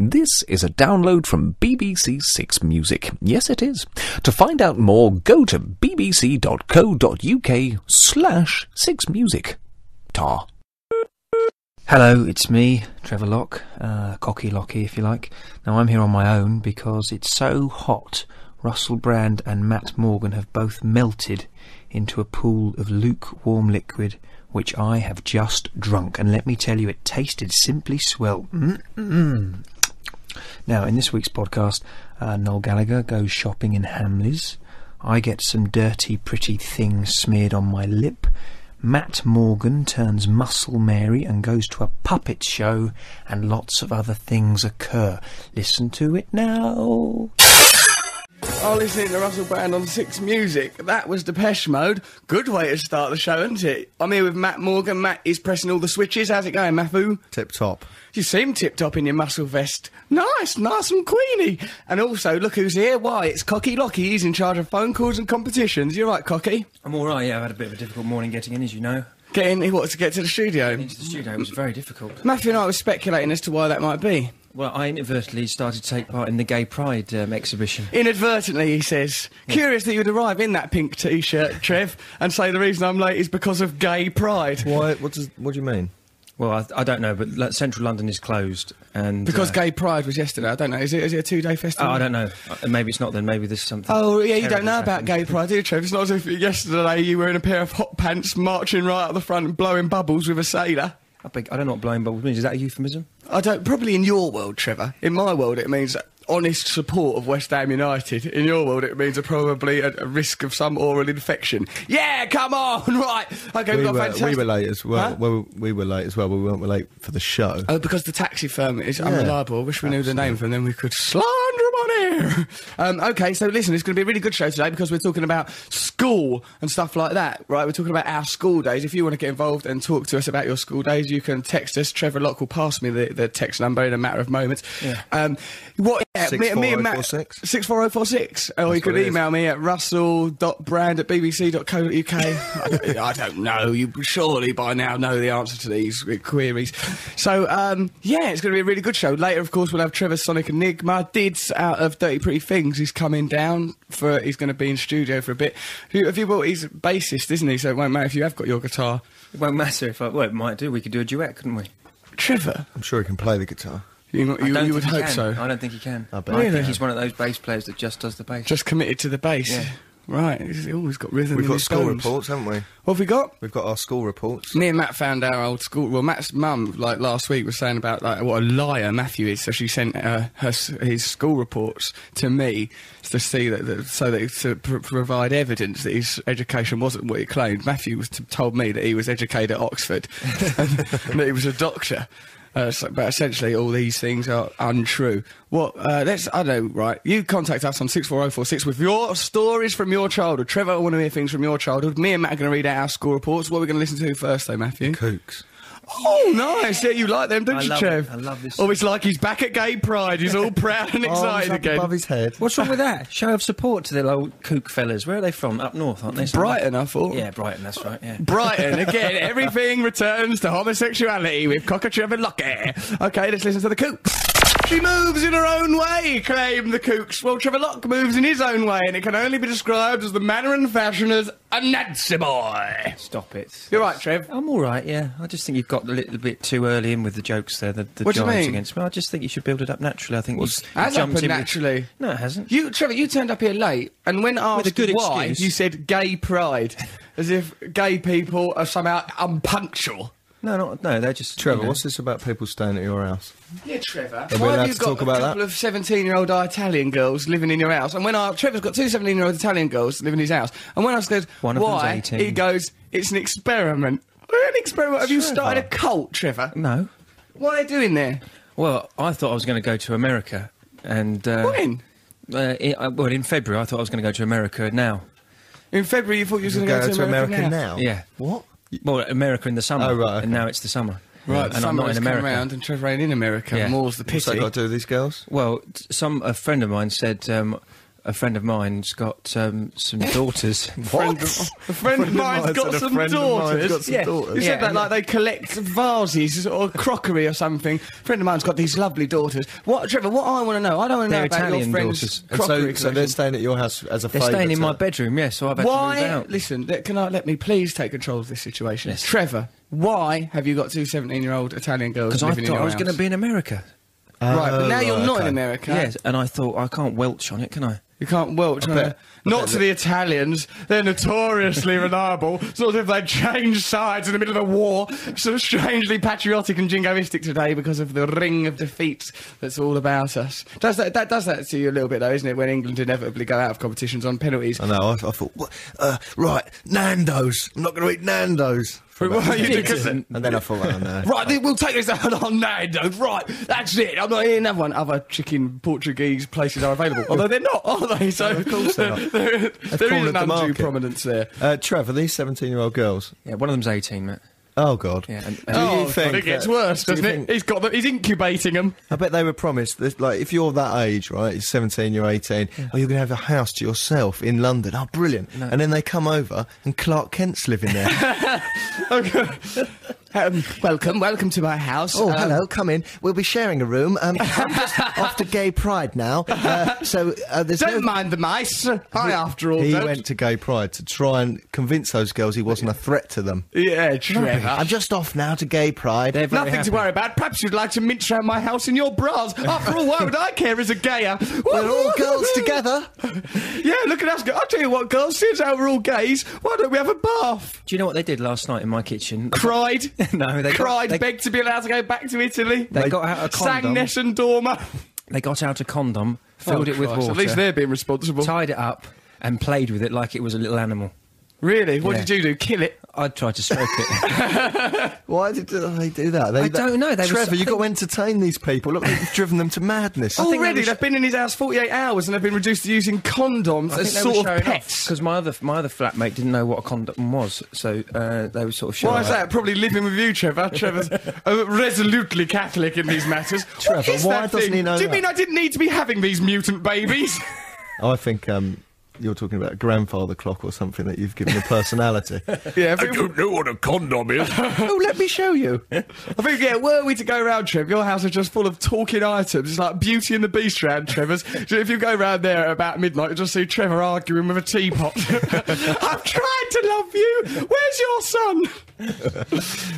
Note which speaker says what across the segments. Speaker 1: This is a download from BBC Six Music. Yes, it is. To find out more, go to bbc.co.uk slash sixmusic. Tar.
Speaker 2: Hello, it's me, Trevor Locke, uh, Cocky Lockie, if you like. Now, I'm here on my own because it's so hot. Russell Brand and Matt Morgan have both melted into a pool of lukewarm liquid, which I have just drunk. And let me tell you, it tasted simply swell. Mm-mm. Now, in this week's podcast, uh, Noel Gallagher goes shopping in Hamleys. I get some dirty, pretty things smeared on my lip. Matt Morgan turns muscle Mary and goes to a puppet show, and lots of other things occur. Listen to it now.
Speaker 3: Oh, listening to Russell Brand on Six Music. That was Depeche Mode. Good way to start the show, isn't it? I'm here with Matt Morgan. Matt is pressing all the switches. How's it going, Matthew?
Speaker 4: Tip top.
Speaker 3: You seem tip top in your muscle vest. Nice, nice and queeny. And also, look who's here. Why, it's Cocky Locky. He's in charge of phone calls and competitions. You're right, Cocky.
Speaker 2: I'm all right. Yeah, I've had a bit of a difficult morning getting in, as you know.
Speaker 3: Getting he wants to get to the studio.
Speaker 2: Into the studio was very difficult.
Speaker 3: Matthew and I were speculating as to why that might be.
Speaker 2: Well, I inadvertently started to take part in the Gay Pride um, exhibition.
Speaker 3: Inadvertently, he says. Curious that you'd arrive in that pink t-shirt, Trev, and say the reason I'm late is because of gay pride.
Speaker 4: Why? What does? What do you mean?
Speaker 2: Well, I, I don't know, but like, Central London is closed, and
Speaker 3: Because
Speaker 2: uh,
Speaker 3: gay pride was yesterday. I don't know. Is it, is it a two-day
Speaker 2: Oh,
Speaker 3: festival?
Speaker 2: I don't know. Uh, Maybe it's not. Then maybe there's something.
Speaker 3: Oh, yeah, you
Speaker 2: terrible's
Speaker 3: don't know about
Speaker 2: happened.
Speaker 3: gay pride, do you, Trev? It's not as if yesterday you were in a pair of hot pants marching right up the front and blowing bubbles with a sailor.
Speaker 2: I, beg- I don't know what blowing bubbles means. Is that a euphemism?
Speaker 3: I don't. Probably in your world, Trevor. In my world, it means honest support of West Ham United. In your world, it means a, probably a, a risk of some oral infection. Yeah, come on, right? Okay,
Speaker 4: We
Speaker 3: we've got
Speaker 4: were,
Speaker 3: fantastic.
Speaker 4: we were late as well.
Speaker 3: Huh?
Speaker 4: well. We were late as well, but we weren't late for the show.
Speaker 3: Oh, because the taxi firm is unreliable. I wish we knew the name of them, then we could slander them on air. Um, okay, so listen, it's going to be a really good show today because we're talking about school and stuff like that, right? We're talking about our school days. If you want to get involved and talk to us about your school days, you can text us. Trevor Locke will pass me the, the text number in a matter of moments. Um, what? Yeah, me, me and Matt.
Speaker 4: 64046.
Speaker 3: 64046. Or you
Speaker 4: what
Speaker 3: could
Speaker 4: it is.
Speaker 3: email me at russell.brand at bbc.co.uk. I, I don't know. You surely by now know the answer to these queries. So, um, yeah, it's going to be a really good show. Later, of course, we'll have Trevor Sonic Enigma. Dids out of Dirty Pretty Things. He's coming down for, he's going to be in studio for a bit. Have you, have you bought, he's a bassist, isn't he? So it won't matter if you have got your guitar.
Speaker 2: It won't matter if I. Well, it might do. We could do a duet, couldn't we?
Speaker 3: Trevor,
Speaker 4: I'm sure he can play the guitar.
Speaker 3: you,
Speaker 2: I
Speaker 3: you,
Speaker 2: don't
Speaker 3: you would
Speaker 2: think he
Speaker 3: hope
Speaker 2: can.
Speaker 3: so.
Speaker 2: I don't think he can.
Speaker 4: I bet
Speaker 2: I
Speaker 4: he
Speaker 2: think
Speaker 4: can.
Speaker 2: he's one of those bass players that just does the bass.
Speaker 3: Just committed to the bass.
Speaker 2: Yeah.
Speaker 3: Right, he's always got rhythm.
Speaker 4: We've
Speaker 3: in
Speaker 4: got
Speaker 3: his
Speaker 4: school
Speaker 3: bones.
Speaker 4: reports, haven't we?
Speaker 3: What have we got?
Speaker 4: We've got our school reports.
Speaker 3: Me and Matt found our old school. Well, Matt's mum, like last week, was saying about like what a liar Matthew is. So she sent uh, her s- his school reports to me to see that, that so that to pr- provide evidence that his education wasn't what he claimed. Matthew was t- told me that he was educated at Oxford and that he was a doctor. Uh, so, but essentially, all these things are untrue. What? Uh, let's. I don't know. Right. You contact us on six four zero four six with your stories from your childhood. Trevor, I want to hear things from your childhood. Me and Matt are going to read out our school reports. What are we going to listen to first, though, Matthew?
Speaker 4: Kooks.
Speaker 3: Oh, nice. Yeah, you like them, don't
Speaker 2: I
Speaker 3: you,
Speaker 2: love
Speaker 3: Trev?
Speaker 2: it. I love this.
Speaker 3: Oh, it's like he's back at Gay Pride. He's all proud
Speaker 2: Oh,
Speaker 3: and
Speaker 4: Arms
Speaker 3: excited
Speaker 4: Oh, up
Speaker 3: again.
Speaker 4: above his head.
Speaker 2: What's wrong with that? Show of support to the old kook fellas. Where are they from? Up north, aren't they? Somewhere?
Speaker 3: Brighton, I thought.
Speaker 2: Yeah, Brighton. That's right. Yeah.
Speaker 3: Brighton again. Everything returns to homosexuality with Cockatrive and Lockett. Okay, let's listen to the Kooks. She moves in her own way, claim the Kooks. Well, Trevor Locke moves in his own way, and it can only be described as the manner and fashion as a Nancy boy.
Speaker 2: Stop it.
Speaker 3: You're right, Trev.
Speaker 2: I'm all right, yeah. I just think you've got a little bit too early in with the jokes there. The, the
Speaker 3: What do you
Speaker 2: giants
Speaker 3: mean?
Speaker 2: against me. I just think you should build it up naturally. I think
Speaker 3: What's-
Speaker 2: you,
Speaker 3: Has
Speaker 2: you jumped
Speaker 3: happened
Speaker 2: in with-
Speaker 3: naturally?
Speaker 2: No, it hasn't.
Speaker 3: You, Trevor, you turned up here late, and when asked
Speaker 2: a good
Speaker 3: why,
Speaker 2: excuse.
Speaker 3: you said gay pride, as if gay people are somehow unpunctual.
Speaker 2: No, not, no. They're just
Speaker 4: Trevor,
Speaker 2: you know.
Speaker 4: what's this about people staying at your house?
Speaker 3: Yeah, Trevor.
Speaker 4: we
Speaker 3: Why
Speaker 4: allowed
Speaker 3: have you
Speaker 4: to
Speaker 3: got
Speaker 4: talk
Speaker 3: a
Speaker 4: about
Speaker 3: couple
Speaker 4: that?
Speaker 3: of 17 year old Italian girls living in your house? And when I, Trevor's got two 17 year old Italian girls living in his house. And when I said,
Speaker 2: One of them's
Speaker 3: why?
Speaker 2: 18.
Speaker 3: He goes, it's an experiment. What an experiment. Have you
Speaker 2: Trevor.
Speaker 3: started a cult, Trevor?
Speaker 2: No.
Speaker 3: What are they doing there?
Speaker 2: Well, I thought I was going to go to America, and uh,
Speaker 3: When?
Speaker 2: Uh, i uh, well, in February, I thought I was going to go to America. Now,
Speaker 3: In February, you thought you was
Speaker 4: You
Speaker 3: going to
Speaker 4: go
Speaker 3: go
Speaker 4: to America, now?
Speaker 2: Yeah.
Speaker 4: What?
Speaker 2: well, America in the summer.
Speaker 4: Oh,
Speaker 2: And
Speaker 4: right, okay.
Speaker 2: now it's the summer.
Speaker 3: Right,
Speaker 2: and
Speaker 3: the
Speaker 2: I'm not
Speaker 3: summer
Speaker 2: in
Speaker 3: has come
Speaker 2: America.
Speaker 3: round and Trevor ain't in America.
Speaker 2: Yeah.
Speaker 3: More's the
Speaker 4: What's that
Speaker 3: pity.
Speaker 4: got to do with these girls?
Speaker 2: Well, t- some a friend of mine said um, a friend of mine's got um, some daughters.
Speaker 3: Friend of, a friend of mine's got
Speaker 4: said a
Speaker 3: some
Speaker 4: friend of mine's
Speaker 3: daughters.
Speaker 4: got some
Speaker 2: Yeah.
Speaker 4: daughters.
Speaker 3: You
Speaker 2: Yeah,
Speaker 3: said that
Speaker 2: yeah.
Speaker 3: like they collect vases or crockery or something. Friend of mine's got these lovely daughters. What, Trevor? What I want to know, I don't want to know
Speaker 2: They're
Speaker 3: about
Speaker 2: Italian
Speaker 3: your friend's
Speaker 2: daughters.
Speaker 4: And so,
Speaker 3: crockery
Speaker 4: so they're
Speaker 3: collection.
Speaker 4: staying at your house as a
Speaker 2: They're
Speaker 4: favour
Speaker 2: staying in
Speaker 4: to-
Speaker 2: my bedroom, yeah, so I've had to move
Speaker 3: Why?
Speaker 2: out.
Speaker 3: Listen, let- can I let me please take control of this situation,
Speaker 2: Yes.
Speaker 3: Trevor? Why have you got two 17-year-old Italian girls
Speaker 2: Because I
Speaker 3: living in
Speaker 2: thought
Speaker 3: your
Speaker 2: I was going
Speaker 3: house?
Speaker 2: to be in America.
Speaker 3: right, but
Speaker 4: Oh,
Speaker 3: now you're
Speaker 4: right,
Speaker 3: not in
Speaker 4: okay.
Speaker 3: America.
Speaker 2: Yes, and I thought I can't welch on it, can I?
Speaker 3: You can't welch. on
Speaker 4: bet-
Speaker 3: a- Not to the Italians. They're notoriously reliable. Sort of they changed sides in the middle of a war. Sort of strangely patriotic and jingoistic today because of the ring of defeat that's all about us. Does that, that does that to you a little bit though, isn't it? When England inevitably go out of competitions on penalties.
Speaker 4: I know. I, I thought, "What? uh, right, Nando's. I'm not going to eat Nando's. For
Speaker 3: Well,
Speaker 4: about
Speaker 3: you
Speaker 4: 10
Speaker 3: did, 'cause-
Speaker 4: seconds. and then I thought, oh no.
Speaker 3: Right, then we'll take this out on Nando's. Right, that's it. I'm not eating another one. Other chicken Portuguese places are available, although they're not, are they? So
Speaker 4: of course they're not.
Speaker 3: there- there
Speaker 4: cornered
Speaker 3: is
Speaker 4: the
Speaker 3: an undue
Speaker 4: market.
Speaker 3: prominence there.
Speaker 4: Uh, Trevor, these 17 year old girls.
Speaker 2: Yeah, one of them's 18, mate.
Speaker 4: Oh, God.
Speaker 2: Yeah, and-
Speaker 4: Do
Speaker 3: oh,
Speaker 4: you think
Speaker 3: it gets
Speaker 4: that-
Speaker 3: worse,
Speaker 4: do you
Speaker 3: doesn't it?
Speaker 4: think-
Speaker 3: He's got them. He's incubating them.
Speaker 4: I bet they were promised, that, like, if you're that age, right, you're 17, you're 18, oh, you're going to have a house to yourself in London. Oh, brilliant. And then they come over and Clark Kent's living there.
Speaker 3: Okay. um, welcome, welcome to my house.
Speaker 4: oh,
Speaker 3: Um,
Speaker 4: hello, come in. We'll be sharing a room. Um, I'm just after gay pride now. Uh, so uh, there's
Speaker 3: Don't
Speaker 4: no.
Speaker 3: mind the mice. I, after all,
Speaker 4: he
Speaker 3: don't.
Speaker 4: went to gay pride to try and convince those girls he wasn't a threat to them.
Speaker 3: yeah, Trevor.
Speaker 4: I'm just off now to gay pride.
Speaker 2: They're very
Speaker 3: Nothing
Speaker 2: happy.
Speaker 3: to worry about. Perhaps you'd like to mince round my house in your bras. After all, why would I care as a gayer?
Speaker 4: We're all girls together.
Speaker 3: Yeah, look at us. go- I'll tell you what, girls, since how we're all gays, why don't we have a bath?
Speaker 2: Do you know what they did last night in my kitchen?
Speaker 3: Cried.
Speaker 2: No, they got-
Speaker 3: cried,
Speaker 2: they-
Speaker 3: begged to be allowed to go back to Italy.
Speaker 2: They got out a condom.
Speaker 3: Sang Nessun Dorma.
Speaker 2: They got out a condom, filled
Speaker 3: Oh,
Speaker 2: it with
Speaker 3: Christ,
Speaker 2: water,
Speaker 3: At least they're being responsible.
Speaker 2: tied it up, and played with it like it was a little animal.
Speaker 3: Really? What
Speaker 2: Yeah.
Speaker 3: did you do? Kill it?
Speaker 2: I'd try to stroke it.
Speaker 4: Why did they do that? They,
Speaker 2: I don't know, they were
Speaker 4: Trevor,
Speaker 2: so-
Speaker 4: you've got to entertain these people. Look, you've driven them to madness.
Speaker 2: think they
Speaker 3: Already,
Speaker 2: were sh-
Speaker 3: they've been in his house 48 hours and they've been reduced to using condoms as sort of pets.
Speaker 2: because my other my other flatmate didn't know what a condom was, so uh, they were sort of.
Speaker 3: Why
Speaker 2: showing
Speaker 3: is
Speaker 2: her.
Speaker 3: that? Probably living with you, Trevor. Trevor's uh, resolutely Catholic in these matters. What
Speaker 4: Trevor,
Speaker 3: is
Speaker 4: why
Speaker 3: that
Speaker 4: doesn't
Speaker 3: thing?
Speaker 4: he know
Speaker 3: Do you
Speaker 4: that?
Speaker 3: mean I didn't need to be having these mutant babies?
Speaker 4: I think um, you're talking about a grandfather clock or something that you've given a personality.
Speaker 3: yeah, if it-
Speaker 1: know what a condom is.
Speaker 4: oh, let me show you.
Speaker 3: I think, yeah, were we to go round, Trev, your house is just full of talking items. It's like Beauty and the Beast round, Trevor's. So if you go round there at about midnight, you'll just see Trevor arguing with a teapot. I've tried to love you. Where's your son?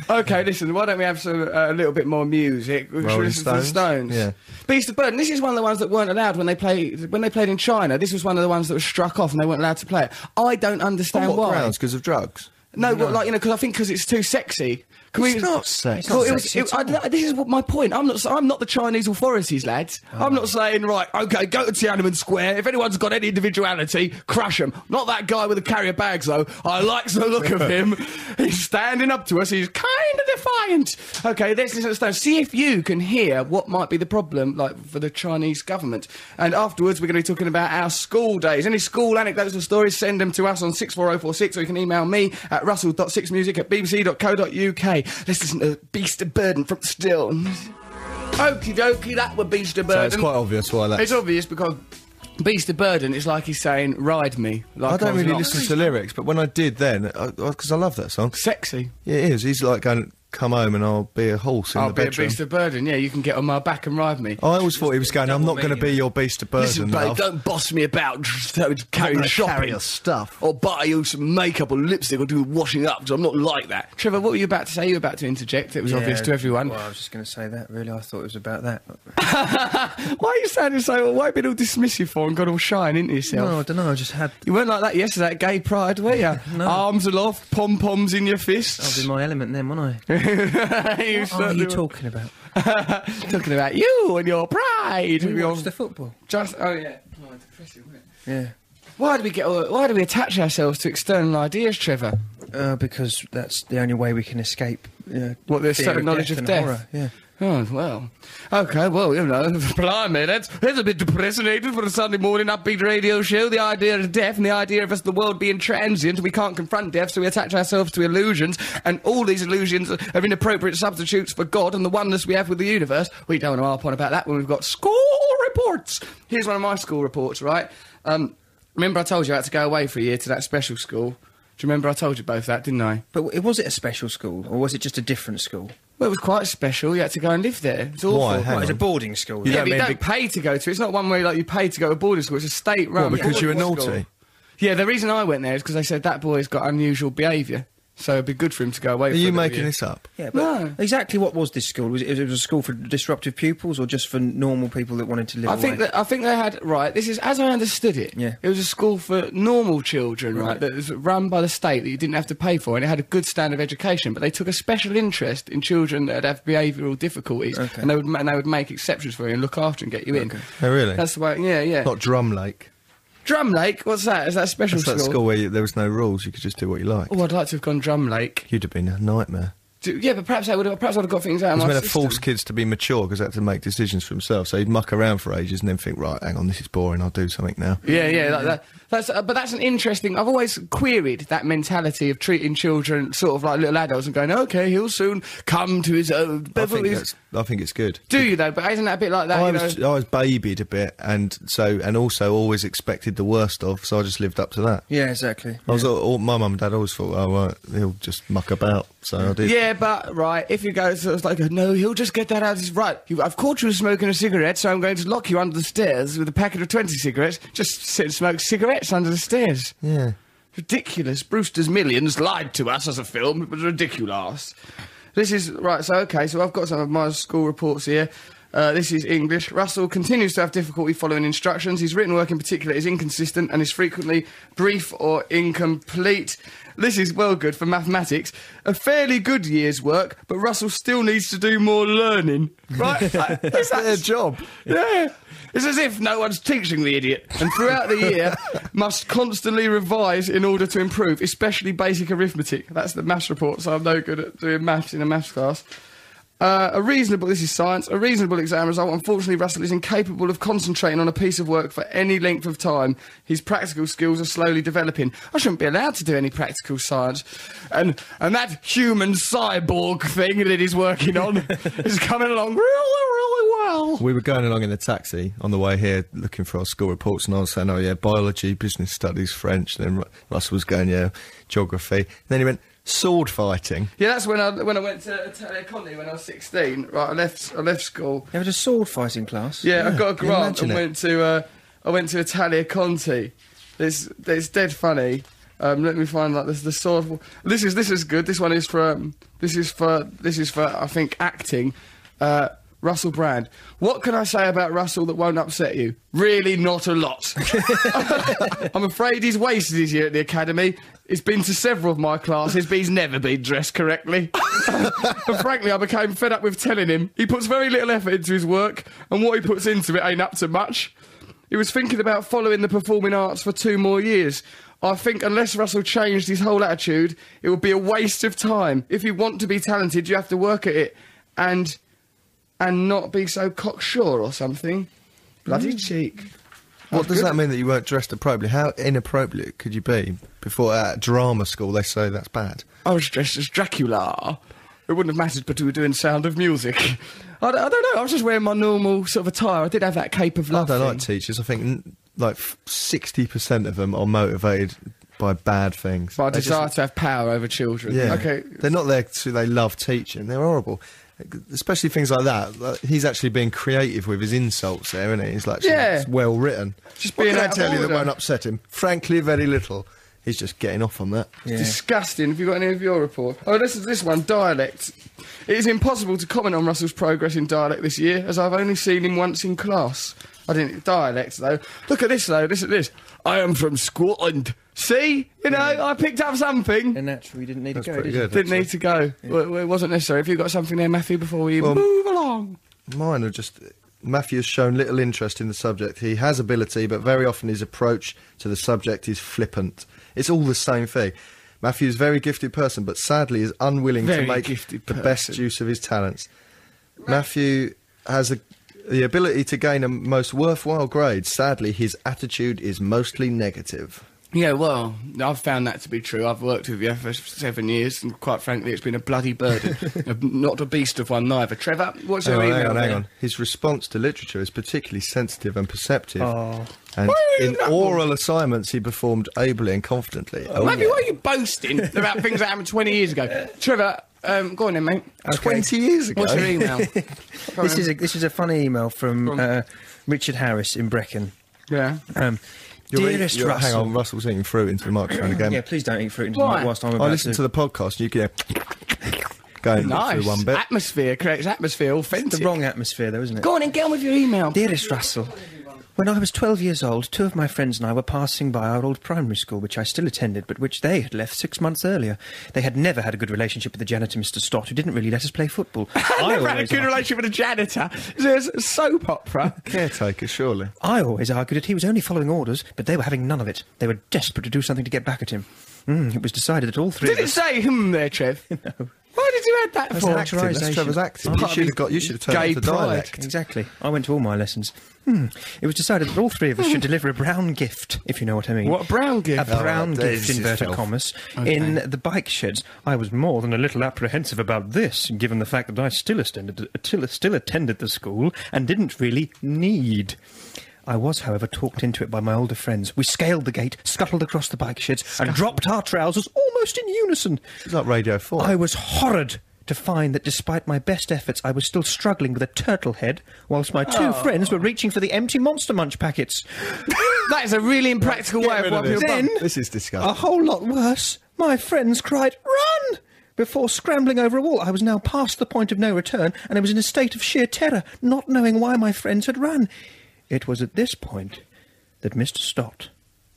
Speaker 3: okay, listen, why don't we have some, uh, a little bit more music? We should
Speaker 4: Rolling
Speaker 3: listen to the
Speaker 4: Stones?
Speaker 3: Stones.
Speaker 4: Yeah.
Speaker 3: Beast of Burden. This is one of the ones that weren't allowed when they played when they played in China. This was one of the ones that was struck off and they weren't allowed to play it. I don't
Speaker 4: On
Speaker 3: understand
Speaker 4: what
Speaker 3: why.
Speaker 4: grounds? Because of drugs?
Speaker 3: No, but like you know, because I think because it's too sexy. Can
Speaker 4: It's not sexy. It's
Speaker 3: Well,
Speaker 4: not
Speaker 3: it was-
Speaker 2: sexy
Speaker 3: it-
Speaker 2: at
Speaker 3: I- no, this is what my point. I'm not. s- I'm not the Chinese authorities, lads. I'm
Speaker 4: Oh.
Speaker 3: not saying right. Okay, go to Tiananmen Square. If anyone's got any individuality, crush them. Not that guy with the carrier bags, though. I like the look of him. He's standing up to us. He's kind of defiant. Okay, let's listen to Stone. See if you can hear what might be the problem, like for the Chinese government. And afterwards, we're going to be talking about our school days. Any school anecdotes or stories, send them to us on 64046 or you can email me at russell.sixmusic at bbc.co.uk. Let's listen to Beast of Burden from Still. Okie dokie, that were Beast of
Speaker 4: So
Speaker 3: Burden.
Speaker 4: it's quite obvious why
Speaker 3: It's
Speaker 4: that's.
Speaker 3: obvious because Beast of Burden is like he's saying, ride me. Like
Speaker 4: I don't
Speaker 3: was
Speaker 4: really
Speaker 3: not.
Speaker 4: listen to lyrics, but when I did then, because I, love that song.
Speaker 3: Sexy.
Speaker 4: Yeah, it is. He's like going, come home and I'll be a horse in
Speaker 3: I'll
Speaker 4: the
Speaker 3: be
Speaker 4: bedroom.
Speaker 3: a beast of burden. Yeah, you can get on my back and ride me.
Speaker 4: I always thought he was going, I'm not
Speaker 2: meaning.
Speaker 4: going to be your beast of burden.
Speaker 3: Listen,
Speaker 4: that
Speaker 3: babe,
Speaker 4: I've-
Speaker 3: don't boss me about
Speaker 4: I'm
Speaker 3: carrying
Speaker 4: gonna
Speaker 3: shopping.
Speaker 4: carry your stuff.
Speaker 3: Or buy you some makeup or lipstick or do washing up because I'm not like that. Trevor, what were you about to say? You were about to interject. It was
Speaker 2: Yeah,
Speaker 3: obvious to everyone.
Speaker 2: Well, I was just going to say that. Really, I thought it was about that.
Speaker 3: Why are you sounding so... Why have you been all dismissive for and got all shy and into yourself?
Speaker 2: No, I don't know. I just had.
Speaker 3: You weren't like that yesterday at Gay Pride, were you?
Speaker 2: No.
Speaker 3: Arms aloft, pom-poms in
Speaker 2: I
Speaker 3: your
Speaker 2: was
Speaker 3: fists.
Speaker 2: in my element then, wasn't I?
Speaker 3: You
Speaker 2: What are
Speaker 3: certainly
Speaker 2: you
Speaker 3: were.
Speaker 2: talking about?
Speaker 3: Talking about you and your pride.
Speaker 2: We
Speaker 3: Your-
Speaker 2: watched the football.
Speaker 3: Just... Oh, yeah. Oh, depressing, wasn't it?
Speaker 2: Yeah.
Speaker 3: Why do we get? Why do we attach ourselves to external ideas, Trevor?
Speaker 2: Uh, because that's the only way we can escape. Uh,
Speaker 3: What, there's
Speaker 2: fear
Speaker 3: certain knowledge of
Speaker 2: and
Speaker 3: death?
Speaker 2: horror, Yeah.
Speaker 3: Oh well, okay. Well, you know, blimey, that's that's a bit depressing ain't it, for a Sunday morning upbeat radio show. The idea of death and the idea of us, the world being transient. We can't confront death, so we attach ourselves to illusions, and all these illusions are inappropriate substitutes for God and the oneness we have with the universe. We don't want to harp on about that when we've got score reports. Here's one of my school reports, right? Um, remember I told you I had to go away for a year to that special school? Do you remember I told you both that, didn't I?
Speaker 2: But w- was it a special school or was it just a different school?
Speaker 3: Well, it was quite special. You had to go and live there. It's awful.
Speaker 4: Why?
Speaker 2: Well,
Speaker 4: Hang
Speaker 2: it was a
Speaker 4: on.
Speaker 2: boarding school.
Speaker 3: Yeah,
Speaker 2: then.
Speaker 3: but you
Speaker 4: mean
Speaker 3: don't
Speaker 4: big-
Speaker 3: pay to go to. It's not one where like you pay to go to boarding school. It's a state run.
Speaker 4: What, because you were naughty?
Speaker 3: Yeah, the reason I went there is because they said that boy's got unusual behaviour, so it'd be good for him to go away.
Speaker 4: Are
Speaker 3: for a
Speaker 4: you
Speaker 3: little
Speaker 4: making
Speaker 3: year.
Speaker 4: this up?
Speaker 2: Yeah, but
Speaker 3: No.
Speaker 2: exactly what was this school? Was it, it was a school for disruptive pupils or just for normal people that wanted to live
Speaker 3: I
Speaker 2: away?
Speaker 3: think that I think they had right. This is as I understood it.
Speaker 2: Yeah.
Speaker 3: it was a school for normal children, right? That was run by the state that you didn't have to pay for, and it had a good standard of education. But they took a special interest in children that have behavioural difficulties,
Speaker 2: Okay.
Speaker 3: and they would ma- and they would make exceptions for you and look after and get you in.
Speaker 4: Oh, really?
Speaker 3: That's the way. Yeah, yeah.
Speaker 4: Not Drum Lake.
Speaker 3: Drum Lake. What's that? Is that a special
Speaker 4: That's that school where you, there was no rules. You could just do what you like.
Speaker 3: Oh, I'd like to have gone Drum Lake.
Speaker 4: You'd have been a nightmare.
Speaker 3: Do- yeah, but perhaps I would have. Perhaps I'd have got things out.
Speaker 4: It
Speaker 3: of
Speaker 4: was
Speaker 3: my
Speaker 4: meant to
Speaker 3: system.
Speaker 4: force kids to be mature because they had to make decisions for themselves. So you'd muck around for ages and then think, right, hang on, this is boring. I'll do something now.
Speaker 3: Yeah, yeah,
Speaker 4: Mm.
Speaker 3: like that. That's, uh, but that's an interesting. I've always queried that mentality of treating children sort of like little adults and going, "Okay, he'll soon come to his own."
Speaker 4: I think,
Speaker 3: Beverly's.
Speaker 4: that's, I think it's good.
Speaker 3: Do you though? But isn't that a bit like that?
Speaker 4: I
Speaker 3: you
Speaker 4: was
Speaker 3: know?
Speaker 4: I was babied a bit, and so and also always expected the worst of. So I just lived up to that.
Speaker 2: yeah, exactly.
Speaker 4: I was all, all- my mum and dad always thought, oh right, he'll just muck about. So I did.
Speaker 3: Yeah, but right, if you go, so it's like, no, he'll just get that out. of his right. You, I've caught you smoking a cigarette, so I'm going to lock you under the stairs with a packet of twenty cigarettes. Just sit and smoke cigarettes under the stairs.
Speaker 4: Yeah.
Speaker 3: Ridiculous. Brewster's Millions lied to us as a film. It was ridiculous. This is right. So okay. So I've got some of my school reports here. Uh, this is English. Russell continues to have difficulty following instructions. His written work, in particular, is inconsistent and is frequently brief or incomplete. This is well good for mathematics. A fairly good year's work, but Russell still needs to do more learning. Right? Is that
Speaker 4: Their job.
Speaker 3: yeah. It's as if no one's teaching the idiot, and throughout the year must constantly revise in order to improve, especially basic arithmetic. That's the maths report, so I'm no good at doing maths in a maths class. Uh, a reasonable, this is science, a reasonable exam result. Unfortunately, Russell is incapable of concentrating on a piece of work for any length of time. His practical skills are slowly developing. I shouldn't be allowed to do any practical science. And, and that human cyborg thing that he's working on is coming along really, really well.
Speaker 4: We were going along in the taxi on the way here, looking for our school reports, and I was saying, "Oh yeah, biology, business studies, French." And then Ru- Russell was going, "Yeah, geography." And then he went sword fighting.
Speaker 3: Yeah, that's when I when I went to Italia Conti when I was sixteen. Right, I left I left school.
Speaker 2: There was a sword fighting class.
Speaker 3: Yeah, I got a
Speaker 4: can you
Speaker 3: grant and
Speaker 4: imagine it?
Speaker 3: went to uh, I went to Italia Conti. It's it's dead funny. Um, let me find like this the sort of this is this is good. This one is for um, this is for this is for I think acting. Uh, Russell Brand. What can I say about Russell that won't upset you? Really, not a lot. I'm afraid he's wasted his year at the academy. He's been to several of my classes, but he's never been dressed correctly. and frankly, I became fed up with telling him he puts very little effort into his work, and what he puts into it ain't up to much. He was thinking about following the performing arts for two more years. I think unless Russell changed his whole attitude, it would be a waste of time. If you want to be talented, you have to work at it and and not be so cocksure or something. Bloody cheek.
Speaker 4: Mm. What does
Speaker 3: good.
Speaker 4: that mean that you weren't dressed appropriately? How inappropriate could you be before at drama school? They say that's bad.
Speaker 3: I was dressed as Dracula. It wouldn't have mattered, but we were doing Sound of Music. I, d- I don't know. I was just wearing my normal sort of attire. I did have that cape of
Speaker 4: I
Speaker 3: love.
Speaker 4: don't like
Speaker 3: thing.
Speaker 4: teachers. I think mm, like sixty percent of them are motivated by bad things.
Speaker 3: But I
Speaker 4: They just-
Speaker 3: desire to have power over children.
Speaker 4: yeah.
Speaker 3: Okay.
Speaker 4: They're not there to. They love teaching. They're horrible. Especially things like that. Like, he's actually being creative with his insults there, isn't he? He's like,
Speaker 3: Yeah.
Speaker 4: it's well written.
Speaker 3: Just
Speaker 4: what
Speaker 3: being
Speaker 4: can I
Speaker 3: out of
Speaker 4: tell you that
Speaker 3: order.
Speaker 4: won't upset him? Frankly, very little. He's just getting off on that.
Speaker 2: Yeah.
Speaker 3: Disgusting. Have you got any of your report? Oh, this is this one dialect. It is impossible to comment on Russell's progress in dialect this year, as I've only seen him once in class. I didn't dialect though. Look at this though. Listen at this. I am from Scotland. See, you know, I picked up something.
Speaker 2: And naturally, you didn't need
Speaker 4: That's
Speaker 2: to go.
Speaker 4: pretty
Speaker 2: did you?
Speaker 4: good.
Speaker 3: Didn't need to go. Well, well, it wasn't necessary. Have you got something there, Matthew, before we
Speaker 4: Well,
Speaker 3: move along?
Speaker 4: Mine are just. Matthew has shown little interest in the subject. He has ability, but very often his approach to the subject is flippant. It's all the same thing. Matthew is a very gifted person, but sadly is unwilling
Speaker 3: Very
Speaker 4: to make the
Speaker 3: gifted
Speaker 4: best
Speaker 3: person.
Speaker 4: use of his talents. Matthew has a, the ability to gain a most worthwhile grade. Sadly, his attitude is mostly negative.
Speaker 3: Yeah, well, I've found that to be true. I've worked with you for seven years, and quite frankly, it's been a bloody burden. Not a beast of one, neither. Trevor, what's
Speaker 4: Oh, Hang
Speaker 3: your
Speaker 4: on,
Speaker 3: email?
Speaker 4: hang on, hang
Speaker 3: there?
Speaker 4: on. His response to literature is particularly sensitive and perceptive.
Speaker 5: Oh.
Speaker 4: And
Speaker 3: Why
Speaker 4: in
Speaker 3: that one?
Speaker 4: oral assignments, he performed ably and confidently. Oh,
Speaker 3: Matthew,
Speaker 4: yeah.
Speaker 3: why are you boasting about things that happened 20 years ago? Trevor, um, go on then, mate.
Speaker 4: Twenty years ago.
Speaker 3: What's your email?
Speaker 2: This is a, this is a funny email from
Speaker 3: From-
Speaker 2: uh, Richard Harris in Brecon.
Speaker 3: yeah.
Speaker 2: Um,
Speaker 4: You're eat-
Speaker 2: dearest
Speaker 4: you're-
Speaker 2: Russell,
Speaker 4: Hang on, Russell's eating fruit into the microphone again.
Speaker 2: yeah, please don't eat fruit into the
Speaker 3: Why?
Speaker 2: mic whilst I'm
Speaker 4: I
Speaker 2: about
Speaker 4: listened to the podcast. You can hear going
Speaker 3: Nice.
Speaker 4: through one bit.
Speaker 3: Atmosphere creates atmosphere, authentic.
Speaker 2: It's the wrong atmosphere, though, isn't it?
Speaker 3: Go on and get on with your email.
Speaker 2: Dearest Russell, when I was 12 years old, two of my friends and I were passing by our old primary school, which I still attended, but which they had left six months earlier. They had never had a good relationship with the janitor, Mr. Stott, who didn't really let us play football.
Speaker 3: I never had a
Speaker 2: always
Speaker 3: good
Speaker 2: ar-
Speaker 3: relationship with a janitor. There's a soap opera.
Speaker 4: Caretaker, surely.
Speaker 2: I always argued that he was only following orders, but they were having none of it. They were desperate to do something to get back at him. Mm, it was decided that all three
Speaker 3: Did
Speaker 2: of
Speaker 3: it
Speaker 2: us...
Speaker 3: say hmm there, Trev? no. Why did you add that
Speaker 2: That's
Speaker 3: for?
Speaker 2: an actor.
Speaker 4: Active,
Speaker 2: Characterisation.
Speaker 4: That's Trevor's acting. You
Speaker 3: Part of
Speaker 4: should
Speaker 3: his
Speaker 4: have got. You should have
Speaker 3: gay
Speaker 4: turned up the
Speaker 3: pride.
Speaker 4: dialect.
Speaker 2: Exactly. I went to all my lessons. Hmm. It was decided that all three of us should deliver a brown gift, if you know what I mean.
Speaker 3: What, a brown gift?
Speaker 2: A brown
Speaker 4: Oh, that is
Speaker 2: gift, inverted
Speaker 4: filth.
Speaker 2: commas,
Speaker 3: Okay.
Speaker 2: in the bike sheds. I was more than a little apprehensive about this, given the fact that I still attended, still, still attended the school and didn't really need. I was, however, talked into it by my older friends. We scaled the gate, scuttled across the bike sheds, and dropped our trousers almost in unison.
Speaker 4: It's like Radio Four.
Speaker 2: I was horrid to find that despite my best efforts, I was still struggling with a turtle head, whilst my two
Speaker 3: Oh.
Speaker 2: friends were reaching for the empty Monster Munch packets.
Speaker 3: That is a really impractical way of wiping your
Speaker 2: Then,
Speaker 3: bum.
Speaker 4: This is disgusting.
Speaker 2: A whole lot worse, my friends cried, Run! Before scrambling over a wall, I was now past the point of no return, and I was in a state of sheer terror, not knowing why my friends had run. It was at this point that Mr. Stott,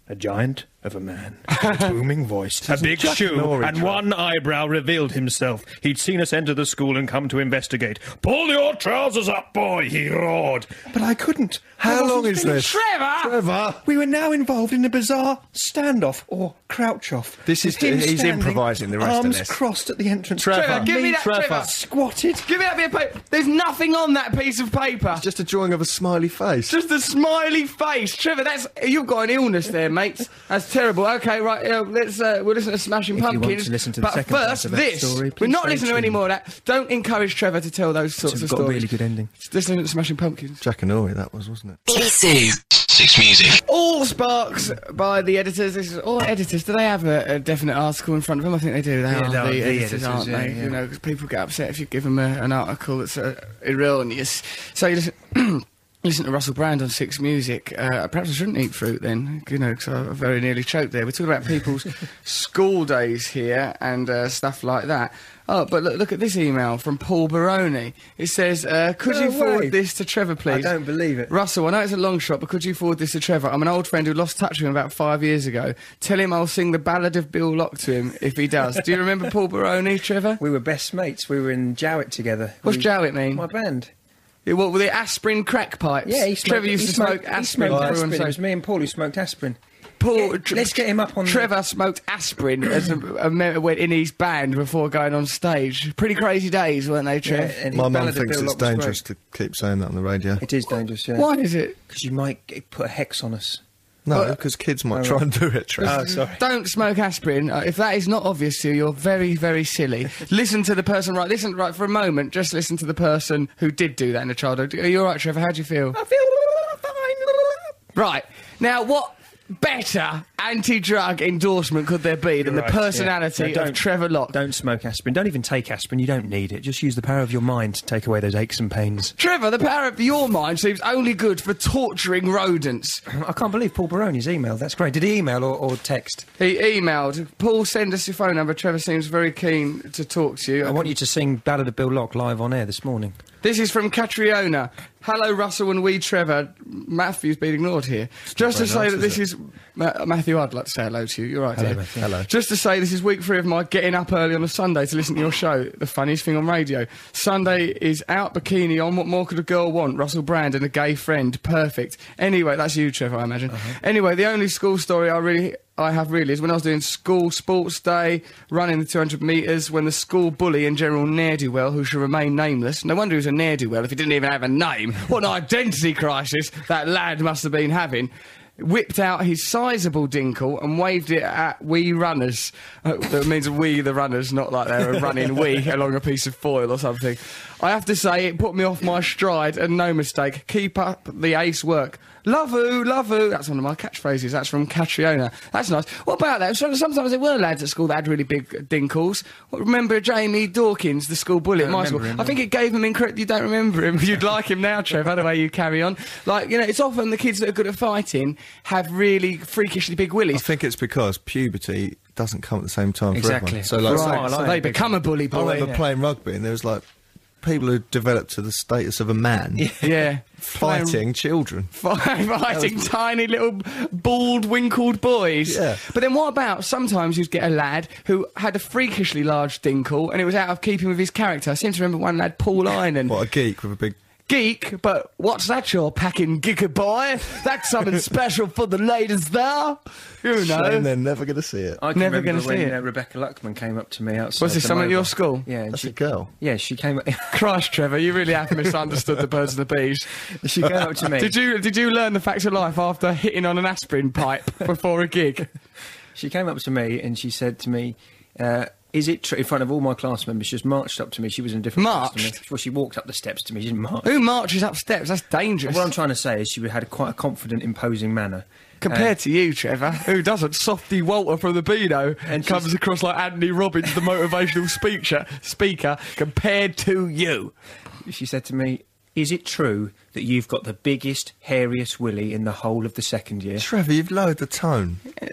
Speaker 2: a giant of a man, with a booming voice, a big shoe,
Speaker 4: Norrie
Speaker 2: and
Speaker 4: trick.
Speaker 2: one eyebrow revealed himself. He'd seen us enter the school and come to investigate. Pull your trousers up, boy, he roared. But I couldn't. I
Speaker 4: How
Speaker 2: wasn't
Speaker 4: long is
Speaker 2: finished.
Speaker 4: this?
Speaker 3: Trevor!
Speaker 4: Trevor.
Speaker 2: We were now involved in a bizarre standoff or crouch off.
Speaker 4: This is-
Speaker 2: With him
Speaker 4: he's
Speaker 2: standing,
Speaker 4: improvising the rest of
Speaker 2: arms
Speaker 4: this.
Speaker 2: crossed at the entrance.
Speaker 4: Trevor,
Speaker 3: give me that, Trevor.
Speaker 2: Squatted.
Speaker 3: Give me that bit of paper. There's nothing on that piece of paper.
Speaker 4: Just a drawing of a smiley face.
Speaker 3: Just a smiley face, Trevor. That's you've got an illness there, mate. That's terrible. Okay, right. yeah, let's uh, we'll listen to Smashing
Speaker 2: If you want
Speaker 3: Pumpkins.
Speaker 2: to listen to the
Speaker 3: but
Speaker 2: second
Speaker 3: first,
Speaker 2: part of that
Speaker 3: this.
Speaker 2: story,
Speaker 3: we're
Speaker 2: please
Speaker 3: not
Speaker 2: stay
Speaker 3: listening to any
Speaker 2: tuned.
Speaker 3: more of that. Don't encourage Trevor to tell those sorts of
Speaker 2: got a
Speaker 3: stories.
Speaker 2: really good ending.
Speaker 3: Listen to Smashing Pumpkins.
Speaker 4: Jack and Ori, that was, wasn't it?
Speaker 6: BBC Six Music.
Speaker 3: All sparks by the editors. This is all editors. Do they have a, a definite article in front of them? I think they do. They
Speaker 5: Yeah, they
Speaker 3: are the,
Speaker 5: are the
Speaker 3: editors,
Speaker 5: editors,
Speaker 3: aren't
Speaker 5: yeah,
Speaker 3: they?
Speaker 5: yeah.
Speaker 3: You know, 'cause people get upset if you give them a, an article that's uh, erroneous. So you listen. Listen to Russell Brand on Six Music. Uh, perhaps I shouldn't eat fruit then, you know, because I very nearly choked there. We're talking about people's school days here and uh, stuff like that. Oh, but look, look at this email from Paul Baroni. It says, uh, "Could
Speaker 2: No
Speaker 3: you
Speaker 2: way.
Speaker 3: forward this to Trevor,
Speaker 2: I
Speaker 3: please?"
Speaker 2: don't believe it.
Speaker 3: Russell, I know it's a long shot, but could you forward this to Trevor? I'm an old friend who lost touch with him about five years ago. Tell him I'll sing the ballad of Bill Lock to him if he does. Do you remember Paul Baroni, Trevor?
Speaker 2: We were best mates. We were in Jowett together.
Speaker 3: What's
Speaker 2: We-
Speaker 3: Jowett mean?
Speaker 2: My band.
Speaker 3: Yeah, What were the aspirin crack pipes?
Speaker 2: Yeah, he smoked,
Speaker 3: Trevor used
Speaker 2: he
Speaker 3: to
Speaker 2: smoked,
Speaker 3: smoke
Speaker 2: he
Speaker 3: aspirin.
Speaker 2: smoked
Speaker 3: for everyone's
Speaker 2: aspirin. It
Speaker 3: sake.
Speaker 2: was me and Paul who smoked aspirin.
Speaker 3: Paul,
Speaker 2: Yeah,
Speaker 3: Tre-
Speaker 2: let's get him up on the-
Speaker 3: Trevor smoked aspirin as a, a member went in his band before going on stage. Pretty crazy days, weren't they,
Speaker 2: Yeah,
Speaker 3: Trev?
Speaker 2: and
Speaker 4: My
Speaker 2: his
Speaker 4: mum
Speaker 2: ballad of
Speaker 4: thinks
Speaker 2: Bill
Speaker 4: it's
Speaker 2: Lock was
Speaker 4: dangerous
Speaker 2: great.
Speaker 4: to keep saying that on the radio.
Speaker 2: It is dangerous, yeah.
Speaker 3: Why is it?
Speaker 2: Because you might get, put a hex on us.
Speaker 4: No, because kids might
Speaker 2: Oh,
Speaker 4: try
Speaker 2: right.
Speaker 4: and do it, Trevor.
Speaker 2: sorry.
Speaker 3: Mm. Don't smoke aspirin. Uh, If that is not obvious to you, you're very, very silly. listen to the person, right? Listen, right, for a moment, just listen to the person who did do that in a childhood. Are you all right, Trevor? How do you feel?
Speaker 2: I feel fine.
Speaker 3: Right. Now, what better anti drug endorsement could there be than
Speaker 2: Right,
Speaker 3: the
Speaker 2: yeah.
Speaker 3: personality
Speaker 2: No, don't-
Speaker 3: of Trevor Locke?
Speaker 2: Don't smoke aspirin. Don't even take aspirin. You don't need it. Just use the power of your mind to take away those aches and pains.
Speaker 3: Trevor, the power of your mind seems only good for torturing rodents.
Speaker 2: I can't believe Paul Baroni's email. That's great. Did he email or, or text?
Speaker 3: He emailed, Paul, send us your phone number. Trevor seems very keen to talk to you.
Speaker 2: I want you to sing Ballad of Bill Locke live on air this morning.
Speaker 3: This is from Catriona. Hello, Russell and we, Trevor. Matthew's been ignored here. Just to
Speaker 4: very
Speaker 3: say
Speaker 4: nice,
Speaker 3: that
Speaker 4: is
Speaker 3: this is Ma- Matthew. I'd like to say hello to you. You're right, hello, dear.
Speaker 2: Matthew.
Speaker 4: Hello.
Speaker 3: Just to say, this is week three of my getting up early on a Sunday to listen to your show. The funniest thing on radio. Sunday is out bikini on. What more could a girl want? Russell Brand and a gay friend. Perfect. Anyway, that's you, Trevor. I imagine. Anyway, the only school story I really. I have really is when I was doing school sports day, running the 200 metres, when the school bully and general ne'er do well, who should remain nameless. No wonder he was a ne'er do well if he didn't even have a name. What an identity crisis that lad must have been having. whipped out his sizable dinkle and waved it at we runners. Uh, that means we the runners, not like they're running we along a piece of foil or something. I have to say, it put me off my stride and no mistake. Keep up the ace work. Love oo, love oo. That's one of my catchphrases. That's from Catriona. That's nice. What about that? So- Sometimes there were lads at school that had really big dinkles. What, remember Jamie Dawkins, the school bully at my school? I think it gave him incorrect. You don't remember him. You'd like him now, Trev. By the way, you carry on. Like you know, it's often the kids that are good at fighting have really freakishly big
Speaker 4: I
Speaker 3: willies.
Speaker 4: think it's because puberty doesn't come at the same time
Speaker 2: Exactly.
Speaker 4: for everyone. So,
Speaker 2: Right.
Speaker 4: like,
Speaker 2: I like
Speaker 3: so
Speaker 2: the
Speaker 3: they
Speaker 2: big
Speaker 3: become a Oh, bully
Speaker 4: I remember
Speaker 3: boy.
Speaker 4: playing rugby, and there was like people who developed to the status of a man
Speaker 3: Yeah,
Speaker 4: fighting children.
Speaker 3: Five fighting tiny little bald winkled boys.
Speaker 4: Yeah.
Speaker 3: But then what about sometimes you'd get a lad who had a freakishly large dinkle and it was out of keeping with his character. I seem to remember one lad, Paul Inan.
Speaker 4: What a geek with a big.
Speaker 3: Geek, but what's that you're packing, gigaboy? That's something special for the ladies there. You know.
Speaker 4: Shame they're never going to see it.
Speaker 2: I can
Speaker 3: Never
Speaker 2: remember
Speaker 3: gonna
Speaker 2: when
Speaker 3: see it.
Speaker 2: uh, Rebecca Luckman came up to me outside.
Speaker 3: Was this
Speaker 2: the
Speaker 3: someone at your
Speaker 2: mobile.
Speaker 3: school?
Speaker 2: Yeah, and
Speaker 4: That's
Speaker 2: she,
Speaker 4: a girl.
Speaker 2: yeah, she came. up-
Speaker 3: Christ, Trevor, you really have misunderstood the birds and the bees.
Speaker 2: she came up to me.
Speaker 3: Did you did you learn the facts of life after hitting on an aspirin pipe before a gig?
Speaker 2: She came up to me and she said to me, uh, "Is it true?" In front of all my class members, she just marched up to me. She was in a different class to me. Well, she walked up the steps to me. She didn't march.
Speaker 3: Who marches up steps? That's dangerous.
Speaker 2: What I'm trying to say is, she had a, quite a confident, imposing manner. Uh,
Speaker 3: Compared to you, Trevor, who doesn't, Softy Walter from the Beano and
Speaker 2: And
Speaker 3: comes
Speaker 2: she's-
Speaker 3: across like Anthony Robbins, the motivational speaker. Speaker compared to you.
Speaker 2: She said to me, "Is it true that you've got the biggest, hairiest willy in the whole of the second year?"
Speaker 4: Trevor, you've lowered the tone.
Speaker 3: Uh,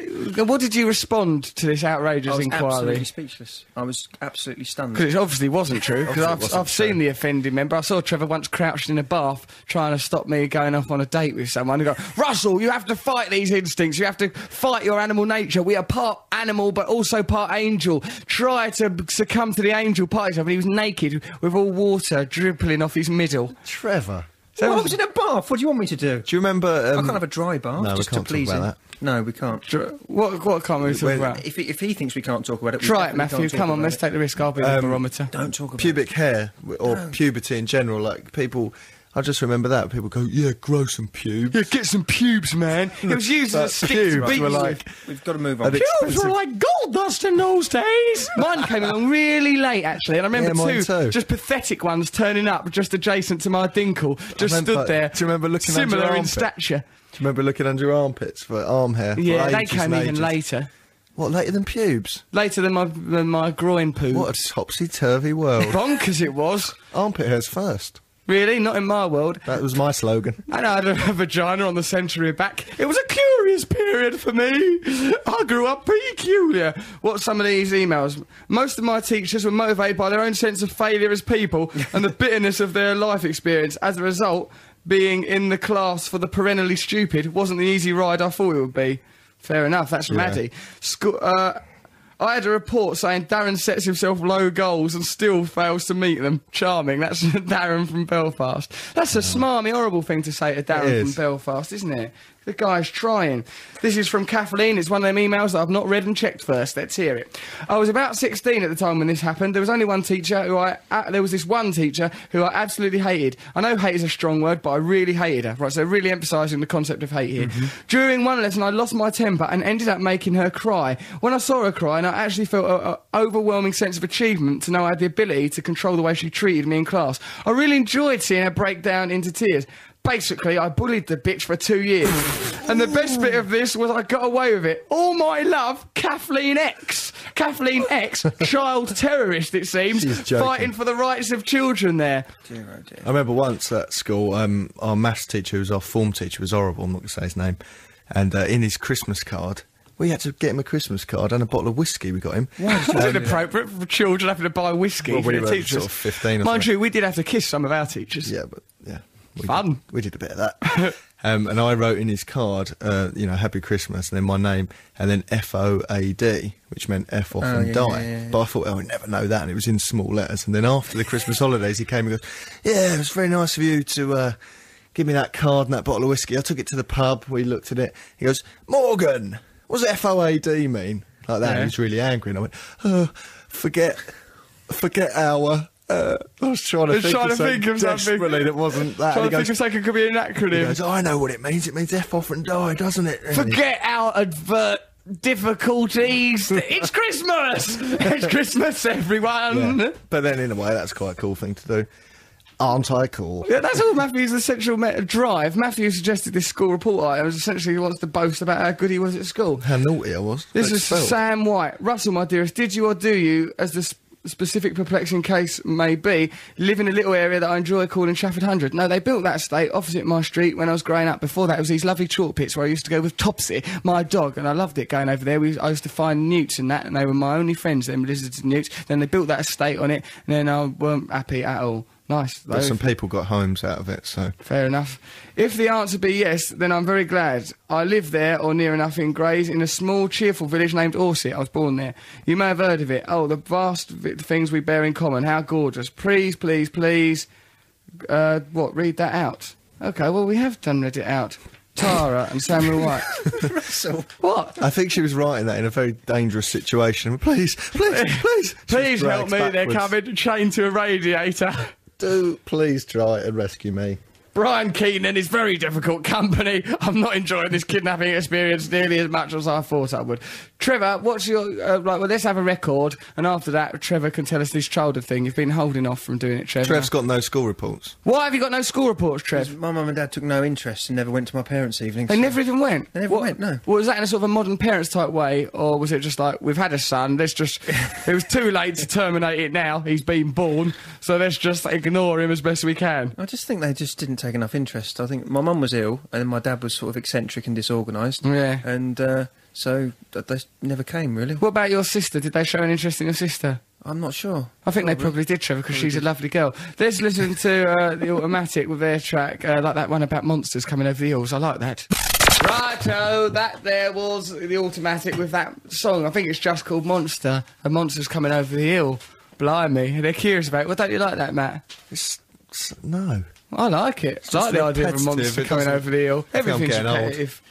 Speaker 3: What did you respond to this outrageous
Speaker 2: I was absolutely
Speaker 3: inquiry?
Speaker 2: speechless. I was absolutely
Speaker 3: Because
Speaker 2: stunned.
Speaker 3: Mm. it obviously wasn't true. Because I've, I've seen the offending member. I saw Trevor once crouched in a bath trying to stop me going off on a date with someone. And go, Russell, you have to fight these instincts. You have to fight your animal nature. We are part animal, but also part angel. Try to succumb to the angel part of yourself. And he was naked with all water dribbling off his middle.
Speaker 4: Trevor.
Speaker 2: Well, I was in a bath. What do you want me to do?
Speaker 4: Do you remember. Um,
Speaker 2: I can't have a dry bath
Speaker 4: no, we
Speaker 2: just to
Speaker 4: can't talk
Speaker 2: please
Speaker 4: about
Speaker 2: him.
Speaker 4: that.
Speaker 2: No, we can't.
Speaker 3: Dr- What, what can't we talk
Speaker 4: Well,
Speaker 3: about?
Speaker 2: If he, if he thinks we can't talk about it, we
Speaker 3: Try it,
Speaker 2: definitely can't
Speaker 3: Matthew.
Speaker 2: talk
Speaker 3: Come on,
Speaker 2: about
Speaker 3: let's
Speaker 2: it.
Speaker 3: take the risk. I'll be the barometer.
Speaker 2: Don't talk about
Speaker 4: Um, pubic hair w- or puberty in general, like people. I just remember that people go, "Yeah, grow some pubes."
Speaker 3: Yeah, get some pubes, man. It was used as a
Speaker 4: But
Speaker 3: stick to
Speaker 4: pubes
Speaker 3: beat
Speaker 4: were
Speaker 3: you
Speaker 4: like-
Speaker 3: with.
Speaker 2: it. We've got to move
Speaker 4: Are
Speaker 2: on.
Speaker 4: they-
Speaker 3: Pubes were like gold dust in those days. Mine came along really late, actually, and I remember
Speaker 4: Yeah, mine
Speaker 3: two
Speaker 4: too.
Speaker 3: just pathetic ones turning up just adjacent to my dinkle, just
Speaker 4: remember-
Speaker 3: stood there.
Speaker 4: do you remember looking under
Speaker 3: similar
Speaker 4: your
Speaker 3: in
Speaker 4: armpit?
Speaker 3: stature?
Speaker 4: Do you remember looking under your armpits for arm hair? for
Speaker 3: Yeah, they
Speaker 4: ages
Speaker 3: came
Speaker 4: and
Speaker 3: even
Speaker 4: ages?
Speaker 3: later,
Speaker 4: What later than pubes?
Speaker 3: later than my than my groin poo.
Speaker 4: What a topsy turvy world!
Speaker 3: bonkers it was.
Speaker 4: Armpit hairs first.
Speaker 3: Really, not in my world.
Speaker 4: That was my slogan.
Speaker 3: And I had a, a vagina on the century back. It was a curious period for me. I grew up peculiar. What some of these emails? Most of my teachers were motivated by their own sense of failure as people and the bitterness of their life experience. As a result, being in the class for the perennially stupid wasn't the easy ride I thought it would be. Fair enough. That's from
Speaker 4: Yeah.
Speaker 3: Addy. Sco- uh, I had a report saying Darren sets himself low goals and still fails to meet them. Charming. That's Darren from Belfast. That's a smarmy, horrible thing to say to Darren from
Speaker 4: is.
Speaker 3: Belfast, isn't it? The guy's trying. This is from Kathleen. It's one of them emails that I've not read and checked first. Let's hear it. I was about 16 at the time when this happened. There was only one teacher who I. Uh, there was this one teacher who I absolutely hated. I know hate is a strong word, but I really hated her. Right, so really emphasising the concept of hate here. During one lesson, I lost my temper and ended up making her cry. When I saw her crying, I actually felt an overwhelming sense of achievement to know I had the ability to control the way she treated me in class. I really enjoyed seeing her break down into tears. Basically, I bullied the bitch for two years. and the best bit of this was I got away with it. All my love, Kathleen X. Kathleen X, child terrorist, it seems,
Speaker 4: She's joking.
Speaker 3: fighting for the rights of children there.
Speaker 4: I remember once at school, um, our maths teacher, who was our form teacher, was horrible. I'm not going to say his name. And uh, in his Christmas card, we had to get him a Christmas card and a bottle of whiskey. We got him.
Speaker 3: It's inappropriate for children having to buy whiskey
Speaker 4: Well,
Speaker 3: for
Speaker 4: we
Speaker 3: their
Speaker 4: were
Speaker 3: teachers.
Speaker 4: sort of 15 or
Speaker 3: Mind
Speaker 4: something.
Speaker 3: you, we did have to kiss some of our teachers.
Speaker 4: Yeah, but yeah. We
Speaker 3: Fun.
Speaker 4: Did, we did a bit of that. um, and I wrote in his card, uh, you know, Happy Christmas, and then my name, and then F O A D, which meant F off
Speaker 2: Oh,
Speaker 4: and
Speaker 2: yeah,
Speaker 4: die.
Speaker 2: yeah, yeah, yeah.
Speaker 4: But I thought, oh, we never know that. And it was in small letters. And then after the Christmas holidays, he came and goes, Yeah, it was very nice of you to. Uh, Give me that card and that bottle of whiskey. I took it to the pub. We looked at it. He goes, Morgan, what does F O A D mean? Like that.
Speaker 3: Yeah.
Speaker 4: He was really angry. And I went, oh, forget, forget our. I was trying to
Speaker 3: I was
Speaker 4: think,
Speaker 3: trying to
Speaker 4: of,
Speaker 3: think of something.
Speaker 4: desperately that wasn't that.
Speaker 3: Trying
Speaker 4: And
Speaker 3: to
Speaker 4: Uh, he
Speaker 3: think
Speaker 4: goes-
Speaker 3: of something could be an
Speaker 4: he
Speaker 3: acronym.
Speaker 4: goes, I know what it means. It means F off and die, doesn't it? And he-
Speaker 3: Forget our advert difficulties. it's Christmas. It's Christmas, everyone.
Speaker 4: Yeah. But then, in a way, that's quite a cool thing to do. Aren't I cool?
Speaker 3: Yeah, that's all Matthew's essential met- drive. Matthew suggested this school report item. Essentially, he wants to boast about how good he was at school.
Speaker 4: How naughty I was.
Speaker 3: This
Speaker 4: That's
Speaker 3: is
Speaker 4: spelled.
Speaker 3: Sam White. Russell, my dearest, did you or do you, as the sp- specific perplexing case may be, live in a little area that I enjoy calling Trafford Hundred? No, they built that estate opposite my street when I was growing up. Before that, it was these lovely chalk pits where I used to go with Topsy, my dog, and I loved it going over there. We, I used to find newts and that, and they were my only friends, them lizards and newts. Then they built that estate on it, and then I weren't happy at all. Nice.
Speaker 4: But
Speaker 3: though.
Speaker 4: some people got homes out of it, so.
Speaker 3: Fair enough. If the answer be yes, then I'm very glad. I live there, or near enough, in Grays, in a small, cheerful village named Orsett. I was born there. You may have heard of it. Oh, the vast vi- things we bear in common. How gorgeous. Please, please, please. Uh, what? Read that out. Okay, well, we have done read it out. Tara and Samuel White. Russell. What?
Speaker 4: I think she was writing that in a very dangerous situation. Please, please, please. She
Speaker 3: Please help
Speaker 4: drags
Speaker 3: me. They're
Speaker 4: backwards.
Speaker 3: covered, chained to a radiator.
Speaker 4: Do please try and rescue me.
Speaker 3: Brian Keenan is very difficult company. I'm not enjoying this kidnapping experience nearly as much as I thought I would. Trevor, what's your uh, right? Well, let's have a record, and after that, Trevor can tell us this childhood thing. You've been holding off from doing it, Trevor.
Speaker 4: Trev's got no school reports.
Speaker 3: Why have you got no school reports, Trev?
Speaker 2: My mum and dad took no interest and never went to my parents' evenings.
Speaker 3: They
Speaker 2: so-
Speaker 3: never even went.
Speaker 2: They never
Speaker 3: What-
Speaker 2: went, no.
Speaker 3: Was that in a sort of a modern parents type way, or was it just like we've had a son? Let's just. it was too late to terminate it now. He's been born, so let's just ignore him as best we can.
Speaker 2: I just think they just didn't take enough interest. I think my mum was ill, and my dad was sort of eccentric and disorganised.
Speaker 3: Yeah.
Speaker 2: And uh, so th- they s- never came, really.
Speaker 3: What about your sister? Did they show an interest in your sister?
Speaker 2: I'm not sure.
Speaker 3: I think they probably did, Trevor, because she's a lovely girl. Let's listen to uh, the automatic with their track, uh, like that one about monsters coming over the hills. I like that. Righto, that there was the automatic with that song. I think it's just called Monster, and Monsters Coming Over the Hill. Blimey, they're curious about it. Well, don't you like that, Matt?
Speaker 4: It's, it's- no.
Speaker 3: I like it. I like the idea of a
Speaker 4: repetitive,
Speaker 3: monster
Speaker 4: it
Speaker 3: coming
Speaker 4: doesn't-
Speaker 3: over the hill.
Speaker 4: I think I'm
Speaker 3: Everything's
Speaker 4: getting old.
Speaker 3: repetitive.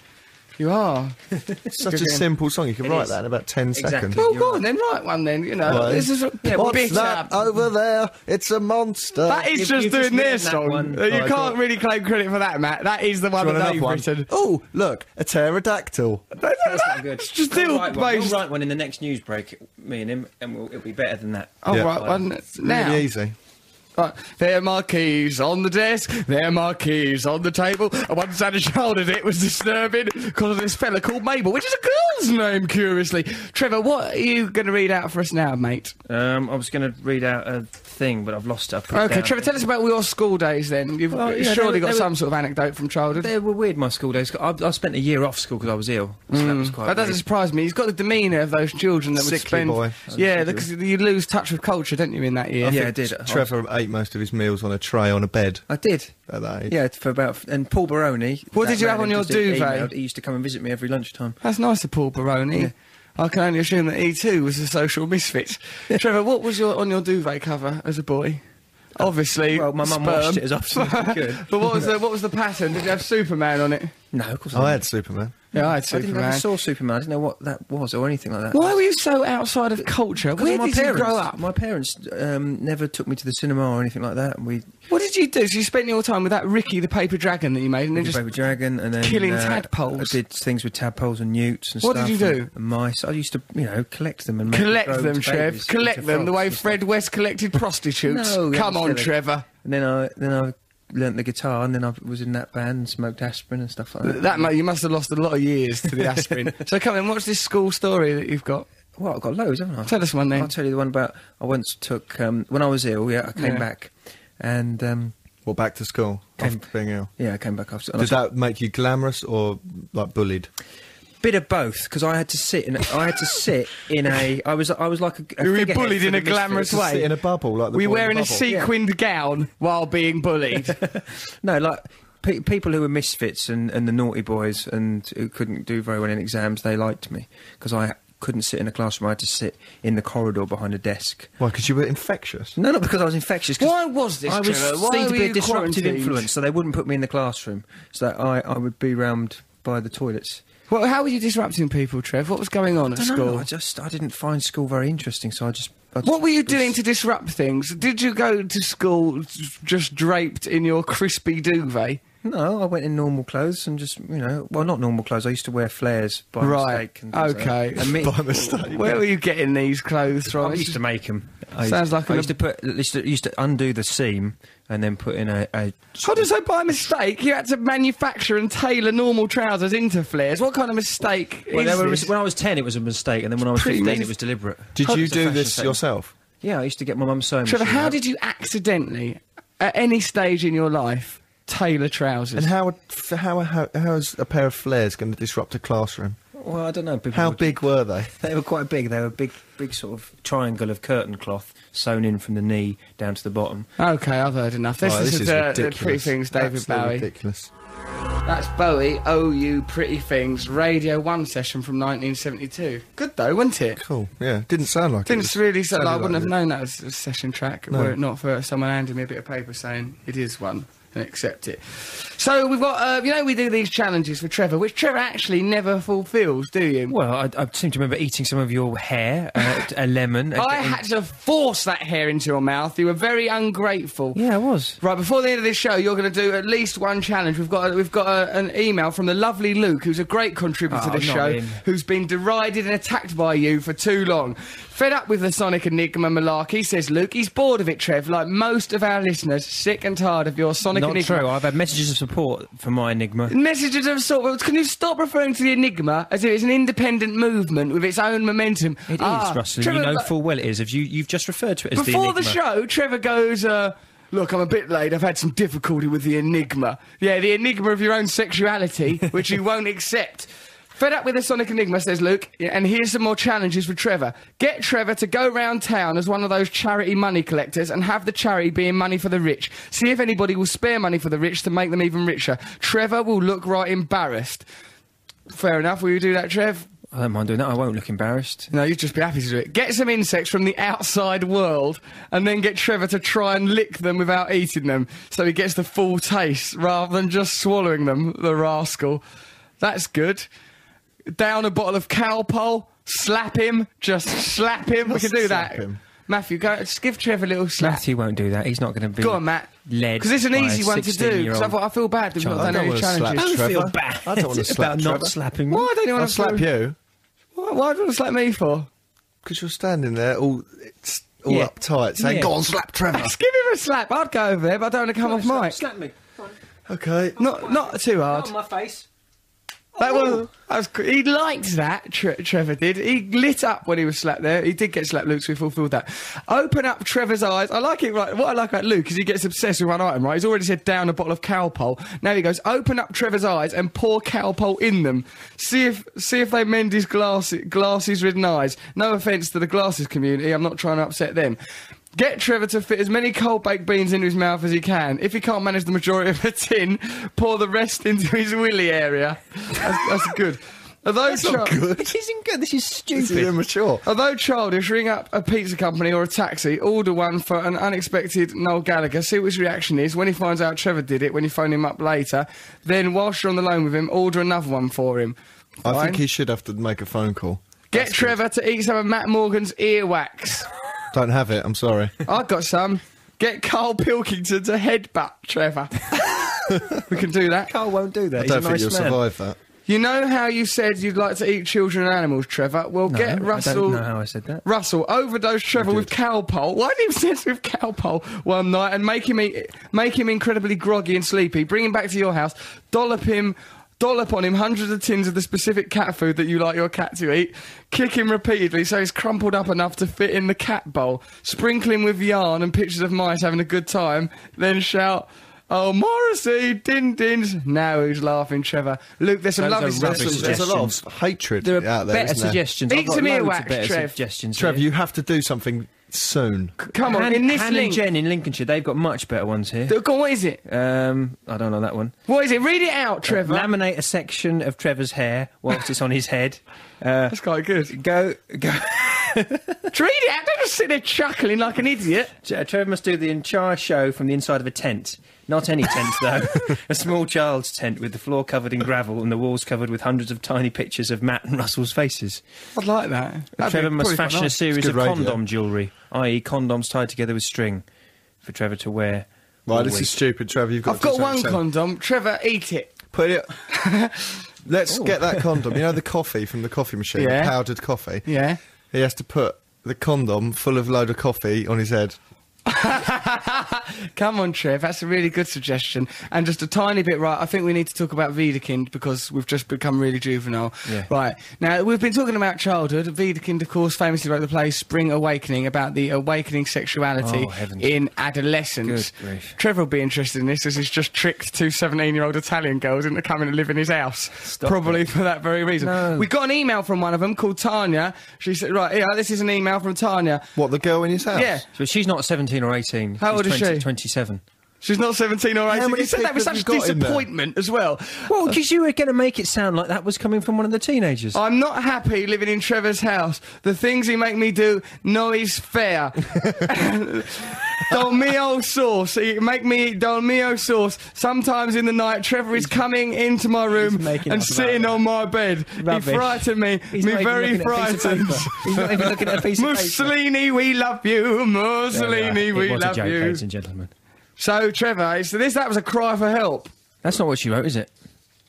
Speaker 3: You are.
Speaker 4: It's such
Speaker 3: Oh, Good
Speaker 4: a
Speaker 3: game.
Speaker 4: simple song. You can write
Speaker 2: is.
Speaker 4: that in about 10
Speaker 2: Exactly.
Speaker 4: seconds.
Speaker 3: Well,
Speaker 2: You're
Speaker 3: go
Speaker 2: right.
Speaker 3: on then, write one then. You know,
Speaker 4: Right.
Speaker 3: this is a yeah,
Speaker 4: What's
Speaker 3: bitter.
Speaker 4: that over there? It's a monster.
Speaker 3: That is
Speaker 2: You've-
Speaker 3: just
Speaker 2: you've
Speaker 3: doing
Speaker 2: just
Speaker 3: their
Speaker 2: written that
Speaker 3: song.
Speaker 2: one.
Speaker 7: Oh,
Speaker 3: Uh, You
Speaker 4: Right, go
Speaker 3: can't
Speaker 4: on.
Speaker 3: really claim credit for that, Matt. That is the one that
Speaker 4: Do you want another
Speaker 3: they've
Speaker 4: one?
Speaker 3: written.
Speaker 4: Oh, look, a pterodactyl.
Speaker 2: That's not good.
Speaker 3: It's just still
Speaker 2: we'll write one. We'll
Speaker 3: based.
Speaker 2: write one in the next news break, me and him, and we'll, it'll be better than that.
Speaker 3: I'll
Speaker 4: Yeah.
Speaker 3: write Oh, one now.
Speaker 4: Really easy.
Speaker 3: Right. There are my keys on the desk. There are my keys on the table. I once had a child and it was disturbing because of this fella called Mabel, which is a girl's name, curiously. Trevor, what are you going to read out for us now, mate?
Speaker 7: Um, I was going to read out a thing, but I've lost it. I put it
Speaker 3: Okay,
Speaker 7: down.
Speaker 3: Trevor, tell us about your school days then. You've
Speaker 7: Well, yeah, they
Speaker 3: surely
Speaker 7: were-
Speaker 3: got
Speaker 7: they were-
Speaker 3: some sort of anecdote from childhood.
Speaker 7: They were weird, my school days. I, I spent a year off school because I was ill. So that was quite
Speaker 3: That doesn't
Speaker 7: weird.
Speaker 3: surprise me. He's got the demeanour of those children that would
Speaker 4: Sickly
Speaker 3: spend.
Speaker 4: boy.
Speaker 3: Yeah, because you lose touch with culture, don't you, in that year?
Speaker 2: Yeah, I did.
Speaker 4: Trevor ate most of his meals on a tray on a bed
Speaker 2: I did.
Speaker 4: at that age.
Speaker 2: Yeah, for about and Paul Baroni.
Speaker 3: What
Speaker 2: that
Speaker 3: did you have
Speaker 2: man
Speaker 3: on
Speaker 2: who
Speaker 3: your
Speaker 2: just e-
Speaker 3: duvet?
Speaker 2: emailed, He used to come and visit me every lunchtime.
Speaker 3: That's nice of Paul Baroni. I can only assume that he too was a social misfit. Trevor, what was your on your duvet cover as a boy? Obviously,
Speaker 2: Well, my mum
Speaker 3: sperm.
Speaker 2: washed it as often as she could.
Speaker 3: but what was the what was the pattern? Did you have Superman on it?
Speaker 2: No, of course
Speaker 4: I
Speaker 2: Oh, I,
Speaker 4: had Superman.
Speaker 3: Yeah, I had
Speaker 2: didn't. I didn't.
Speaker 3: Superman.
Speaker 2: I saw Superman. I didn't know what that was or anything like that.
Speaker 3: Why were you so outside of culture?
Speaker 2: 'Cause of
Speaker 3: Where
Speaker 2: my
Speaker 3: did
Speaker 2: parents,
Speaker 3: you grow up?
Speaker 2: My parents um, never took me to the cinema or anything like that. And we
Speaker 3: What did you do? So you spent your time with that Ricky the paper dragon that you made, and then
Speaker 2: did
Speaker 3: just
Speaker 2: Baby Dragon and then
Speaker 3: killing
Speaker 2: uh,
Speaker 3: tadpoles.
Speaker 2: I did things with tadpoles and newts and
Speaker 3: What did
Speaker 2: stuff.
Speaker 3: you
Speaker 2: and-
Speaker 3: do?
Speaker 2: And mice. I used to, you know, collect them and make
Speaker 3: Collect
Speaker 2: grow
Speaker 3: them,
Speaker 2: into
Speaker 3: Trev.
Speaker 2: babies,
Speaker 3: Collect
Speaker 2: into
Speaker 3: them the
Speaker 2: frogs
Speaker 3: way
Speaker 2: and stuff.
Speaker 3: Fred West collected prostitutes.
Speaker 2: No, yeah,
Speaker 3: Come on,
Speaker 2: silly.
Speaker 3: Trevor.
Speaker 2: And then I then I learnt the guitar, and then I was in that band and smoked aspirin and stuff like that.
Speaker 3: That mate, you must have lost a lot of years to the aspirin. so come on, what's this school story that you've got?
Speaker 2: Well, I've got loads, haven't I?
Speaker 3: Tell us one then.
Speaker 2: I'll tell you the one about I once took um, when I was ill. Yeah, I came
Speaker 3: Yeah.
Speaker 2: back, and um,
Speaker 4: Well, back to school
Speaker 2: Came-
Speaker 4: after being ill.
Speaker 2: yeah, I came back after. and I
Speaker 4: Did that make you glamorous or like bullied?
Speaker 2: bit of both because I had to sit in. I had to sit in a. I was. I was like a. a
Speaker 3: You were
Speaker 2: figurehead
Speaker 3: bullied
Speaker 2: for
Speaker 3: in
Speaker 2: the
Speaker 3: a glamorous
Speaker 2: misfits.
Speaker 3: way.
Speaker 4: Sit in a bubble like the
Speaker 3: we
Speaker 4: boy
Speaker 3: were in a
Speaker 4: bubble.
Speaker 3: sequined gown while being bullied.
Speaker 2: No, like pe- people who were misfits and, and the naughty boys and who couldn't do very well in exams. They liked me because I couldn't sit in a classroom. I had to sit in the corridor behind a desk.
Speaker 4: Why? Because you were infectious.
Speaker 2: No, not because I was infectious. 'cause
Speaker 3: Why was this,
Speaker 2: I was
Speaker 3: Trevor? Why
Speaker 2: seen to
Speaker 3: were
Speaker 2: be a
Speaker 3: you
Speaker 2: disruptive
Speaker 3: quarantined?
Speaker 2: influence, so they wouldn't put me in the classroom. So that I, I would be round
Speaker 8: by the toilets.
Speaker 3: Well, how were you disrupting people, Trev? What was going on at
Speaker 8: I don't
Speaker 3: school?
Speaker 8: know. I just I didn't find school very interesting, so I just. I just
Speaker 3: What were you
Speaker 8: was-
Speaker 3: doing to disrupt things? Did you go to school just draped in your crispy duvet?
Speaker 8: No, I went in normal clothes and just you know, well, not normal clothes. I used to wear flares by
Speaker 3: Right.
Speaker 8: mistake. And uh, things like
Speaker 3: Okay.
Speaker 8: that. And me-
Speaker 4: By mistake.
Speaker 3: Where were you getting these clothes from?
Speaker 2: I used to make them.
Speaker 3: Sounds like
Speaker 2: I
Speaker 3: an
Speaker 2: used to put. Used to, used to undo the seam and then put in a. a
Speaker 3: How does I by mistake? You had to manufacture and tailor normal trousers into flares. What kind of mistake
Speaker 2: Well,
Speaker 3: is
Speaker 2: there were-
Speaker 3: this?
Speaker 2: when I was ten, it was a mistake, and then when I was
Speaker 3: Pretty
Speaker 2: fifteen, it
Speaker 3: mis-
Speaker 2: was deliberate.
Speaker 4: Did
Speaker 2: It's
Speaker 4: you
Speaker 2: a
Speaker 4: do
Speaker 2: fashion
Speaker 4: this
Speaker 2: statement.
Speaker 4: yourself?
Speaker 2: Yeah, I used to get my mum's sewing
Speaker 3: Trevor,
Speaker 2: machine
Speaker 3: how
Speaker 2: out.
Speaker 3: did you accidentally, at any stage in your life, tailor trousers?
Speaker 4: And how would- f- how how how is a pair of flares going to disrupt a classroom?
Speaker 2: Well, I don't know. people
Speaker 4: How
Speaker 2: would-
Speaker 4: big were they?
Speaker 2: They were quite big. They were a big, big sort of triangle of curtain cloth sewn in from the knee down to the bottom.
Speaker 3: Okay, I've heard enough. This,
Speaker 4: Oh,
Speaker 3: this is, uh, the
Speaker 4: ridiculous.
Speaker 3: Pretty Things, David
Speaker 4: Absolutely
Speaker 3: Bowie.
Speaker 4: Ridiculous.
Speaker 3: That's Bowie, OU Pretty Things, Radio 1 session from 1972. Good though, wasn't it?
Speaker 4: Cool. Yeah. Didn't sound like it.
Speaker 3: Didn't
Speaker 4: It
Speaker 3: really sound
Speaker 4: sounded
Speaker 3: I wouldn't
Speaker 4: like
Speaker 3: have
Speaker 4: it.
Speaker 3: known that was a session track were it not for someone handing me a bit of paper saying it is one and accept it. So we've got, uh, you know, we do these challenges for Trevor, which Trevor actually never fulfills, do you?
Speaker 2: Well, I, I seem to remember eating some of your hair, uh, a lemon. and
Speaker 3: I
Speaker 2: getting-
Speaker 3: had to force that hair into your mouth. You were very ungrateful.
Speaker 2: Yeah, I was.
Speaker 3: Right before the end of this show, you're going to do at least one challenge. We've got a, we've got a, an email from the lovely Luke, who's a great contributor
Speaker 2: Oh,
Speaker 3: to this
Speaker 2: not
Speaker 3: show,
Speaker 2: him.
Speaker 3: who's been derided and attacked by you for too long. Fed up with the Sonic Enigma malarkey, says Luke. He's bored of it, Trev. Like most of our listeners, sick and tired of your Sonic
Speaker 2: Not
Speaker 3: Enigma.
Speaker 2: true. I've had messages of support for my Enigma.
Speaker 3: Messages of sort. Well, can you stop referring to the Enigma as if it's an independent movement with its own momentum?
Speaker 2: It is,
Speaker 3: Ah,
Speaker 2: Russell.
Speaker 3: Trevor,
Speaker 2: you know
Speaker 3: like-
Speaker 2: full well it is. Have you, you've just referred to it as
Speaker 3: Before
Speaker 2: the
Speaker 3: the,
Speaker 2: Enigma.
Speaker 3: show, Trevor goes, uh, Look, I'm a bit late. I've had some difficulty with the enigma. Yeah, the enigma of your own sexuality, which you won't accept. Fed up with the Sonic Enigma, says Luke, yeah, and here's some more challenges for Trevor. Get Trevor to go round town as one of those charity money collectors and have the charity being money for the rich. See if anybody will spare money for the rich to make them even richer. Trevor will look right embarrassed. Fair enough, will you do that, Trev?
Speaker 2: I don't mind doing that. I won't look embarrassed.
Speaker 3: No, you'd just be happy to do it. Get some insects from the outside world and then get Trevor to try and lick them without eating them so he gets the full taste rather than just swallowing them, the rascal. That's good. Down a bottle of cowpole, slap him, just slap him. We can do
Speaker 4: Slap
Speaker 3: that.
Speaker 4: him.
Speaker 3: Matthew, go, just give Trevor a little slap.
Speaker 2: Matthew won't do that. He's not going to be.
Speaker 3: Go on, Matt.
Speaker 2: Led.
Speaker 3: Because it's an
Speaker 2: by a
Speaker 3: easy one to do.
Speaker 2: 16-year-old
Speaker 3: Because I, thought- I feel bad that we've
Speaker 2: child.
Speaker 3: not done
Speaker 4: I don't
Speaker 3: any
Speaker 4: wanna slap
Speaker 3: challenges.
Speaker 4: Don't feel Trevor.
Speaker 2: bad.
Speaker 4: I don't wanna slap
Speaker 2: about not
Speaker 4: Trevor.
Speaker 2: slapping me.
Speaker 3: Why don't you want
Speaker 4: I'll
Speaker 3: to
Speaker 4: slap you
Speaker 3: Why, why do you want to slap me for?
Speaker 4: because you're standing there all it's all
Speaker 2: Yeah.
Speaker 4: uptight, saying,
Speaker 2: Yeah.
Speaker 4: "Go on, slap Trevor."
Speaker 3: Just give him a slap. I'd go over there, but I don't want to come off mic.
Speaker 2: Slap me.
Speaker 4: okay.
Speaker 3: Not not too hard.
Speaker 2: my face.
Speaker 3: That was, that was cr- he liked that. Tre- Trevor did. He lit up when he was slapped there. He did get slapped, Luke. So we fulfilled that. Open up Trevor's eyes. I like it. Right, what I like about Luke is he gets obsessed with one item. Right, he's already said down a bottle of cowpole. Now he goes open up Trevor's eyes and pour cowpole in them. See if see if they mend his glasses glasses ridden eyes. No offence to the glasses community. I'm not trying to upset them. Get Trevor to fit as many cold baked beans into his mouth as he can. If he can't manage the majority of a tin, pour the rest into his willy area. That's, that's good. Although, chi-
Speaker 2: This isn't good. This is
Speaker 4: This is
Speaker 2: stupid.
Speaker 4: immature.
Speaker 3: although childish, ring up a pizza company or a taxi, order one for an unexpected Noel Gallagher, see what his reaction is. When he finds out Trevor did it, when you phone him up later, then whilst you're on the line with him, order another one for him.
Speaker 4: I
Speaker 3: Fine.
Speaker 4: think he should have to make a phone call.
Speaker 3: Get Trevor to eat some of Matt Morgan's earwax.
Speaker 4: Don't have it. I'm sorry.
Speaker 3: I've got some. Get Carl Pilkington to headbutt Trevor. we can do that.
Speaker 2: Carl won't do that.
Speaker 4: I don't think you'll survive that.
Speaker 3: You know how you said you'd like to eat children and animals, Trevor? Well,
Speaker 2: I
Speaker 3: get
Speaker 2: don't
Speaker 3: Russell.
Speaker 2: know how I said that.
Speaker 3: Russell overdose Trevor with cowpole. Why did he obsess with cowpole one night and make him eat, make him incredibly groggy and sleepy? Bring him back to your house, dollop him, dollop on him hundreds of tins of the specific cat food that you like your cat to eat. Kick him repeatedly so he's crumpled up enough to fit in the cat bowl. Sprinkle him with yarn and pictures of mice having a good time. Then shout. Oh, Morrissey! Din dins! Now who's laughing, Trevor? Luke, there's some
Speaker 2: Those are
Speaker 3: lovely
Speaker 2: rubbish
Speaker 3: stuff.
Speaker 4: There's, there's a lot of hatred
Speaker 2: There are
Speaker 4: out there.
Speaker 2: better
Speaker 4: isn't there?
Speaker 2: suggestions. I've
Speaker 3: Eat
Speaker 2: got
Speaker 3: some
Speaker 2: loads of
Speaker 3: earwax,
Speaker 2: better
Speaker 3: Trev.
Speaker 2: suggestions.
Speaker 4: Trev,
Speaker 2: here.
Speaker 4: you have to do something soon.
Speaker 3: Come on,
Speaker 2: Han,
Speaker 3: in this
Speaker 2: Han
Speaker 3: link.
Speaker 2: and Jen in Lincolnshire, they've got much better ones here.
Speaker 3: Go on, What is it?
Speaker 2: Um, I don't know that one.
Speaker 3: What is it? Read it out, Trevor.
Speaker 2: Laminate a section of Trevor's hair whilst it's on his head. Uh,
Speaker 3: That's quite good.
Speaker 2: go, go.
Speaker 3: Read it out. Don't just sit there chuckling like an idiot.
Speaker 2: Tre- Trevor must do the entire show from the inside of a tent. Not any tent, though. a small child's tent with the floor covered in gravel and the walls covered with hundreds of tiny pictures of Matt and Russell's faces.
Speaker 3: I'd like that. That'd
Speaker 2: Trevor
Speaker 3: be
Speaker 2: must
Speaker 3: probably quite
Speaker 2: fashion a
Speaker 3: nice.
Speaker 2: series
Speaker 4: It's
Speaker 2: of
Speaker 4: good radio.
Speaker 2: condom jewellery, i.e., condoms tied together with string, for Trevor to wear. all
Speaker 4: Right, this
Speaker 2: week.
Speaker 4: is stupid, Trevor. You've got.
Speaker 3: I've
Speaker 4: to
Speaker 3: got
Speaker 4: do
Speaker 3: one
Speaker 4: something.
Speaker 3: condom. Trevor, eat it.
Speaker 4: Put it. Let's get that condom. You know the coffee from the coffee machine,
Speaker 3: Yeah.
Speaker 4: the powdered coffee.
Speaker 3: Yeah.
Speaker 4: He has to put the condom full of load of coffee on his head.
Speaker 3: Come on, Trev. That's a really good suggestion. And just a tiny bit, right? I think we need to talk about Vedekind because we've just become really juvenile.
Speaker 2: Yeah.
Speaker 3: Right. Now, we've been talking about childhood. Vedekind, of course, famously wrote the play Spring Awakening about the awakening sexuality
Speaker 2: Oh, heavens.
Speaker 3: in adolescence.
Speaker 2: Good grief.
Speaker 3: Trevor will be interested in this as he's just tricked two 17 year old Italian girls into coming and live in his house.
Speaker 2: Stop
Speaker 3: probably for that very reason.
Speaker 2: No.
Speaker 3: We got an email from one of them called Tanya. She said, right, yeah, this is an email from Tanya.
Speaker 4: What the girl in his house?
Speaker 3: Yeah.
Speaker 2: So she's not 17 or 18.
Speaker 3: How
Speaker 2: she's
Speaker 3: old is
Speaker 2: 20
Speaker 3: she?
Speaker 2: 27.
Speaker 3: She's not 17 or 18.
Speaker 4: many
Speaker 3: You said that with
Speaker 4: people
Speaker 3: such
Speaker 4: have you got in there?
Speaker 3: disappointment as well.
Speaker 2: Well, because you were going to make it sound like that was coming from one of the teenagers.
Speaker 3: I'm not happy living in Trevor's house. The things he make me do, no is fair. Don Mio sauce. He make me eat Don Mio sauce. Sometimes in the night, Trevor is coming into my room
Speaker 2: making
Speaker 3: and
Speaker 2: up about
Speaker 3: sitting
Speaker 2: it.
Speaker 3: on my bed. He
Speaker 2: Rubbish.
Speaker 3: frightened me.
Speaker 2: He's
Speaker 3: me
Speaker 2: not even
Speaker 3: very
Speaker 2: looking at a piece of
Speaker 3: frightened.
Speaker 2: paper. He's not even looking at a piece of paper.
Speaker 3: Mussolini, we love you. Mussolini,
Speaker 2: it
Speaker 3: we
Speaker 2: was
Speaker 3: love
Speaker 2: a joke,
Speaker 3: you.
Speaker 2: ladies and gentlemen.
Speaker 3: So, Trevor, so this that was a cry for help.
Speaker 2: That's not what she wrote, is it?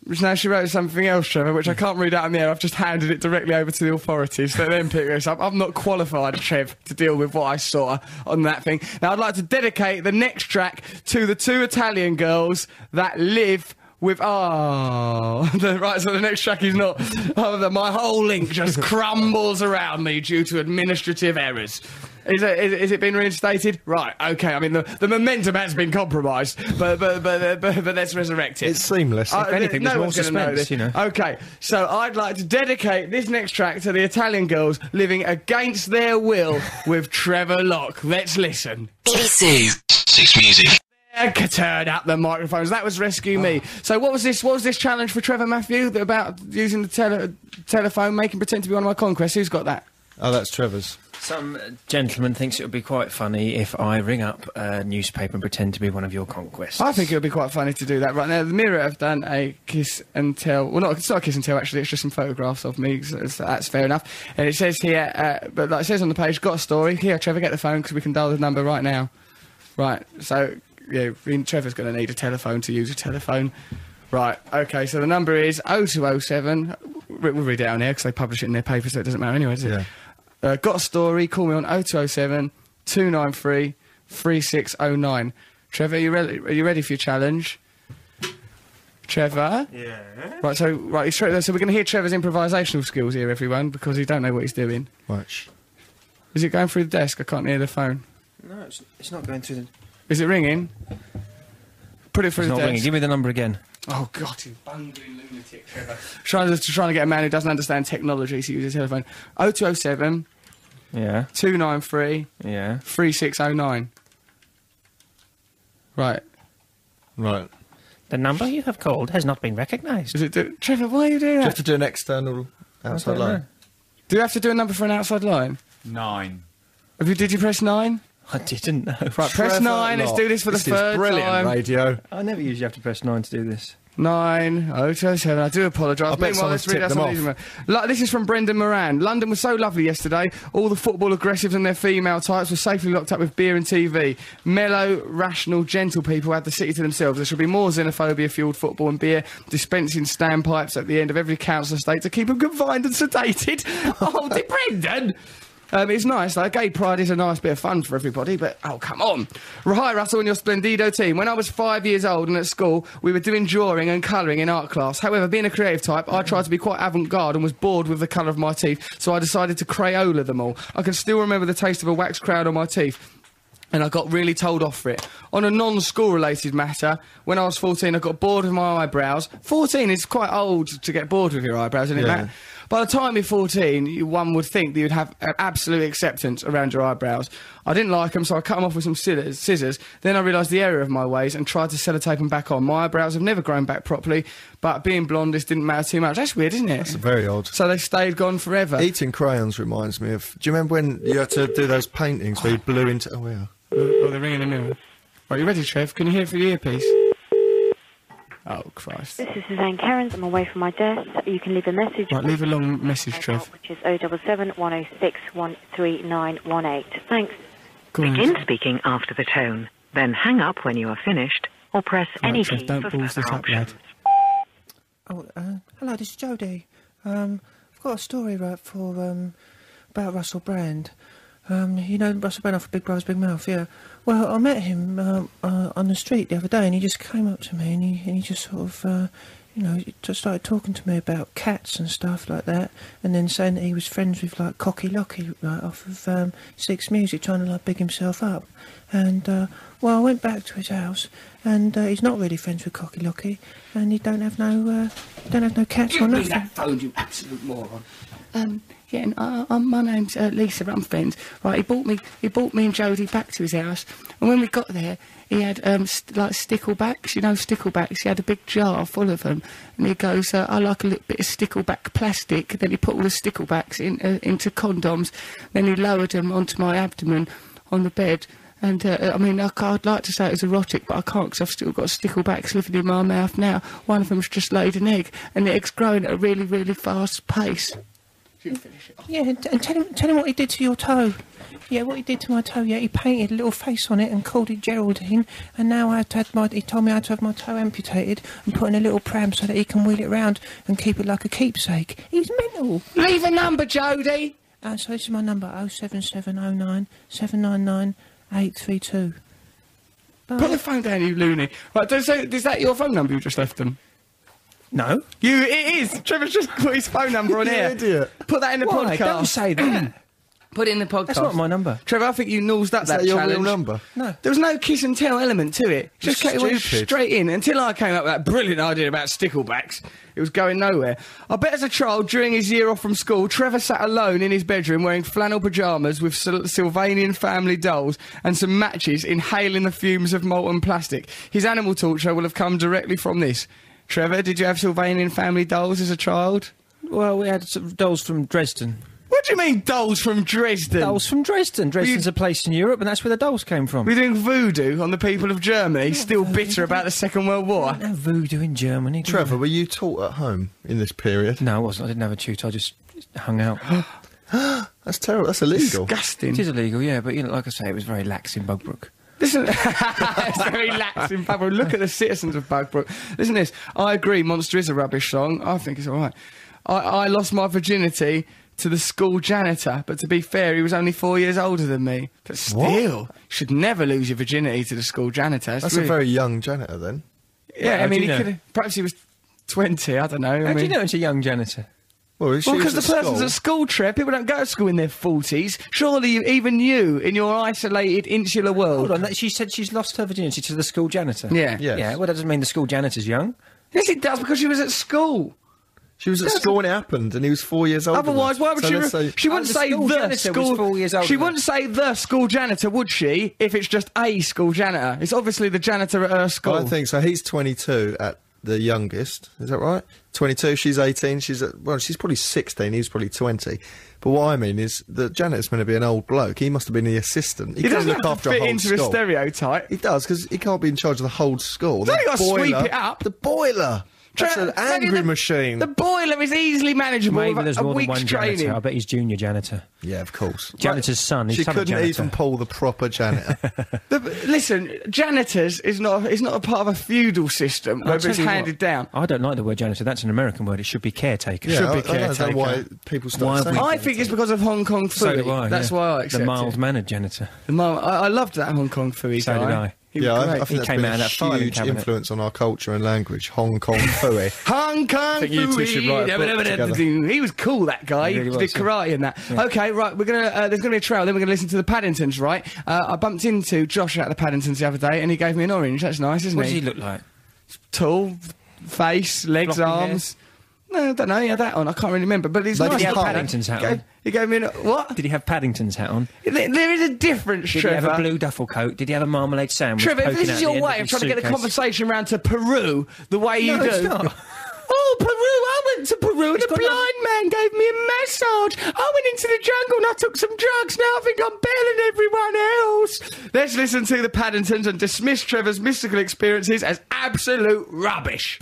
Speaker 3: Which now she wrote something else, Trevor, which I can't read out in the air. I've just handed it directly over to the authorities. Let them pick this up. I'm not qualified, Trev, to deal with what I saw on that thing. Now, I'd like to dedicate the next track to the two Italian girls that live with. Oh, The- right. So the next track is not. Oh, the, my whole link just crumbles around me due to administrative errors. Is it, is, it- is it been reinstated? Right. Okay. I mean, the, the momentum has been compromised, but but but but, but let's resurrect it.
Speaker 4: It's seamless.
Speaker 3: Uh,
Speaker 2: anything,
Speaker 3: no
Speaker 2: there's more
Speaker 3: one's gonna
Speaker 2: suspense,
Speaker 3: this.
Speaker 2: you know.
Speaker 3: Okay, so I'd like to dedicate this next track to the Italian girls living against their will with Trevor Locke. Let's listen.
Speaker 9: BBC Six Music.
Speaker 3: Yeah, Turn up the microphones. That was Rescue
Speaker 2: Ah.
Speaker 3: Me. So what was this? What was this challenge for Trevor Matthew that about using the tele- telephone, making pretend to be one of my conquests? Who's got that?
Speaker 4: Oh, that's Trevor's.
Speaker 2: Some gentleman thinks it would be quite funny if I ring up a newspaper and pretend to be one of your conquests.
Speaker 3: I think it would be quite funny to do that right now. The Mirror have done a kiss and tell. Well, not it's not a kiss and tell actually. It's just some photographs of me. So that's, that's fair enough. And it says here, uh, but like it says on the page, got a story. Here, Trevor, get the phone because we can dial the number right now. Right. So yeah, I mean, Trevor's going to need a telephone to use a telephone. Right. Okay. So the number is 0207. We'll read it out on here because they publish it in their paper, so it doesn't matter anyway, does it?
Speaker 4: Yeah.
Speaker 3: Uh, got a story? Call me on 0207 293 3609. Trevor, are you, re- are you ready for your challenge? Trevor? Yeah. Right, so right, he's straight there. So we're going to hear Trevor's improvisational skills here, everyone, because he don't know what he's doing.
Speaker 4: Watch.
Speaker 3: Is it going through the desk? I can't hear the phone.
Speaker 2: No, it's, it's not going through the.
Speaker 3: Is it ringing? Put it through
Speaker 2: It's
Speaker 3: the
Speaker 2: not
Speaker 3: desk.
Speaker 2: ringing. Give me the number again.
Speaker 3: Oh God, you bungling lunatic, Trevor! trying to trying to get a man who doesn't understand technology to use his telephone. 0207
Speaker 2: Yeah,
Speaker 3: 293
Speaker 2: yeah.
Speaker 3: 3609. Right.
Speaker 4: Right.
Speaker 2: The number you have called has not been recognised.
Speaker 3: Is it do- Trevor? Why are you doing
Speaker 4: Do you
Speaker 3: that?
Speaker 4: have to do an external outside line?
Speaker 3: do you have to do a number for an outside line?
Speaker 10: Nine.
Speaker 3: Have you, did you press nine?
Speaker 2: I didn't know.
Speaker 3: Right, press
Speaker 4: Trevor
Speaker 3: nine. Let's
Speaker 4: Locke.
Speaker 3: do this for
Speaker 4: This
Speaker 3: the
Speaker 4: is
Speaker 3: third
Speaker 4: brilliant
Speaker 3: time.
Speaker 4: radio.
Speaker 2: I never usually have to press nine to do this.
Speaker 3: Nine oh two oh seven. I do apologise.
Speaker 4: I bet
Speaker 3: Meanwhile, let's
Speaker 4: someone's
Speaker 3: read out
Speaker 4: tipped
Speaker 3: some
Speaker 4: them
Speaker 3: of these. Lo- This is from Brendan Moran. London was so lovely yesterday. All the football aggressives and their female types were safely locked up with beer and TV. Mellow, rational, gentle people had the city to themselves. There should be more xenophobia-fueled football and beer dispensing standpipes at the end of every council estate to keep them confined and sedated. oh, dear Brendan. Um, it's nice, though. Gay pride is a nice bit of fun for everybody, but oh, come on. Hi, Russell and your Splendido team. When I was five years old and at school, we were doing drawing and colouring in art class. However, being a creative type, I tried to be quite avant garde and was bored with the colour of my teeth, so I decided to Crayola them all. I can still remember the taste of a wax crayon on my teeth and I got really told off for it. On a non school related matter, when I was 14, I got bored with my eyebrows. 14 is quite old to get bored with your eyebrows, isn't it,
Speaker 4: Yeah.
Speaker 3: Matt? By the time you're 14, you, one would think that you'd have a- absolute acceptance around your eyebrows. I didn't like them, so I cut them off with some scissors. scissors. Then I realised the area of my ways and tried to sellotape them back on. My eyebrows have never grown back properly, but being blonde, this didn't matter too much. That's weird, isn't it? That's
Speaker 4: very odd.
Speaker 3: So they stayed gone forever.
Speaker 4: Eating crayons reminds me of. Do you remember when you had to do those paintings where you blew into? Oh yeah.
Speaker 3: Oh, they're ringing the mirror. Right, you ready, Trev? Can you hear it through the earpiece? Oh, Christ.
Speaker 10: This is Suzanne Cairns. I'm away from my desk. You can leave a message.
Speaker 3: Right, leave a long message, Trev.
Speaker 10: Which is 077 106 13918. Thanks.
Speaker 3: Go on.
Speaker 11: Begin speaking after the tone, then hang up when you are finished, or press any
Speaker 3: Right,
Speaker 11: key
Speaker 3: Trev,
Speaker 11: for
Speaker 3: don't balls
Speaker 11: further
Speaker 3: this up, lad.
Speaker 11: options.
Speaker 2: Oh, uh, hello, this is Jodie. Um, I've got a story right for um, about Russell Brand. Um, you know Russell Brand off of Big Brother's Big Mouth, yeah. Well, I met him um, uh, on the street the other day, and he just came up to me, and he and he just sort of, uh, you know, he just started talking to me about cats and stuff like that, and then saying that he was friends with like Cocky Locky right, off of um, Six Music, trying to like big himself up. And uh, well, I went back to his house, and uh, he's not really friends with Cocky Locky, and he don't have no, uh, don't have no cats or nothing.
Speaker 3: phone, you absolute moron. Um, yeah, and, uh, um, my name's uh, Lisa. I'm friends. Right, he brought me, he brought me and Jodie back to his house, and when we got there, he had um, st- like sticklebacks. You know, sticklebacks. He had a big jar full of them, and he goes, uh, "I like a little bit of stickleback plastic." Then he put all the sticklebacks in, uh, into condoms. Then he lowered them onto my abdomen on the bed. And uh, I mean, I, ca- I'd like to say it was erotic, but I can't because I've still got sticklebacks living in my mouth now. One of them's just laid an egg, and the egg's growing at a really, really fast pace.
Speaker 2: Yeah, and, and tell him tell him what he did to your toe. Yeah, what he did to my toe. Yeah, he painted a little face on it and called it Geraldine. And now I had to have my. He told me I had to have my toe amputated and put in a little pram so that he can wheel it round and keep it like a keepsake. He's mental.
Speaker 3: Leave a number, Jodie.
Speaker 2: Uh, so this is my number: oh seven seven oh nine seven nine nine eight three two.
Speaker 3: Put the phone down, you loony. Right, does, so, is that your phone number you just left them?
Speaker 2: No.
Speaker 3: You, it is. Trevor's just put his phone number on
Speaker 4: You
Speaker 3: here.
Speaker 4: idiot.
Speaker 3: Put that in the
Speaker 2: Why?
Speaker 3: podcast.
Speaker 2: Don't say that.
Speaker 3: Put it in the podcast.
Speaker 2: That's not my number.
Speaker 3: Trevor, I think you nosed up
Speaker 4: Is
Speaker 3: that,
Speaker 4: that your
Speaker 3: challenge.
Speaker 4: real number?
Speaker 2: No.
Speaker 3: There was no kiss and tell element to it. Just
Speaker 4: It's
Speaker 3: came went
Speaker 4: stupid.
Speaker 3: straight in until I came up with that brilliant idea about sticklebacks. It was going nowhere. I bet as a child, during his year off from school, Trevor sat alone in his bedroom wearing flannel pyjamas with Syl- Sylvanian family dolls and some matches inhaling the fumes of molten plastic. His animal talk show will have come directly from this. Trevor, did you have Sylvanian family dolls as a child?
Speaker 2: Well, we had some dolls from Dresden.
Speaker 3: What do you mean dolls from Dresden?
Speaker 2: Dolls from Dresden. Dresden's a place in Europe, and that's where the dolls came from.
Speaker 3: We're doing voodoo on the people of Germany, still bitter about the Second World War.
Speaker 2: No voodoo in Germany.
Speaker 4: Trevor, were you taught at home in this period?
Speaker 2: No, I wasn't. I didn't have a tutor. I just hung out.
Speaker 4: That's terrible. That's illegal.
Speaker 2: it
Speaker 3: Disgusting.
Speaker 2: is illegal, yeah, but you know, like I say, it was very lax in Bugbrook.
Speaker 3: Listen, it's very lax in Bagbrook. Look at the citizens of Bagbrook. Listen to this. I agree, Monster is a rubbish song. I think it's all right. I, I lost my virginity to the school janitor, but to be fair, he was only four years older than me. But still, you should never lose your virginity to the school janitor. It's
Speaker 4: That's
Speaker 3: really-
Speaker 4: a very young janitor then.
Speaker 3: yeah.
Speaker 2: How
Speaker 3: I
Speaker 2: do
Speaker 3: mean,
Speaker 2: you
Speaker 3: he
Speaker 2: know?
Speaker 3: could perhaps he was twenty. I don't know. I
Speaker 2: How do you
Speaker 3: mean-
Speaker 2: know it's a young janitor?
Speaker 4: Well, if she
Speaker 3: Well,
Speaker 4: was
Speaker 3: because the
Speaker 4: at
Speaker 3: person's
Speaker 4: school-
Speaker 3: at school, Trev. People don't go to school in their 40s. Surely you, even you, in your isolated insular world.
Speaker 2: Hold on, that- she said she's lost her virginity to the school janitor.
Speaker 3: Yeah.
Speaker 4: Yes.
Speaker 2: Yeah, well, that doesn't mean the school janitor's young.
Speaker 3: Yes, it does, because she was at school.
Speaker 4: She was at school when it happened, and he was four years old.
Speaker 3: Otherwise, why would she... Re- she
Speaker 2: Oh,
Speaker 3: wouldn't
Speaker 2: the
Speaker 3: say
Speaker 2: school
Speaker 3: the
Speaker 2: janitor was
Speaker 3: school...
Speaker 2: four years older
Speaker 3: she
Speaker 2: than-
Speaker 3: wouldn't say the school janitor, would she, if it's just a school janitor? It's obviously the janitor at her
Speaker 4: I
Speaker 3: school.
Speaker 4: don't think so. He's 22 at the youngest. Is that right? 22. She's 18. She's at, well, she's probably 16. He's probably 20. But what I mean is, the janitor's meant to be an old bloke. He must have been the assistant. He,
Speaker 3: It
Speaker 4: can't
Speaker 3: doesn't
Speaker 4: look
Speaker 3: have to
Speaker 4: after a
Speaker 3: fit
Speaker 4: whole
Speaker 3: into
Speaker 4: school.
Speaker 3: a stereotype.
Speaker 4: He does because he can't be in charge of the whole school.
Speaker 3: So
Speaker 4: The
Speaker 3: you gotta sweep
Speaker 4: boiler-
Speaker 3: it up.
Speaker 4: The boiler. That's
Speaker 3: Tra-
Speaker 4: an
Speaker 3: so
Speaker 4: angry
Speaker 3: the-
Speaker 4: machine.
Speaker 3: The boiler is easily manageable
Speaker 2: Maybe
Speaker 3: with
Speaker 2: there's
Speaker 3: a, a
Speaker 2: more than
Speaker 3: week's
Speaker 2: one
Speaker 3: training.
Speaker 2: janitor. I bet he's junior janitor.
Speaker 4: yeah, of course.
Speaker 2: Janitor's son, his
Speaker 4: She
Speaker 2: son a
Speaker 4: couldn't
Speaker 2: janitor.
Speaker 4: even pull the proper janitor.
Speaker 3: The, listen, janitors is not is not a part of a feudal system where
Speaker 2: I'll
Speaker 3: it's
Speaker 2: tell you
Speaker 3: handed
Speaker 2: what,
Speaker 3: down.
Speaker 2: I don't like the word janitor. That's an American word. It should be caretaker.
Speaker 4: yeah, I,
Speaker 3: be
Speaker 4: I don't know
Speaker 3: caretaker.
Speaker 4: why people
Speaker 2: Why have
Speaker 4: start saying.
Speaker 2: we-
Speaker 3: I think it's because of Hong Kong
Speaker 2: So
Speaker 3: fooey.
Speaker 2: do I.
Speaker 3: That's
Speaker 2: yeah.
Speaker 3: why I accept
Speaker 2: The
Speaker 3: it.
Speaker 2: mild mannered janitor.
Speaker 3: The mom, I, I loved that Hong Kong fooey
Speaker 2: So
Speaker 3: guy.
Speaker 2: did I.
Speaker 3: He was
Speaker 4: yeah, I, I
Speaker 3: great.
Speaker 4: think
Speaker 2: He
Speaker 4: that's
Speaker 2: came
Speaker 4: been
Speaker 2: out of
Speaker 4: a
Speaker 2: that filing
Speaker 4: huge
Speaker 2: cabinet.
Speaker 4: influence on our culture and language. Hong Kong fooey.
Speaker 3: Hong Kong
Speaker 4: think you two should write a book
Speaker 3: fooey.
Speaker 4: together.
Speaker 3: He was cool, that guy. He,
Speaker 2: He really
Speaker 3: did
Speaker 2: was, yeah.
Speaker 3: karate and that. Okay, right. We're gonna. Uh, there's gonna be a trail. Then we're gonna listen to the Paddingtons, right? Uh, I bumped into Josh at the Paddingtons the other day, and he gave me an orange. That's nice, isn't
Speaker 2: What does
Speaker 3: he?
Speaker 2: he look like?
Speaker 3: Tall, face, legs,
Speaker 2: Floppy hair?
Speaker 3: arms. No, I don't know. He had that on. I can't really remember. But it's
Speaker 4: They
Speaker 3: nice.
Speaker 4: did
Speaker 3: that-
Speaker 4: have
Speaker 2: Paddington's hat
Speaker 3: He gave-
Speaker 2: on.
Speaker 3: He gave me an, what?
Speaker 2: Did he have Paddington's hat on?
Speaker 3: There there is a difference,
Speaker 2: Did
Speaker 3: Trevor.
Speaker 2: he have a blue duffel coat? Did he have a marmalade sandwich?
Speaker 3: Trevor, if
Speaker 2: poking
Speaker 3: this
Speaker 2: out
Speaker 3: is
Speaker 2: the
Speaker 3: your
Speaker 2: end
Speaker 3: way
Speaker 2: his
Speaker 3: of trying to get the
Speaker 2: suitcase-
Speaker 3: conversation round to Peru the way you
Speaker 2: No,
Speaker 3: do.
Speaker 2: it's not.
Speaker 3: Oh, Peru! I went to Peru and a
Speaker 2: got
Speaker 3: blind man gave me a massage. I went into the jungle and I took some drugs. Now I think I'm better than everyone else. Let's listen to the Paddingtons and dismiss Trevor's mystical experiences as absolute rubbish.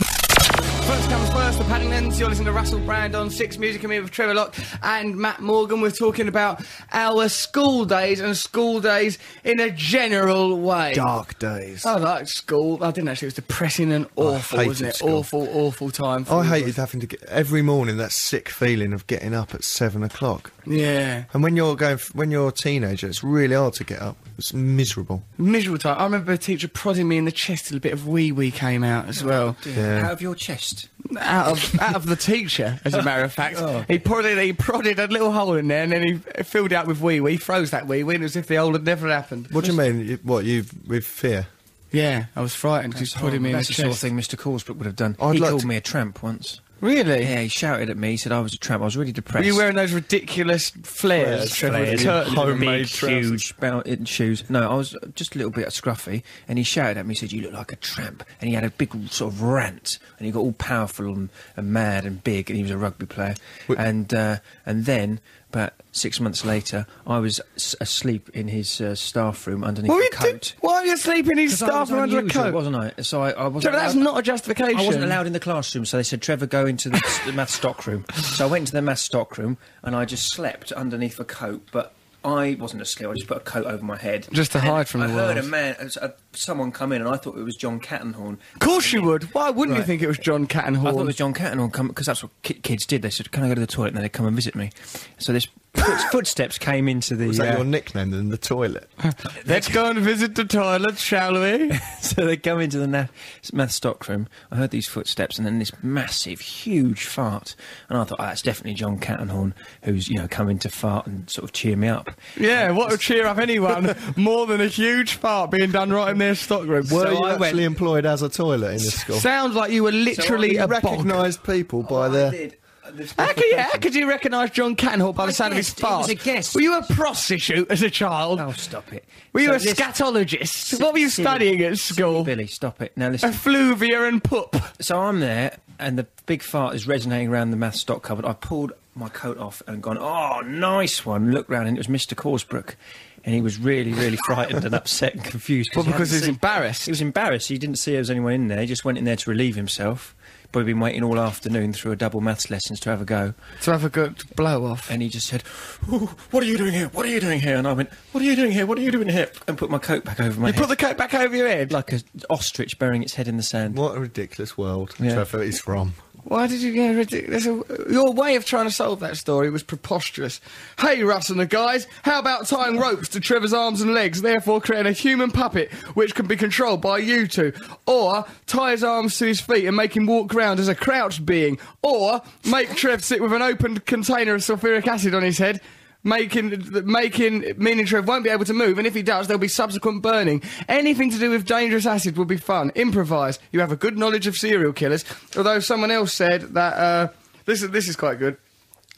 Speaker 3: First comes first, the Paddingtons. You're listening to Russell Brand on Six Music. I'm here with Trevor Locke and Matt Morgan. We're talking about our school days and school days in a general way.
Speaker 4: Dark days.
Speaker 3: I liked school. I didn't actually. It was depressing and awful,
Speaker 4: hated
Speaker 3: wasn't it?
Speaker 4: school.
Speaker 3: Awful, awful time. for
Speaker 4: I
Speaker 3: all of
Speaker 4: hated
Speaker 3: us.
Speaker 4: having to get every morning that sick feeling of getting up at seven o'clock.
Speaker 3: Yeah,
Speaker 4: And when you're going, f- when you're a teenager, it's really hard to get up. It's miserable.
Speaker 3: miserable time. I remember a teacher prodding me in the chest till a bit of wee wee came out as well.
Speaker 4: Yeah.
Speaker 2: Out of your chest.
Speaker 3: Out of out of the teacher, as a matter of fact. He prodded, he prodded a little hole in there, and then he filled it out with wee wee. Froze that wee wee, and as if the hole had never happened.
Speaker 4: What do you mean? You, what you with fear?
Speaker 3: Yeah, I was frightened because he was prodding me in the
Speaker 2: That's the sort of
Speaker 3: chest.
Speaker 2: thing Mr. Corsbrook would have done.
Speaker 4: I'd
Speaker 2: he
Speaker 4: like
Speaker 2: called
Speaker 4: to-
Speaker 2: me a tramp once.
Speaker 3: Really?
Speaker 2: Yeah, he shouted at me. He said I was a tramp. I was really depressed.
Speaker 3: Were you wearing those ridiculous flares, Trevor? with
Speaker 2: Flares,
Speaker 3: the turtles?
Speaker 2: big, huge belt in shoes. No, I was just a little bit scruffy, and he shouted at me. He said, "You look like a tramp," and he had a big sort of rant, and he got all powerful and, and mad and big, and he was a rugby player. And uh, and then, about six months later, I was s- asleep in his uh, staff room underneath
Speaker 3: Well,
Speaker 2: the
Speaker 3: you
Speaker 2: coat.
Speaker 3: did- Why are you sleeping in his
Speaker 2: 'Cause I was
Speaker 3: staff room under a
Speaker 2: unusual,
Speaker 3: coat?
Speaker 2: wasn't I? So I, I wasn't.
Speaker 3: Trevor, that's
Speaker 2: allowed-
Speaker 3: not a justification.
Speaker 2: I wasn't allowed in the classroom, so they said, Trevor, go into the, the math stockroom. So I went into the math stockroom and I just slept underneath a coat, but I wasn't asleep. I just put a coat over my head.
Speaker 3: Just to
Speaker 2: And
Speaker 3: hide from
Speaker 2: I
Speaker 3: the
Speaker 2: heard
Speaker 3: world.
Speaker 2: a man, uh, s- uh, someone come in, and I thought it was John Cattenhorn.
Speaker 3: Of course you would. Why wouldn't you
Speaker 2: Right.
Speaker 3: think it was John Cattenhall?
Speaker 2: I thought it was John Cattenhorn come because that's what ki- kids did. They said, "Can I go to the toilet?" And then they come and visit me. So this foot- footsteps came into the.
Speaker 4: Is that
Speaker 2: uh,
Speaker 4: your nickname? Then the toilet.
Speaker 3: Let's go and visit the toilet, shall we?
Speaker 2: so they come into the na- math stockroom. I heard these footsteps and then this massive, huge fart. And I thought, oh, that's definitely John Cattenhorn who's, you know, coming to fart and sort of cheer me up.
Speaker 3: yeah, what would cheer up anyone more than a huge fart being done right in their stockroom?
Speaker 4: Were
Speaker 2: So
Speaker 4: you
Speaker 2: I went-
Speaker 4: actually employed as a toilet in this school?
Speaker 3: Sounds like you were literally
Speaker 4: you
Speaker 3: a bog.
Speaker 4: recognised people by
Speaker 2: I
Speaker 4: their.
Speaker 2: did. Uh, this-
Speaker 3: How could, yeah, how could you recognise John Cattenhall by the
Speaker 2: I
Speaker 3: sound of his
Speaker 2: guessed, it was
Speaker 3: fart?
Speaker 2: a guess.
Speaker 3: Were you a prostitute as a child?
Speaker 2: Oh, stop it.
Speaker 3: Were you
Speaker 2: So
Speaker 3: a
Speaker 2: this-
Speaker 3: scatologist? What were you
Speaker 2: Silly-
Speaker 3: studying at
Speaker 2: silly
Speaker 3: school?
Speaker 2: Billy, stop it. Now listen.
Speaker 3: Effluvia and poop.
Speaker 2: So I'm there, and the big fart is resonating around the math stock cupboard. I pulled my coat off and gone, oh, nice one. Looked round, and it was Mr. Corsbrook. And he was really, really frightened and upset and confused.
Speaker 3: Well,
Speaker 2: he
Speaker 3: because
Speaker 2: hadn't
Speaker 3: he's
Speaker 2: seen-
Speaker 3: embarrassed.
Speaker 2: He was embarrassed. He didn't see there was anyone in there. He just went in there to relieve himself. Probably been waiting all afternoon through a double maths lessons to have a go.
Speaker 3: To have a good blow off.
Speaker 2: And he just said, "Ooh, what are you doing here? What are you doing here? And I went, what are you doing here? What are you doing here? And put my coat back over my
Speaker 3: You
Speaker 2: head.
Speaker 3: put the coat back over your head.
Speaker 2: like an ostrich burying its head in the sand.
Speaker 4: What a ridiculous world
Speaker 2: Yeah.
Speaker 4: Trevor is from.
Speaker 3: Why did you get ridiculous? Your way of trying to solve that story was preposterous. Hey, Russ and the guys, how about tying ropes to Trevor's arms and legs, therefore creating a human puppet which can be controlled by you two? Or tie his arms to his feet and make him walk round as a crouched being? Or make Trev sit with an open container of sulfuric acid on his head? Making, making, meaning Trev won't be able to move, and if he does, there'll be subsequent burning. Anything to do with dangerous acid would be fun. Improvise. You have a good knowledge of serial killers. Although someone else said that uh, this is this is quite good.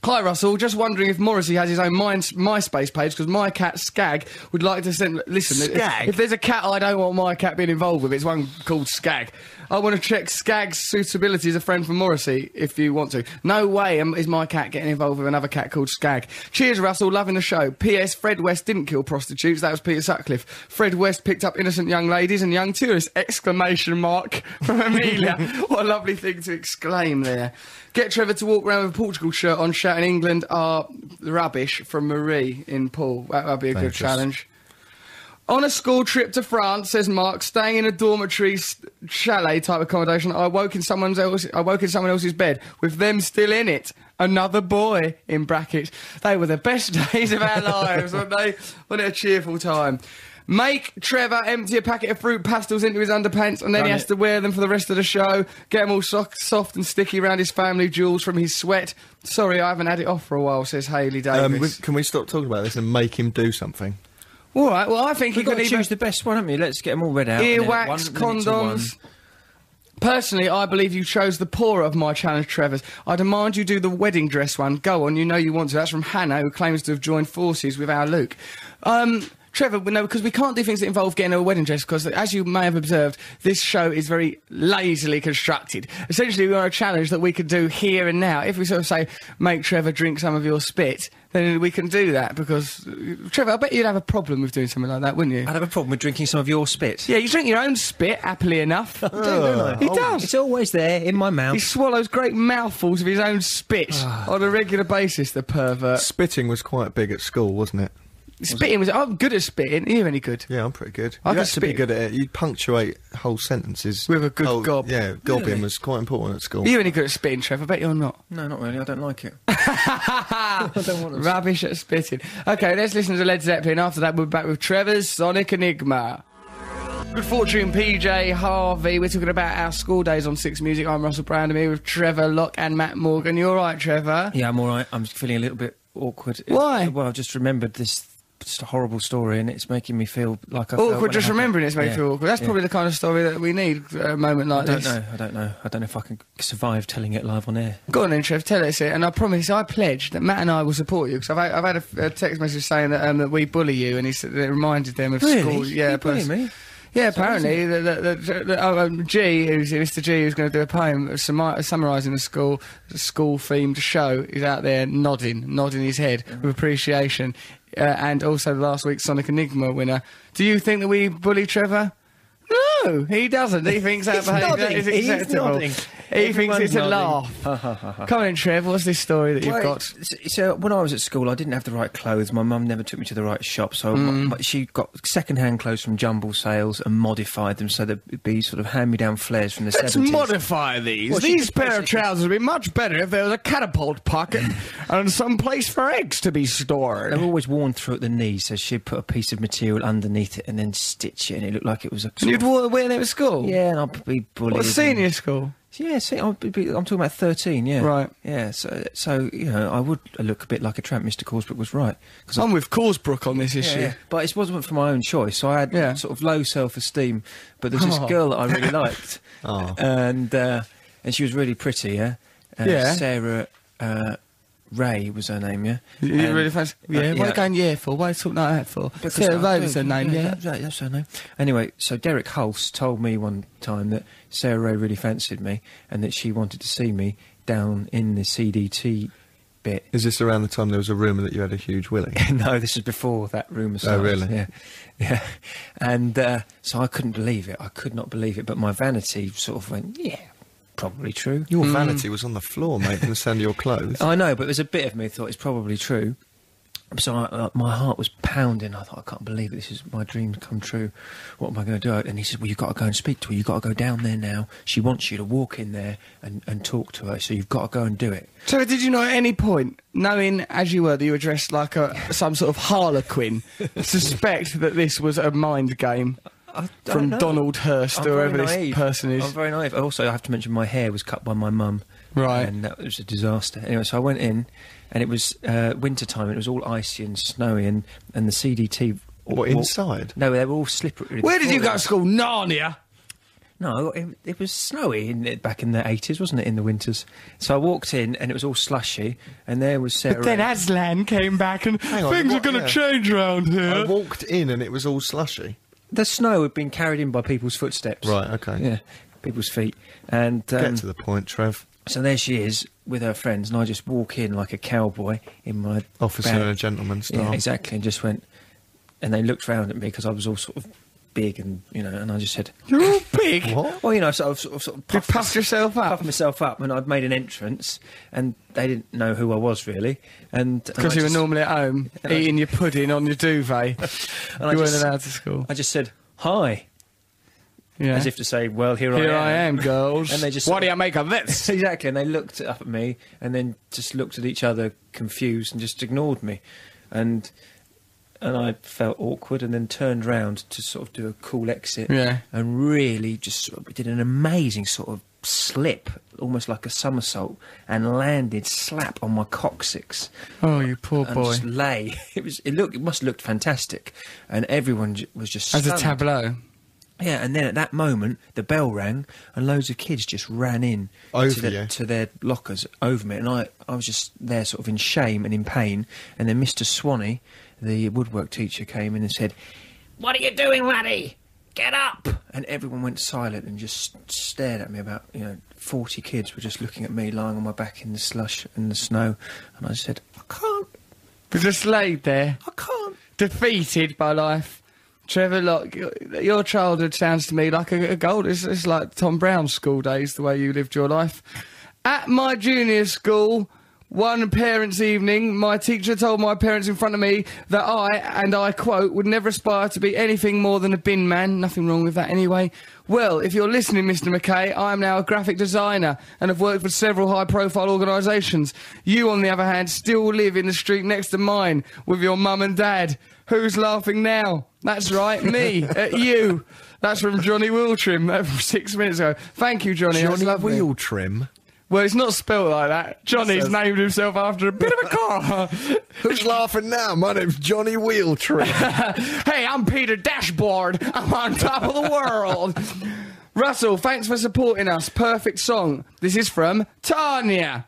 Speaker 3: Hi Russell, just wondering if Morrissey has his own my, MySpace page because my cat Skag would like to send. Listen, if-
Speaker 2: Skag?
Speaker 3: If, there's a cat I don't want my cat being involved with, it's one called Skag. I want to check Skag's suitability as a friend for Morrissey if you want to. No way am- is my cat getting involved with another cat called Skag. Cheers, Russell, loving the show. P.S. Fred West didn't kill prostitutes. That was Peter Sutcliffe. Fred West picked up innocent young ladies and young tourists! Exclamation mark from Amelia. what a lovely thing to exclaim there. Get Trevor to walk around with a Portugal shirt on, shouting England are rubbish from Marie in Paul. That would be a good
Speaker 4: Thanks, Russ.
Speaker 3: challenge. On a school trip to France, says Mark, staying in a dormitory s- chalet type accommodation, I woke in someone else. I woke in someone else's bed with them still in it. Another boy in brackets. They were the best days of our lives, weren't they? What a cheerful time. Make Trevor empty a packet of fruit pastels into his underpants, and then
Speaker 2: Done
Speaker 3: he has
Speaker 2: it.
Speaker 3: to wear them for the rest of the show. Get them all so- soft and sticky around his family jewels from his sweat. Sorry, I haven't had it off for a while, says Haley Davis.
Speaker 4: Um, we- can we stop talking about this and make him do something?
Speaker 3: all right. Well, I think he
Speaker 2: We've got
Speaker 3: could
Speaker 2: to
Speaker 3: even
Speaker 2: choose the best one, haven't we? Let's get them all read out. and then at one
Speaker 3: earwax,
Speaker 2: minute to one-
Speaker 3: condoms, Personally, I believe you chose the poorer of my challenge, Trevor's. I demand you do the wedding dress one. Go on, you know you want to. That's from Hannah, who claims to have joined forces with our Luke. Um, Trevor, we- no, because we can't do things that involve getting a wedding dress, because as you may have observed, this show is very lazily constructed. Essentially, we want a challenge that we could do here and now. If we sort of say, make Trevor drink some of your spit, then we can do that, because, uh, Trevor, I bet you'd have a problem with doing something like that, wouldn't you?
Speaker 2: I'd have a problem with drinking some of your spit.
Speaker 3: Yeah, you drink your own spit, happily enough. He does.
Speaker 2: It's always there in my mouth.
Speaker 3: Oh. He swallows great mouthfuls of his own spit
Speaker 2: Ah.
Speaker 3: on a regular basis, the pervert.
Speaker 4: Spitting was quite big at school, wasn't it?
Speaker 3: Spitting was. I'm good at spitting. Are you any good?
Speaker 4: Yeah, I'm pretty good.
Speaker 3: I
Speaker 4: you
Speaker 3: can
Speaker 4: had to be
Speaker 3: spit.
Speaker 4: good at it. You'd punctuate whole sentences
Speaker 3: With a good
Speaker 4: whole-
Speaker 3: gob.
Speaker 4: Yeah, gobbing was quite important at school.
Speaker 3: Are you any good at spitting, Trevor? I bet you're not.
Speaker 2: No, not really. I don't like it.
Speaker 3: Rubbish at spitting. Okay, let's listen to Led Zeppelin. After that, we're back with Trevor's Sonic Enigma. Good fortune, PJ Harvey. We're talking about our school days on Six Music. I'm Russell Brown. I'm here with Trevor Locke and Matt Morgan. You all right, Trevor?
Speaker 2: Yeah, I'm all right. I'm feeling a little bit awkward.
Speaker 3: Why?
Speaker 2: Well, I've just remembered this just a horrible story, and it's making me feel like I. felt when
Speaker 3: Awkward,
Speaker 2: it
Speaker 3: just
Speaker 2: happened.
Speaker 3: remembering it's making
Speaker 2: Yeah,
Speaker 3: me feel awkward. That's
Speaker 2: yeah.
Speaker 3: probably the kind of story that we need at a moment
Speaker 2: I
Speaker 3: like
Speaker 2: don't
Speaker 3: this.
Speaker 2: know. I don't know. I don't know if I can survive telling it live on air.
Speaker 3: Go on then, Trev, tell us it, and I promise, I pledge that Matt and I will support you, because I've, had- I've had a f- a, text message saying that, um, that we bully you, and he said that it reminded them of school.
Speaker 2: You
Speaker 3: but-
Speaker 2: bully me?
Speaker 3: Yeah, apparently, that that that- that, oh, um, G, who's, Mr G, who's going to do a poem summi- summarising the school, school-themed show, is out there nodding, nodding his head with appreciation, uh, and also last week's Sonic Enigma winner. Do you think that we bully Trevor? No, he doesn't. He thinks that
Speaker 2: He's
Speaker 3: behaviour
Speaker 2: nodding.
Speaker 3: is
Speaker 2: He's
Speaker 3: acceptable.
Speaker 2: nodding.
Speaker 3: He thinks it's a
Speaker 2: Everyone's
Speaker 3: laugh.
Speaker 2: nodding.
Speaker 3: Come on, Trev. What's this story that you've
Speaker 2: Well,
Speaker 3: got?
Speaker 2: s- So when I was at school, I didn't have the right clothes. My mum never took me to the right shop, so my-
Speaker 3: Mm.
Speaker 2: my- she got second-hand clothes from jumble sales and modified them so they'd be sort of hand-me-down flares from the
Speaker 3: Let's
Speaker 2: 70s.
Speaker 3: modify these.
Speaker 2: Well, she
Speaker 3: these
Speaker 2: did
Speaker 3: pair of
Speaker 2: basically-
Speaker 3: trousers would be much better if there was a catapult pocket and some place for eggs to be
Speaker 2: they were
Speaker 3: stored.
Speaker 2: always worn through at the knee, so she'd put a piece of material underneath it and then stitch it, and it looked like it was a.
Speaker 3: And you'd wear wear them at school?
Speaker 2: yeah, and I'd be bullied.
Speaker 3: What,
Speaker 2: and-
Speaker 3: senior school?
Speaker 2: Yeah, see, I'd be, be- I'm talking about 13, yeah.
Speaker 3: Right.
Speaker 2: Yeah, so, so you know, I would look a bit like a tramp. Mr. Corsbrook was right. Cause I-
Speaker 3: I'm with Causebrook on this
Speaker 2: Yeah,
Speaker 3: issue.
Speaker 2: yeah. But it wasn't for my own choice. So I had
Speaker 3: Yeah.
Speaker 2: sort of low self esteem. But there's this
Speaker 3: Oh.
Speaker 2: girl that I really liked. And uh, and she was really pretty, yeah? Uh,
Speaker 3: Yeah.
Speaker 2: Sarah uh, Ray was her name, yeah?
Speaker 3: You
Speaker 2: And-
Speaker 3: really fancy?
Speaker 2: uh,
Speaker 3: Yeah, what are
Speaker 2: yeah.
Speaker 3: you going yeah for? Why are you talking like that for?
Speaker 2: Because
Speaker 3: Sarah
Speaker 2: I-
Speaker 3: Rose is her
Speaker 2: yeah,
Speaker 3: name, yeah?
Speaker 2: that- that's her name. Anyway, so Derek Hulse told me one time that Sarah Ray really fancied me and that she wanted to see me down in the CDT bit.
Speaker 4: Is this around the time there was a rumour that you had a huge willy?
Speaker 2: no, this is before that rumour
Speaker 4: Oh,
Speaker 2: started.
Speaker 4: really?
Speaker 2: Yeah, yeah. And uh, so I couldn't believe it. I could not believe it. But my vanity sort of went, yeah, probably true. Hmm.
Speaker 4: Your vanity was on the floor, mate, in the sound of your clothes.
Speaker 2: I know, but there's a bit of me that thought it's probably true. So I, uh, my heart was pounding. I thought I can't believe it. this is my dream come true. What am I going to do? And he said, "Well, you've got to go and speak to her. You've got to go down there now. She wants you to walk in there and, and talk to her. So you've got to go and do it."
Speaker 3: Trevor, did you know at any point, knowing as you were that you were dressed like a some sort of harlequin, suspect that this was a mind game
Speaker 2: I don't
Speaker 3: from
Speaker 2: know.
Speaker 3: Donald Hurst
Speaker 2: I'm
Speaker 3: or
Speaker 2: very
Speaker 3: whoever this
Speaker 2: naive.
Speaker 3: person is?
Speaker 2: I'm very naive. Also, I have to mention my hair was cut by my mum.
Speaker 3: Right.
Speaker 2: And that was a disaster. Anyway, so I went in and it was uh, winter time and it was all icy and snowy and, and the CDT.
Speaker 4: What, inside?
Speaker 2: No, they were all slippery.
Speaker 3: Where did you
Speaker 2: Before
Speaker 3: go to school? Narnia.
Speaker 2: no, it, it was snowy in it, back in the eighties, wasn't it? In the winters, so I walked in and it was all slushy, and there was Sarah.
Speaker 3: But then Aslan came back and
Speaker 4: Hang on,
Speaker 3: things
Speaker 4: what-
Speaker 3: are going to
Speaker 4: yeah.
Speaker 3: change round
Speaker 4: I
Speaker 3: here.
Speaker 4: walked in and it was all slushy.
Speaker 2: the snow had been carried in by people's footsteps.
Speaker 4: Right, okay.
Speaker 2: Yeah, people's feet. And um,
Speaker 4: Get to the point, Trev.
Speaker 2: so there she is with her friends, and I just walk in like a cowboy in my
Speaker 4: Officer
Speaker 2: bag.
Speaker 4: and a gentleman style.
Speaker 2: Yeah, exactly. And just went, and they looked round at me because I was all sort of big and you know, and I just said,
Speaker 3: You're all big.
Speaker 4: What?
Speaker 2: Well, you know, sort of, sort of, sort of
Speaker 3: You puffed yourself up?
Speaker 2: puffed myself up, and I'd made an entrance, and they didn't know who I was really, and and
Speaker 3: Because
Speaker 2: I
Speaker 3: you were
Speaker 2: just-
Speaker 3: normally at home
Speaker 2: And I
Speaker 3: eating your pudding on your duvet.
Speaker 2: and I
Speaker 3: you weren't
Speaker 2: just-
Speaker 3: allowed to school.
Speaker 2: I just said hi,
Speaker 3: Yeah.
Speaker 2: as if to say, "Well, here,
Speaker 3: Here
Speaker 2: I am."
Speaker 3: I am, girls.
Speaker 2: And they just
Speaker 3: what
Speaker 2: sort
Speaker 3: do
Speaker 2: of-
Speaker 3: you make of this?
Speaker 2: exactly, and they looked up at me, and then just looked at each other, confused, and just ignored me, and. And I felt awkward, and then turned round to sort of do a cool exit,
Speaker 3: Yeah.
Speaker 2: and really just sort of did an amazing sort of slip, almost like a somersault, and landed slap on my coccyx.
Speaker 3: Oh, you poor
Speaker 2: and
Speaker 3: boy.
Speaker 2: just lay. It was. It looked. It must have looked fantastic, and everyone j- was just
Speaker 3: As a
Speaker 2: stunned.
Speaker 3: tableau.
Speaker 2: Yeah, and then at that moment, the bell rang, and loads of kids just ran in
Speaker 4: Over
Speaker 2: to, the-
Speaker 4: you.
Speaker 2: to their lockers over me, and I, I was just there, sort of in shame and in pain. And then Mr. Swanee, the woodwork teacher, came in and said, "What are you doing, laddie? Get up!" And everyone went silent and just stared at me. About you know, forty kids were just looking at me, lying on my back in the slush and the snow, and I said, "I can't,
Speaker 3: There's a slave there.
Speaker 2: I can't."
Speaker 3: defeated by life. Trevor Locke, your- your childhood sounds to me like a, a gold. It's, it's like Tom Brown's school days, the way you lived your life. At my junior school, one parents' evening, my teacher told my parents in front of me that I, and I quote, would never aspire to be anything more than a bin man. Nothing wrong with that anyway. Well, if you're listening, Mr. McKay, I am now a graphic designer and have worked for several high profile organisations. You, on the other hand, still live in the street next to mine with your mum and dad. Who's laughing now? That's right, me at you. That's from Johnny Wiltrim uh, from six minutes ago. Thank you, Johnny. That's lovely.
Speaker 4: wheel trim.
Speaker 3: Well, it's not spelled like that. Johnny's named himself after a bit of a car.
Speaker 4: Who's laughing now? My name's Johnny Wheel Trim.
Speaker 3: hey, I'm Peter Dashboard. I'm on top of the world. Russell, thanks for supporting us. Perfect song. This is from Tanya.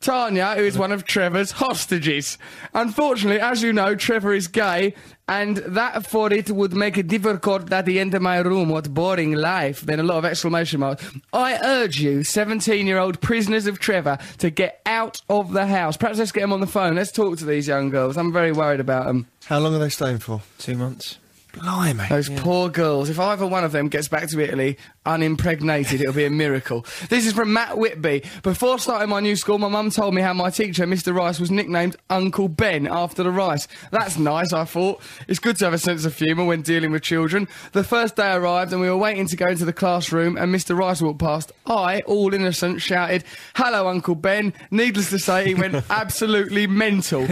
Speaker 3: Tanya, who is one of Trevor's hostages. Unfortunately, as you know, Trevor is gay, and that for it would make it difficult that he enter my room. What boring life. Then a lot of exclamation marks. I urge you, 17 year old prisoners of Trevor, to get out of the house. Perhaps let's get them on the phone. Let's talk to these young girls. I'm very worried about them.
Speaker 4: How long are they staying for?
Speaker 2: Two months.
Speaker 4: Blimey.
Speaker 3: Those poor girls. If either one of them gets back to Italy unimpregnated, it'll be a miracle. This is from Matt Whitby. Before starting my new school, my mum told me how my teacher, Mr. Rice, was nicknamed Uncle Ben after the rice. That's nice, I thought. It's good to have a sense of humour when dealing with children. The first day arrived and we were waiting to go into the classroom and Mr. Rice walked past. I, all innocent, shouted, Hello, Uncle Ben. Needless to say, he went absolutely mental.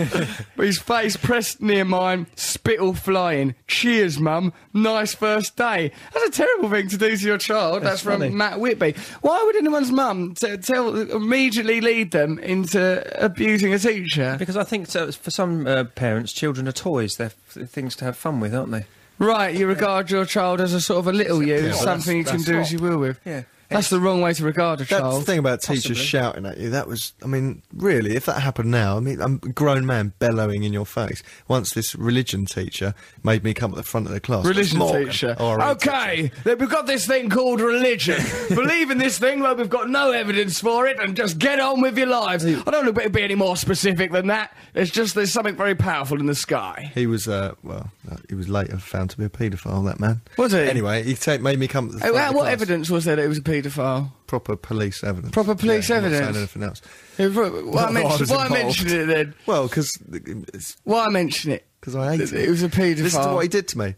Speaker 3: His face pressed near mine, spittle flying. Cheers, Mum. Nice first day. That's a terrible thing to do to your child. That's, from
Speaker 2: funny.
Speaker 3: Matt Whitby. Why would anyone's mum t- tell immediately lead them into abusing a teacher?
Speaker 2: Because I think so, for some uh, parents, children are toys. They're f- things to have fun with, aren't they?
Speaker 3: Right, you regard your child as a sort of a little you, something you can do as you will with.
Speaker 2: Yeah.
Speaker 3: That's the wrong way to regard a
Speaker 4: That's
Speaker 3: child.
Speaker 4: the thing about teachers
Speaker 2: possibly.
Speaker 4: shouting at you. That was, I mean, really, if that happened now, I mean, I'm a grown man bellowing in your face. Once this religion teacher made me come at the front of the class.
Speaker 3: Religion
Speaker 4: Morgan, E.
Speaker 3: teacher. Oh.
Speaker 4: or a
Speaker 3: okay, then we've got this thing called religion. Believe in this thing, though we've got no evidence for it, and just get on with your lives. I don't know if it'd be any more specific than that. It's just there's something very powerful in the sky.
Speaker 4: He was, uh, well, uh, he was later found to be a paedophile. That man
Speaker 3: Was he?
Speaker 4: Anyway, he ta- made me come. At the
Speaker 3: Uh,
Speaker 4: front of
Speaker 3: What
Speaker 4: the class.
Speaker 3: evidence was there that it was a paedophile?
Speaker 4: Proper police evidence.
Speaker 3: Proper police
Speaker 4: yeah, I'm Not
Speaker 3: evidence.
Speaker 4: saying anything else.
Speaker 3: It was- Why
Speaker 4: Not that I
Speaker 3: mention
Speaker 4: was
Speaker 3: why
Speaker 4: involved.
Speaker 3: mention it then?
Speaker 4: Well, because
Speaker 3: Why mention it?
Speaker 4: because I hate
Speaker 3: It-
Speaker 4: it.
Speaker 3: it was a paedophile.
Speaker 4: This is what he did to me.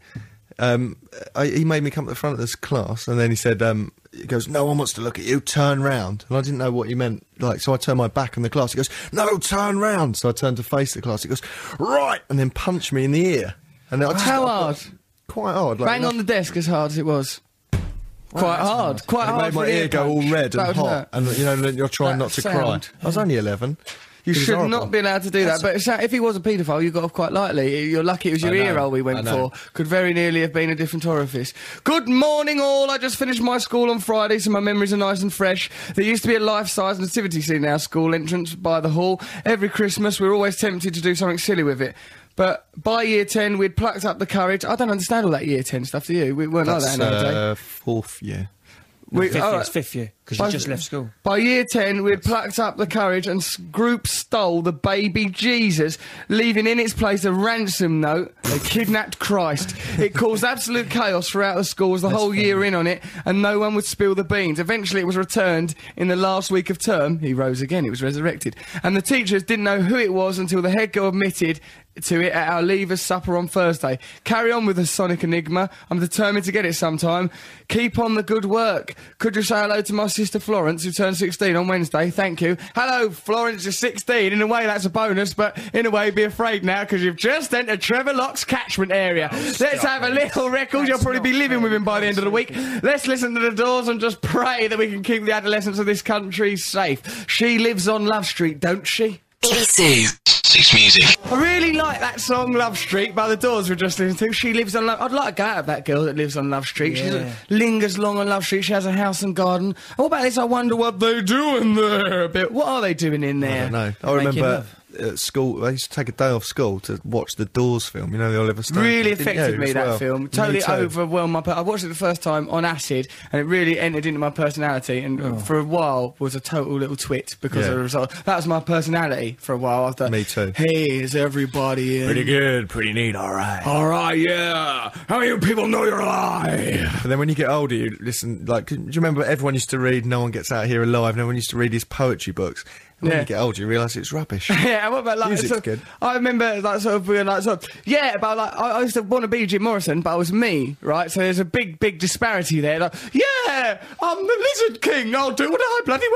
Speaker 4: Um, I, he made me come to the front of this class, and then he said, um, "He goes, no one wants to look at you. Turn round." And I didn't know what he meant. Like, so I turned my back on the class. He goes, "No, turn round." So I turned to face the class. He goes, "Right," and then punched me in the ear. And I just,
Speaker 3: How
Speaker 4: I-
Speaker 3: hard?
Speaker 4: Quite hard. Like,
Speaker 3: Bang on the desk as hard as it was. Quite hard. Quite
Speaker 4: And it
Speaker 3: hard.
Speaker 4: made
Speaker 3: for
Speaker 4: my
Speaker 3: an
Speaker 4: ear go all
Speaker 3: punch.
Speaker 4: red
Speaker 3: That
Speaker 4: and
Speaker 3: would
Speaker 4: hot,
Speaker 3: hurt.
Speaker 4: and you know, and you're trying
Speaker 3: That
Speaker 4: not to
Speaker 3: sound.
Speaker 4: cry. I was only eleven.
Speaker 3: You
Speaker 4: It was
Speaker 3: should
Speaker 4: horrible.
Speaker 3: not be allowed to do that. But so- if he was a paedophile, you got off quite lightly. You're lucky it was your
Speaker 4: I know,
Speaker 3: ear hole we went
Speaker 4: I
Speaker 3: for.
Speaker 4: know.
Speaker 3: Could very nearly have been a different orifice. Good morning, all. I just finished my school on Friday, so my memories are nice and fresh. There used to be a life-size nativity scene in our school entrance by the hall. Every Christmas, we were always tempted to do something silly with it. But by year 10, we'd plucked up the courage. I don't understand all that year 10 stuff, do you? We weren't like
Speaker 4: That's
Speaker 3: that in our day.
Speaker 4: uh, fourth year.
Speaker 3: We- uh,
Speaker 2: fifth,
Speaker 3: all
Speaker 2: year,
Speaker 3: right.
Speaker 2: it's fifth year because
Speaker 3: By-
Speaker 2: you just left school.
Speaker 3: By year 10, we had plucked up the courage and s- group stole the baby Jesus, leaving in its place a ransom note. They kidnapped Christ. It caused absolute chaos throughout the schools, the whole year in on it, and no one would spill the beans. Eventually, it was returned in the last week of term. He rose again, it was resurrected. And the teachers didn't know who it was until the head girl admitted to it at our Leavers supper on Thursday. Carry on with the Sonic Enigma. I'm determined to get it sometime. Keep on the good work. Could you say hello to my sister Florence, who turned 16 on Wednesday? Thank you. Hello, Florence, you're 16. In a way, that's a bonus, but in a way, be afraid now because you've just entered Trevor Locke's catchment area. Let's have a little record. You'll probably be living with him by the end of the week. Let's listen to the doors and just pray that we can keep the adolescents of this country safe. She lives on Love Street, don't she?
Speaker 9: BBC Six Music.
Speaker 3: I really like that song Love Street by the Doors we're just listening to. She lives on Love I'd like to go out with that girl that lives on Love Street.
Speaker 2: Yeah.
Speaker 3: She lingers long on Love Street. She has a house and garden. And what about this? I wonder what they do in there a bit. What are they doing in there?
Speaker 4: I don't know. I
Speaker 2: Making
Speaker 4: remember
Speaker 2: love.
Speaker 4: at school, I used to take a day off school to watch the Doors film, you know, the Oliver Stone.
Speaker 3: Really
Speaker 4: film, didn't
Speaker 3: affected
Speaker 4: you,
Speaker 3: me
Speaker 4: as
Speaker 3: that
Speaker 4: well?
Speaker 3: film.
Speaker 4: Me
Speaker 3: Totally
Speaker 4: too.
Speaker 3: overwhelmed my. Per- I watched it the first time on acid, and it really entered into my personality. And for a while, was a total little twit because
Speaker 4: Oh. Yeah.
Speaker 3: of the result. That was my personality for a while. After
Speaker 4: Me too.
Speaker 3: Hey, is everybody in?
Speaker 1: good, pretty neat, all right.
Speaker 3: All right, yeah. How many people know you're alive?
Speaker 4: And then when you get older, you listen, like, 'cause do you remember everyone used to read No One Gets Out Here Alive? No one used to read his poetry books. And when
Speaker 3: Yeah.
Speaker 4: you get older, you realise it's rubbish.
Speaker 3: Yeah, and what about like?
Speaker 4: Music's
Speaker 3: sort of-
Speaker 4: good.
Speaker 3: I remember like sort of being like sort of yeah, about like I, I used to want to be Jim Morrison, but I was me, right? So there's a big, big disparity there. Like, yeah, I'm the Lizard King. I'll do what I bloody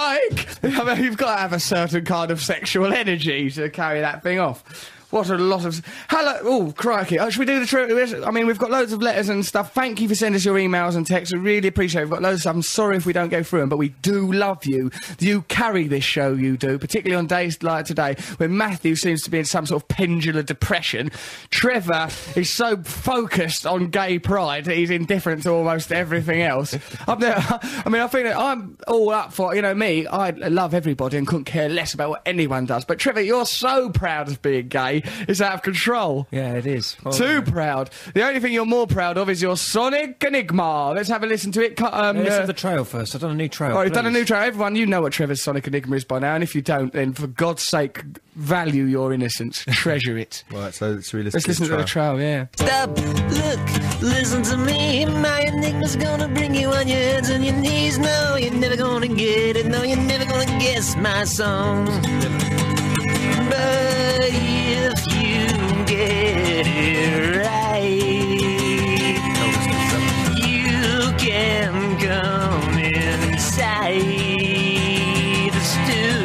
Speaker 3: well like. I mean, you've got to have a certain kind of sexual energy to carry that thing off. What a lot of hello! Oh crikey! Oh, should we do the trivia? I mean, we've got loads of letters and stuff. Thank you for sending us your emails and texts. We really appreciate. it. We've got loads. Of stuff. I'm sorry if we don't go through them, but we do love you. You carry this show. You do, particularly on days like today, where Matthew seems to be in some sort of pendular depression. Trevor is so focused on gay pride that he's indifferent to almost everything else. I'm there, I mean, I think that I'm all up for you know me. I love everybody and couldn't care less about what anyone does. But Trevor, you're so proud of being gay. It's out of control.
Speaker 2: Yeah, it is. Well,
Speaker 3: Too proud. The only thing you're more proud of is your Sonic Enigma. Let's have a listen to it. Cut, Um,
Speaker 2: Let's
Speaker 3: uh,
Speaker 2: have the trail first. I've done a new trail.
Speaker 3: All right, we've done a
Speaker 2: please.
Speaker 3: new track. Everyone, you know what Trevor's Sonic Enigma is by now, and if you don't, then for God's sake, value your innocence, treasure it.
Speaker 4: right, so it's realistic.
Speaker 3: Let's listen to the trail, yeah.
Speaker 12: Stop, look, listen to me. My enigma's gonna bring you on your hands and your knees. No, you're never gonna get it. No, you're never gonna guess my song. But if you get it right, you can come inside the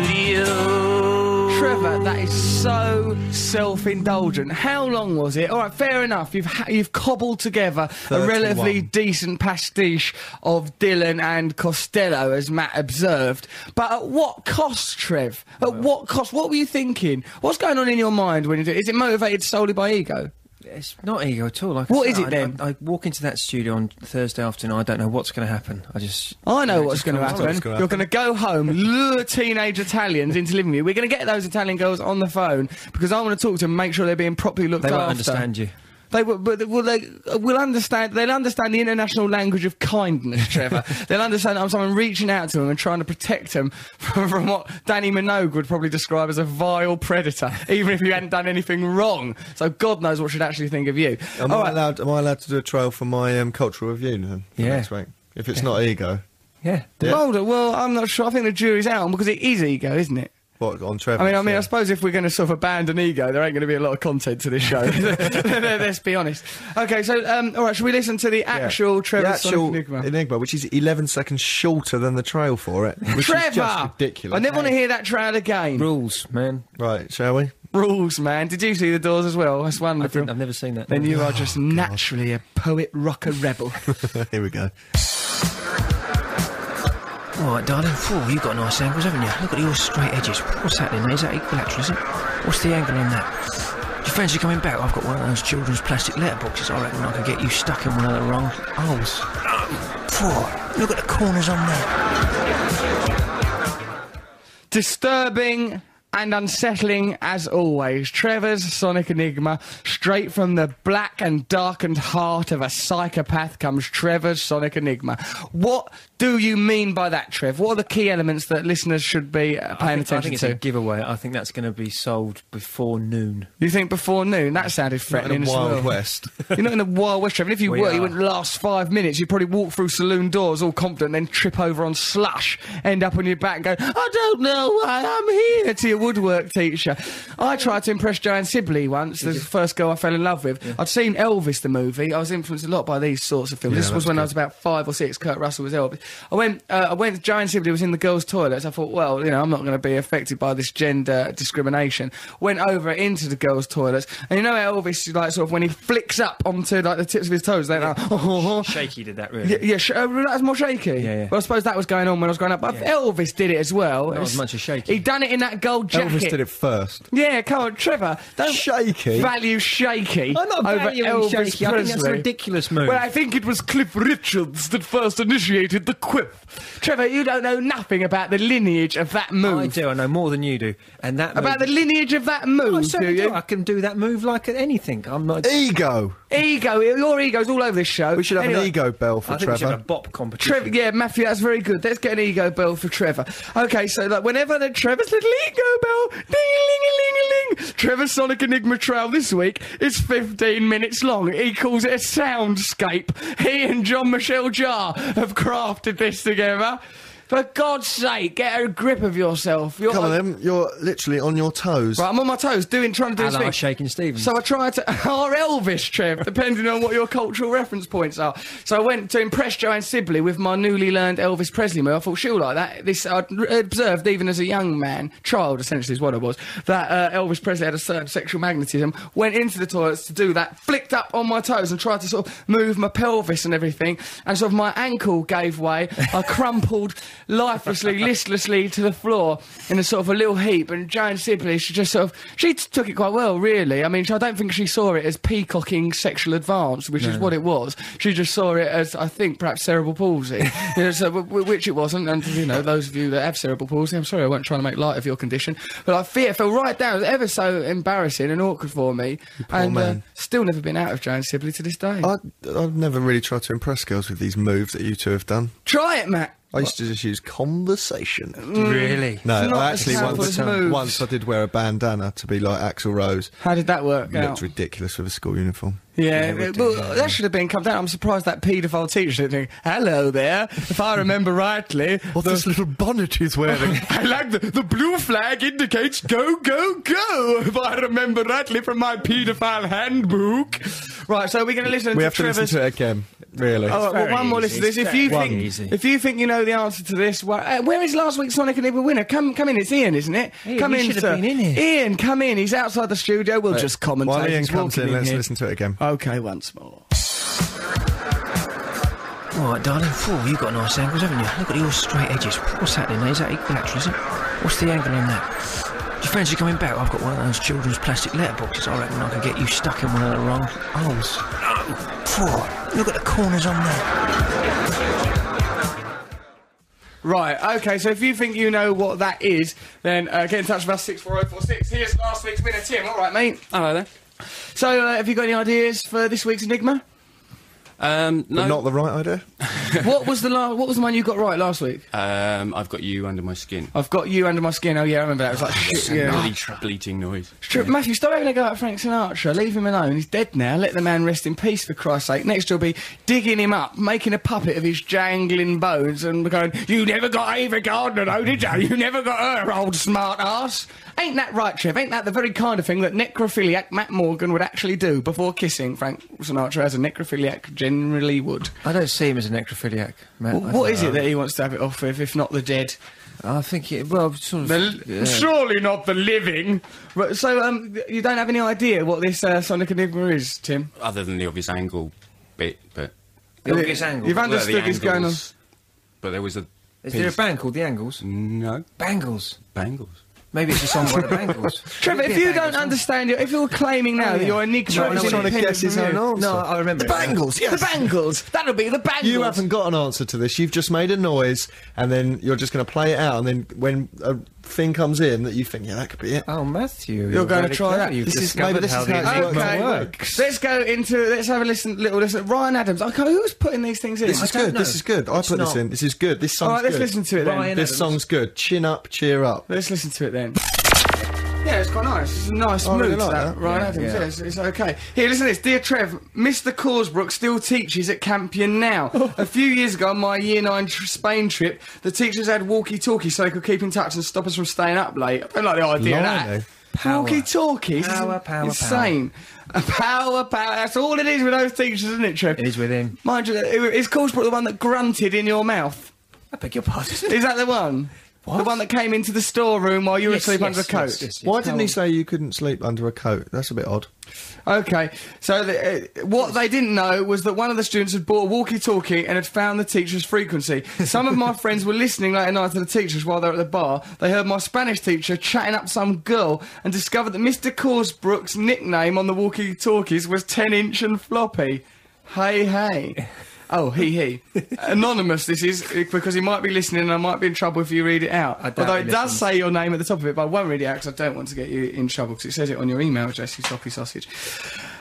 Speaker 12: studio.
Speaker 3: Trevor, that is so self-indulgent. How long was it? All right, fair enough. You've ha- you've cobbled together a
Speaker 4: 31.
Speaker 3: relatively decent pastiche of Dylan and Costello, as Matt observed. But at what cost, Trev? At what cost? What were you thinking? What's going on in your mind when you do? Is it motivated solely by ego?
Speaker 2: It's not ego at all. Like
Speaker 3: What
Speaker 2: I
Speaker 3: is
Speaker 2: said,
Speaker 3: it then?
Speaker 2: I, I, I walk into that studio on Thursday afternoon. I don't know what's going to happen. I just
Speaker 3: I know
Speaker 2: it
Speaker 3: what's
Speaker 2: just
Speaker 3: going to
Speaker 2: comes
Speaker 3: happen.
Speaker 2: out.
Speaker 4: what's gonna
Speaker 3: You're going to go home, lure teenage Italians into living with you. We're going to get those Italian girls on the phone because I want to talk to them, make sure they're being properly looked
Speaker 2: They
Speaker 3: after.
Speaker 2: won't understand you.
Speaker 3: They will, but they- will they will understand. They'll understand the international language of kindness, Trevor. they'll understand that I'm someone reaching out to them and trying to protect them from, from what Danny Minogue would probably describe as a vile predator, even if you hadn't done anything wrong. So God knows what she'd actually think of you.
Speaker 4: Am,
Speaker 3: All
Speaker 4: I
Speaker 3: right.
Speaker 4: allowed, am I allowed to do a trail for my um, cultural review then? for
Speaker 2: Yeah.
Speaker 4: Next week? If it's not ego.
Speaker 2: Yeah.
Speaker 4: Yeah.
Speaker 3: Mulder, well, I'm not sure. I think the jury's out on because it is ego, isn't it?
Speaker 4: What, on Trevor?
Speaker 3: I mean, I mean, I suppose if we're going to sort of abandon ego, there ain't going to be a lot of content to this show. Let's be honest. Okay, so um, all right, should we listen to the actual Trevor
Speaker 4: the
Speaker 3: Sonic
Speaker 4: actual
Speaker 3: Enigma?
Speaker 4: which is 11 seconds shorter than the trail for it. Which
Speaker 3: Trevor,
Speaker 4: Is just ridiculous.
Speaker 3: I never want to hear that trail again.
Speaker 2: Rules, man.
Speaker 4: Right, shall we?
Speaker 3: Rules, man. Did you see the doors as well? That's
Speaker 2: I
Speaker 3: wonderful.
Speaker 2: didn't, I've never seen that.
Speaker 3: then you are just naturally a poet, rocker, rebel.
Speaker 4: Here we go.
Speaker 2: All right, darling. Phew, you've got nice angles, haven't you? Look at your straight edges. What's happening there? Is that equilateral, is it? What's the angle on that? Do you fancy coming back? I've got one of those children's plastic letterboxes. I reckon I could get you stuck in one of the wrong holes. Phew, look at the corners on there.
Speaker 3: Disturbing and unsettling as always. Trevor's Sonic Enigma, straight from the black and darkened heart of a psychopath comes Trevor's Sonic Enigma. What do you mean by that, Trev? What are the key elements that listeners should be uh, paying
Speaker 2: I think
Speaker 3: attention
Speaker 2: it's
Speaker 3: to?
Speaker 2: a giveaway. I think that's going to be sold before noon.
Speaker 3: you think before noon? That sounded
Speaker 4: Not
Speaker 3: threatening
Speaker 4: in a
Speaker 3: as
Speaker 4: Wild
Speaker 3: well.
Speaker 4: West.
Speaker 3: You're not in the Wild West, Trevor. And if you
Speaker 2: We
Speaker 3: were, you
Speaker 2: are.
Speaker 3: wouldn't last five minutes. You'd probably walk through saloon doors all confident, then trip over on slush, end up on your back and go, I don't know why I'm here, to your woodwork teacher. I tried to impress Joanne Sibley once, the first girl I fell in love with. I'd seen Elvis, the movie. I was influenced a lot by these sorts of films.
Speaker 4: Yeah,
Speaker 3: this was
Speaker 4: that's
Speaker 3: when I
Speaker 4: good.
Speaker 3: was about five or six. Kurt Russell was Elvis. I went, uh, I went, Joanne Sibley was in the girls' toilets. I thought, well, you know, I'm not going to be affected by this gender discrimination. Went over into the girls' toilets, and you know how Elvis, like, sort of when he flicks up onto like the tips of his toes, they're like, oh,
Speaker 2: Shaky did that, really.
Speaker 3: Yeah, yeah sh- uh, that was more shaky.
Speaker 2: Yeah, yeah.
Speaker 3: Well, I suppose that was going on when I was growing up. But
Speaker 2: Yeah.
Speaker 3: Elvis did it as well.
Speaker 2: Not as
Speaker 3: It's-
Speaker 2: much as shaky.
Speaker 3: He done it in that gold jacket.
Speaker 4: Elvis did it first.
Speaker 3: Yeah, come on, Trevor. Don't
Speaker 4: Shaky.
Speaker 3: Value shaky.
Speaker 2: I'm not
Speaker 3: over
Speaker 2: valuing
Speaker 3: Elvis
Speaker 2: shaky. I think that's a
Speaker 3: Presley.
Speaker 2: ridiculous move.
Speaker 3: Well, I think it was Cliff Richards that first initiated the quip. Trevor, you don't know nothing about the lineage of that move.
Speaker 2: I do. I know more than you do. And that
Speaker 3: About the
Speaker 2: move,
Speaker 3: lineage of that
Speaker 2: I
Speaker 3: move, do
Speaker 2: certainly Oh, do.
Speaker 3: you?
Speaker 2: I can do that move like anything. I'm not.
Speaker 4: Ego.
Speaker 3: Ego, your ego's all over this show.
Speaker 4: We should have an
Speaker 3: Anyway,
Speaker 4: ego bell
Speaker 2: I
Speaker 4: for
Speaker 2: think we should have
Speaker 4: Trevor.
Speaker 2: a bop competition.
Speaker 3: Trevor, yeah, Matthew, that's very good. Let's get an ego bell for Trevor. Okay, so like whenever the Trevor's little ego bell, ding a ling a ling a ling. Trevor's Sonic Enigma Trail this week is 15 minutes long. He calls it a soundscape. He and John Michelle Jarre have crafted this together. For God's sake, get a grip of yourself. You're
Speaker 4: Come on, then. You're literally on your toes.
Speaker 3: Right, I'm on my toes, doing trying to do
Speaker 2: And
Speaker 3: this
Speaker 2: our
Speaker 3: thing.
Speaker 2: Shaking Stevens.
Speaker 3: So I tried to, or Elvis, Trev, depending on what your cultural reference points are. So I went to impress Joanne Sibley with my newly learned Elvis Presley move. I thought she'll like that. This I observed, even as a young man, child essentially is what I was, that uh, Elvis Presley had a certain sexual magnetism. Went into the toilets to do that, flicked up on my toes and tried to sort of move my pelvis and everything, and sort of my ankle gave way. I crumpled lifelessly, listlessly to the floor in a sort of a little heap, and Joanne Sibley, she just sort of, she t- took it quite well, really. I mean, she- I don't think she saw it as peacocking sexual advance, which is what it was. She just saw it as, I think, perhaps cerebral palsy, you know, so, w- w- which it wasn't. And, you know, those of you that have cerebral palsy, I'm sorry, I wasn't trying to make light of your condition, but I fear it fell right down. It was ever so embarrassing and awkward for me. and
Speaker 4: Oh, man.
Speaker 3: Uh, still never been out of Joanne Sibley to this day.
Speaker 4: I, I've never really tried to impress girls with these moves that you two have done.
Speaker 3: Try it, Matt. Mm.
Speaker 4: I used to just use conversation.
Speaker 2: really?
Speaker 4: No,
Speaker 3: not
Speaker 4: I
Speaker 3: as
Speaker 4: actually
Speaker 3: powerful
Speaker 4: once,
Speaker 3: as moves.
Speaker 4: once I did wear a bandana to be like Axl Rose.
Speaker 3: How did that work out?
Speaker 4: Looked ridiculous with a school uniform.
Speaker 3: Yeah, well, that should have been come down. I'm surprised that paedophile teacher didn't think, hello there. If I remember rightly,
Speaker 4: What's this little bonnet he's wearing?
Speaker 3: I like the, the blue flag indicates go, go, go, if I remember rightly from my paedophile handbook. Right, so we're going to listen
Speaker 4: we
Speaker 3: to
Speaker 4: have to
Speaker 3: Trevor's...
Speaker 4: listen to it again. Really?
Speaker 3: All right, well,
Speaker 2: very
Speaker 3: one more
Speaker 2: easy.
Speaker 3: listen to
Speaker 2: It's
Speaker 3: this. If you
Speaker 2: very
Speaker 3: think
Speaker 2: easy.
Speaker 3: if you think you know the answer to this, well, uh, where is last week's Sonic and Evil winner? Come, come in. It's Ian, isn't it?
Speaker 2: Ian,
Speaker 3: come
Speaker 2: you
Speaker 3: in,
Speaker 2: should have
Speaker 3: sir.
Speaker 2: been in here.
Speaker 3: Ian, come in. He's outside the studio. We'll just commentate.
Speaker 4: While Ian
Speaker 3: He's
Speaker 4: comes
Speaker 3: walking
Speaker 4: in, let's
Speaker 3: here.
Speaker 4: listen to it again.
Speaker 3: Okay, once more.
Speaker 2: All right, darling. Four, you've got nice angles, haven't you? Look at your straight edges. What's happening there? Is that equilateral, is it? What's the angle on that? Do you fancy coming back? I've got one of those children's plastic letterboxes. I reckon I could get you stuck in one of the wrong holes. No. Four, look at the corners on there.
Speaker 3: Right, okay, so if you think you know what that is, then uh, get in touch with us, 64046. Here's last week's winner, Tim. All right, mate.
Speaker 13: Hello there.
Speaker 3: So, uh, have you got any ideas for this week's Enigma?
Speaker 13: Um,
Speaker 4: But
Speaker 13: no,
Speaker 4: not the right idea?
Speaker 3: what was the la- What was the one you got right last week?
Speaker 13: um, I've got you under my skin.
Speaker 3: I've got you under my skin. Oh, yeah, I remember that. It was like, shit, yeah.
Speaker 13: Really tr- bleating noise.
Speaker 3: Tr- Matthew, stop having a go at Frank Sinatra. Leave him alone. He's dead now. Let the man rest in peace, for Christ's sake. Next, you'll be digging him up, making a puppet of his jangling bones, and going, You never got Ava Gardner, though, did you? You never got her, old smart ass. Ain't that right, Trev? Ain't that the very kind of thing that necrophiliac Matt Morgan would actually do before kissing Frank Sinatra, as a necrophiliac generally would?
Speaker 2: I don't see him as a necrophiliac, Matt.
Speaker 3: Well, what is it that he wants to have it off with, if not the dead?
Speaker 2: I think it. Well, sort of.
Speaker 3: The, Surely not the living. Right, so, um, you don't have any idea what this uh, Sonic Enigma is, Tim?
Speaker 13: Other than the obvious angle bit, but
Speaker 2: the obvious angle.
Speaker 3: You've
Speaker 13: Well, the
Speaker 3: understood what's going on.
Speaker 13: angles, But there was a
Speaker 2: Is there a band called The Angles?
Speaker 13: no
Speaker 2: Bangles.
Speaker 13: bangles.
Speaker 2: Maybe it's a song by the Bangles.
Speaker 3: Trevor,
Speaker 2: It'd
Speaker 3: if
Speaker 2: be a
Speaker 3: you
Speaker 2: Bangles
Speaker 3: don't
Speaker 2: song.
Speaker 3: understand, your, if you're claiming
Speaker 4: Oh,
Speaker 3: now that
Speaker 2: yeah.
Speaker 3: your enigma
Speaker 2: Trevor's
Speaker 3: is
Speaker 2: trying to
Speaker 3: independent
Speaker 4: guess his
Speaker 3: from
Speaker 4: own
Speaker 3: you-
Speaker 4: answer.
Speaker 2: No, I remember. it.
Speaker 3: The bangles. That'll be the bangles.
Speaker 4: You haven't got an answer to this. You've just made a noise, and then you're just going to play it out, and then when a thing comes in that you think, yeah, that could be it.
Speaker 2: Oh, Matthew, you're,
Speaker 3: gonna
Speaker 2: very
Speaker 3: try
Speaker 2: clever.
Speaker 3: that.
Speaker 2: You've
Speaker 4: This is-
Speaker 2: discovered
Speaker 4: maybe this
Speaker 2: how
Speaker 4: is
Speaker 2: the
Speaker 4: how it
Speaker 2: enigma
Speaker 4: works.
Speaker 3: Okay,
Speaker 2: works.
Speaker 3: let's go into let's have a listen, little listen. Ryan Adams. Okay, who's putting these things in?
Speaker 4: This is
Speaker 2: don't
Speaker 4: good.
Speaker 2: know.
Speaker 4: This is good. I
Speaker 2: It's
Speaker 4: put this
Speaker 2: not.
Speaker 4: in. This is good. This
Speaker 3: All
Speaker 4: song's
Speaker 3: right, let's
Speaker 4: good.
Speaker 3: listen to it then.
Speaker 2: Ryan
Speaker 4: This
Speaker 2: Adams.
Speaker 4: song's good. Chin up, cheer up.
Speaker 3: Let's listen to it then. Yeah, it's quite nice. It's a nice
Speaker 4: Oh, I
Speaker 3: mood,
Speaker 4: really like
Speaker 3: that,
Speaker 4: that.
Speaker 3: Ryan Adams. Yeah, it's, it's okay. Here, listen to this. Dear Trev, Mr. Causebrook still teaches at Campion now.
Speaker 4: Oh.
Speaker 3: a few years ago, on my Year 9 tr- Spain trip, the teachers had walkie-talkies so they could keep in touch and stop us from staying up late. I don't like the idea
Speaker 4: Blimey.
Speaker 3: of that.
Speaker 2: Power.
Speaker 3: Walkie-talkies.
Speaker 2: Power,
Speaker 3: Isn't-
Speaker 2: power,
Speaker 3: Insane. Power, power. That's all it is with those teachers, isn't it, Trev?
Speaker 2: It is with him.
Speaker 3: Mind you, is Causebrook the one that grunted in your mouth?
Speaker 2: I beg your pardon.
Speaker 3: Is that the one? The one that came into the storeroom while you were
Speaker 2: Yes,
Speaker 3: asleep
Speaker 2: yes,
Speaker 3: under a coat.
Speaker 2: yes, yes, yes.
Speaker 4: Why didn't he say you couldn't sleep under a coat? That's a bit odd.
Speaker 3: Okay, so the, uh, what they didn't know was that one of the students had bought a walkie-talkie and had found the teacher's frequency. Some of my friends were listening late at night to the teachers while they were at the bar. They heard my Spanish teacher chatting up some girl and discovered that Mr. Corsbrook's nickname on the walkie-talkies was 10-inch and floppy. Hey, hey. Oh, he, he. Anonymous, this is, uh, because he might be listening and I might be in trouble if you read it out.
Speaker 2: I doubt
Speaker 3: Although
Speaker 2: he
Speaker 3: it does
Speaker 2: listens.
Speaker 3: say say your name at the top of it, but I won't read it out because I don't want to get you in trouble because it says it on your email address, you sloppy sausage.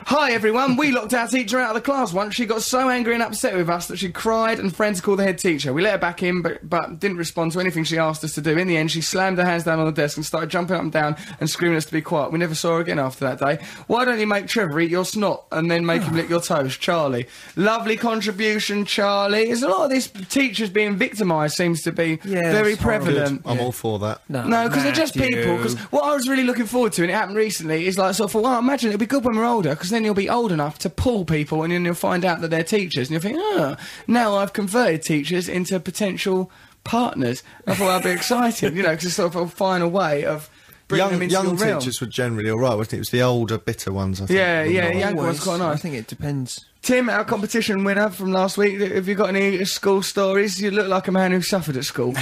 Speaker 3: Hi, everyone. We locked our teacher out of the class once. She got so angry and upset with us that she cried and friends called the head teacher. We let her back in, but, but didn't respond to anything she asked us to do. In the end, she slammed her hands down on the desk and started jumping up and down and screaming at us to be quiet. We never saw her again after that day. Why don't you make Trevor eat your snot and then make him lick your toes, Charlie? Lovely contribution, Charlie. There's a lot of this teachers being victimised seems to be
Speaker 2: Yeah,
Speaker 3: very
Speaker 2: it's horrible.
Speaker 4: Good.
Speaker 3: prevalent.
Speaker 4: I'm all for that.
Speaker 3: No, because they're just
Speaker 2: Matthew.
Speaker 3: people. Because what I was really looking forward to, and it happened recently, is like sort of, well, I imagine it'll be good when we're older, because then you'll be old enough to pull people, and then you'll find out that they're teachers, and you'll think, oh, now I've converted teachers into potential partners. I thought that'd be exciting, you know, because it's sort of a final way of bringing them
Speaker 4: Young,
Speaker 3: into
Speaker 4: young
Speaker 3: your realm.
Speaker 4: teachers were generally all right, wasn't it? It was the older, bitter ones, I think.
Speaker 3: Yeah,
Speaker 4: were
Speaker 3: yeah,
Speaker 4: not.
Speaker 3: young ones quite nice.
Speaker 2: I think it depends.
Speaker 3: Tim, our competition winner from last week, have you got any school stories? You look like a man who suffered at school.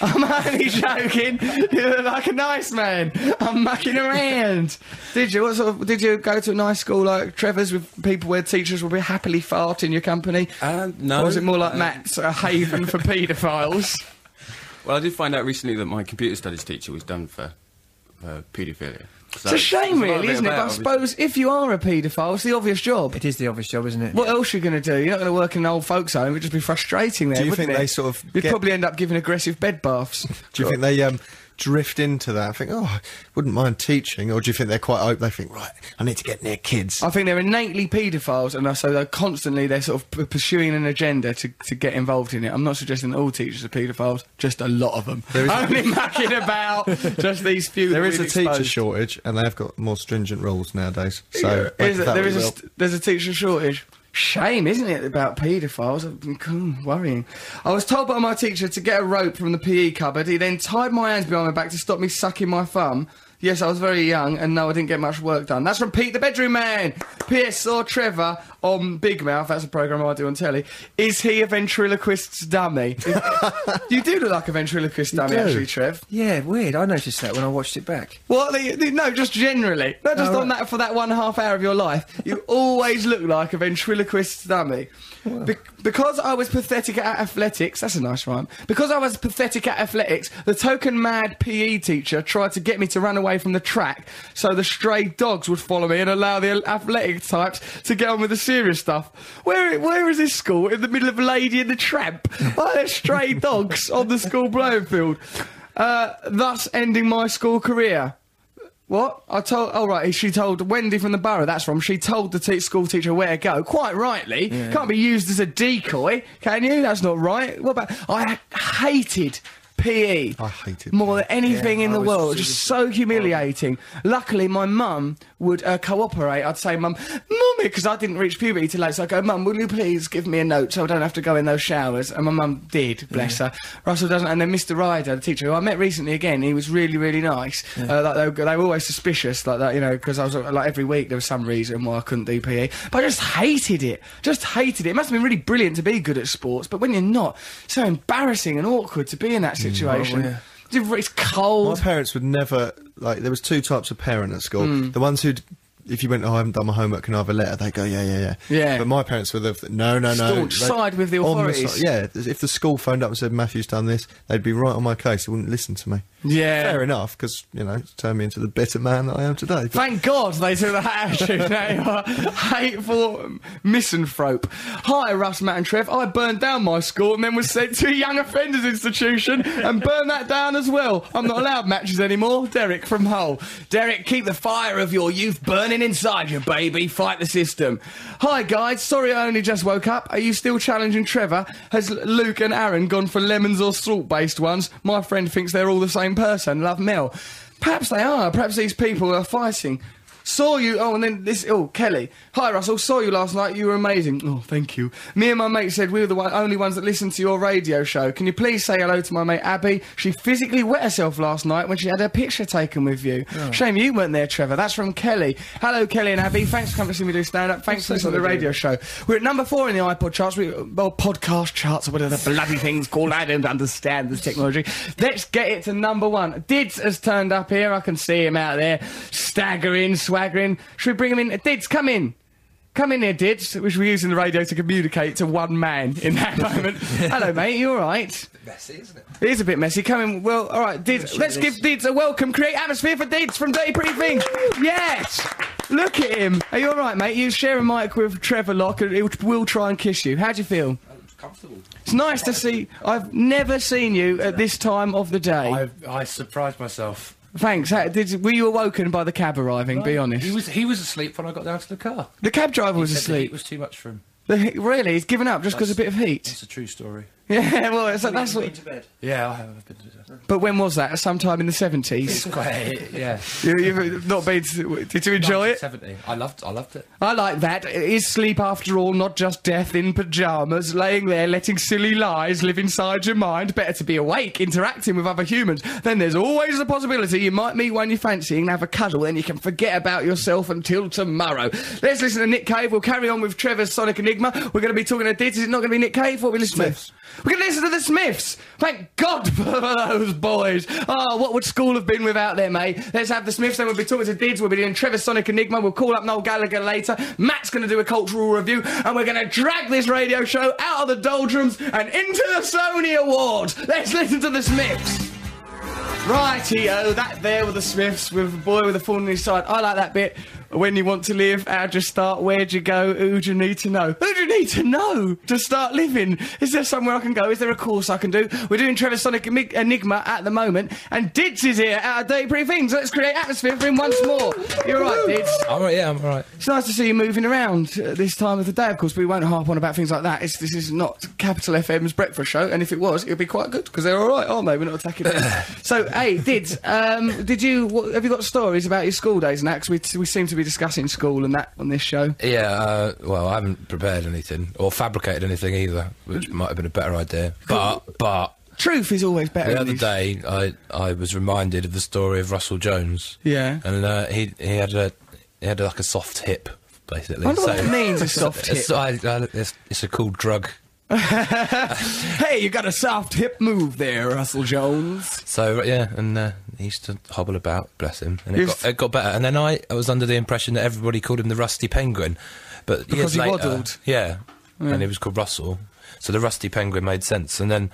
Speaker 3: I'm only joking. You look like a nice man. I'm mucking around. did you? What sort of, did you go to a nice school like Trevor's with people where teachers will be happily fart in your company?
Speaker 13: Uh, no.
Speaker 3: Or was it more like
Speaker 13: Uh,
Speaker 3: Matt's, a haven for paedophiles?
Speaker 13: Well, I did find out recently that my computer studies teacher was done for uh, paedophilia.
Speaker 3: It's a shame, really, isn't it? But I suppose if you are a paedophile, it's the obvious job.
Speaker 2: It is the obvious job, isn't it?
Speaker 3: What else are you going to do? You're not going to work in an old folks' home. It'd just be frustrating there.
Speaker 4: Do you
Speaker 3: wouldn't
Speaker 4: think
Speaker 3: it?
Speaker 4: they sort of
Speaker 3: You'd
Speaker 4: get-
Speaker 3: probably end up giving aggressive bed baths.
Speaker 4: Do you think they um, drift into that? I think, oh, I wouldn't mind teaching. Or do you think they're quite open? They think, right, I need to get near kids.
Speaker 3: I think they're innately paedophiles, and so they're constantly they're sort of p- pursuing an agenda to, to get involved in it. I'm not suggesting that all teachers are paedophiles, just a lot of them.
Speaker 4: There is-
Speaker 3: Only mucking about, just these few. that
Speaker 4: There is a
Speaker 3: we've
Speaker 4: teacher
Speaker 3: exposed.
Speaker 4: shortage, and they have got more stringent rules nowadays. So
Speaker 3: Is it-
Speaker 4: that
Speaker 3: there
Speaker 4: we
Speaker 3: is a
Speaker 4: will.
Speaker 3: st- there's a teacher shortage. Shame, isn't it, about paedophiles? Hmm, Worrying. I was told by my teacher to get a rope from the PE cupboard. He then tied my hands behind my back to stop me sucking my thumb. Yes, I was very young, and no, I didn't get much work done. That's from Pete the Bedroom Man. P.S. Saw Trevor on Big Mouth. That's a program I do on telly. Is he a ventriloquist's dummy? Is- you do look like a ventriloquist dummy,
Speaker 4: do.
Speaker 3: actually, Trev.
Speaker 2: Yeah, weird. I noticed that when I watched it back.
Speaker 3: Well, the, the, no, just generally. Not just
Speaker 2: Oh,
Speaker 3: on
Speaker 2: right.
Speaker 3: that for that one half hour of your life. You always look like a ventriloquist dummy. Be- because I was pathetic at athletics, that's a nice rhyme. Because I was pathetic at athletics, the token mad PE teacher tried to get me to run away from the track so the stray dogs would follow me and allow the athletic types to get on with the serious stuff. Where where is this school? In the middle of Lady and the Tramp? Why are there stray dogs on the school playing field? Uh, thus ending my school career. What? I told. Oh right, she told Wendy from the borough. That's from. She told the te- school teacher where to go. Quite rightly, can't be used as a decoy, can you? That's not right. What about? I hated. PE.
Speaker 4: I hated
Speaker 3: more than anything
Speaker 2: E. Yeah,
Speaker 3: in
Speaker 2: I
Speaker 3: the
Speaker 2: was
Speaker 3: world.
Speaker 2: just-
Speaker 3: Just so humiliating. Luckily, my mum would uh, cooperate. I'd say, "Mum, mummy," because I didn't reach puberty till late. So I go, "Mum, will you please give me a note so I don't have to go in those showers?" And my mum did, bless her. Russell doesn't. And then Mr. Ryder, the teacher who I met recently again, he was really, really nice. Uh, like they, were, they were always suspicious, like that, you know, because I was uh, like every week there was some reason why I couldn't do PE. But I just hated it. Just hated it. It must have been really brilliant to be good at sports, but when you're not, so embarrassing and awkward to be in
Speaker 4: Mm,
Speaker 3: that situation. It's
Speaker 4: My
Speaker 3: cold.
Speaker 4: parents would never like. There was two types of parent at school.
Speaker 3: Hmm.
Speaker 4: The ones who'd, if you went, oh, I haven't done my homework, can I have a letter? They go, yeah, yeah, yeah.
Speaker 3: Yeah.
Speaker 4: But my parents were the no, no, no.
Speaker 3: Staunch
Speaker 4: They-
Speaker 3: side with the
Speaker 4: on
Speaker 3: authorities.
Speaker 4: si- yeah. If the school phoned up and said Matthew's done this, they'd be right on my case. They wouldn't listen to me.
Speaker 3: Yeah.
Speaker 4: Fair enough, because you know, it's turned me into the bitter man that I am today. But
Speaker 3: Thank God they took that attitude. They are hateful misanthrope. Hi, Russ, Matt, and Trev. I burned down my school and then was sent to a young offenders institution and burned that down as well. I'm not allowed matches anymore. Derek from Hull. Derek, keep the fire of your youth burning inside you, baby. Fight the system. Hi, guys. Sorry I only just woke up. Are you still challenging Trevor? Has L- Luke and Aaron gone for lemons or salt based ones? My friend thinks they're all the same person. Love Mel. Perhaps they are. Perhaps these people are fighting. Saw you. Oh, and then this. Oh, Kelly. Hi, Russell. Saw you last night. You were amazing. Oh, thank you. Me and my mate said we were the one, only ones that listened to your radio show. Can you please say hello to my mate Abby? She physically wet herself last night when she had her picture taken with you. Shame you weren't there, Trevor. That's from Kelly. Hello, Kelly and Abby. Thanks for coming to see me do stand up. Thanks for listening to the radio show. We're at number four in the iPod charts. We, well, podcast charts or whatever the bloody thing's called. I don't understand this technology. Let's get it to number one. Dids has turned up here. I can see him out there, staggering, swaggering. Should we bring him in? Dids, come in. Come in here, Dids, which we're using the radio to communicate to one man in that moment. Hello, mate. You all right?
Speaker 14: Messy, isn't it?
Speaker 3: It is a bit messy. Come in. Well, all right, Dids. Let's give Dids a welcome. Create atmosphere for Dids from Dirty Pretty Things. Yes. Look at him. Are you all right, mate? You share a mic with Trevor Locke, and he will try and kiss you. How do you feel?
Speaker 14: Oh, Comfortable.
Speaker 3: It's nice to see. I've never seen you at this time of the day.
Speaker 14: I, I surprised myself.
Speaker 3: Thanks. How, did, were you awoken by the cab arriving? Be honest.
Speaker 14: He was he was asleep when I got down to the car.
Speaker 3: The cab driver was
Speaker 14: He said the heat
Speaker 3: asleep.
Speaker 14: was too much for him.
Speaker 3: The he- really, he's given up just because a bit of heat.
Speaker 14: It's a true story.
Speaker 3: Yeah, well, it's, that's what.
Speaker 14: bed. Yeah, I have. I've been to bed.
Speaker 3: But when was that? Sometime in the
Speaker 14: It's
Speaker 3: seventies.
Speaker 14: quite. Yeah.
Speaker 3: you, you've not been. To, did you enjoy it?
Speaker 14: Seventy. I loved. I loved it.
Speaker 3: I like that. It Is sleep after all not just death in pyjamas, laying there letting silly lies live inside your mind? Better to be awake, interacting with other humans. Then there's always the possibility you might meet one you fancy and have a cuddle, then you can forget about yourself until tomorrow. Let's listen to Nick Cave. We'll carry on with Trevor's Sonic Enigma. We're going to be talking to Dids. Is it not going to be Nick Cave? What are we listening
Speaker 14: Smiths.
Speaker 3: to? We're going to listen to the Smiths. Thank God for those boys. Oh, what would school have been without them, eh? Let's have the Smiths, then we'll be talking to Dids, we'll be doing Trevor Sonic Enigma, we'll call up Noel Gallagher later. Matt's going to do a cultural review, and we're going to drag this radio show out of the doldrums and into the Sony Awards. Let's listen to the Smiths. Rightio, that there were the Smiths with a boy with a thorn in his side. I like that bit. When you want to live, how'd you start? Where'd you go? Who'd you need to know? Who'd you need to know to start living? Is there somewhere I can go? Is there a course I can do? We're doing Trevor Sonic Emi- Enigma at the moment, and Ditz is here out of Day Pretty Things. Let's create atmosphere for him once more. You're right, Ditz.
Speaker 14: All right. Yeah, I'm all right.
Speaker 3: It's nice to see you moving around at this time of the day. Of course, we won't harp on about things like that. It's, this is not Capital FM's breakfast show, and if it was, it'd be quite good because they're all right, aren't they? We're not attacking them. so, hey, Dids, um, did you what, have you got stories about your school days and that? 'Cause we, we seem to be discussing school and that on this show.
Speaker 14: Yeah. Uh, well, I haven't prepared anything or fabricated anything either, which might have been a better idea. But but
Speaker 3: Truth is always better.
Speaker 14: the
Speaker 3: than
Speaker 14: other
Speaker 3: these-
Speaker 14: day, I I was reminded of the story of Russell Jones.
Speaker 3: Yeah.
Speaker 14: And uh, he he had a he had like a soft hip basically.
Speaker 3: I wonder what that means, a soft hip.
Speaker 14: It's, I, I, it's, it's a cool drug.
Speaker 3: hey, you got a soft hip move there, Russell Jones.
Speaker 14: So yeah, and uh, he used to hobble about, bless him, and it
Speaker 3: Yes.
Speaker 14: got, it got better. And then I, I was under the impression that everybody called him the Rusty Penguin, but years
Speaker 3: Because he
Speaker 14: later,
Speaker 3: waddled.
Speaker 14: yeah, and he was called Russell, so the Rusty Penguin made sense. And then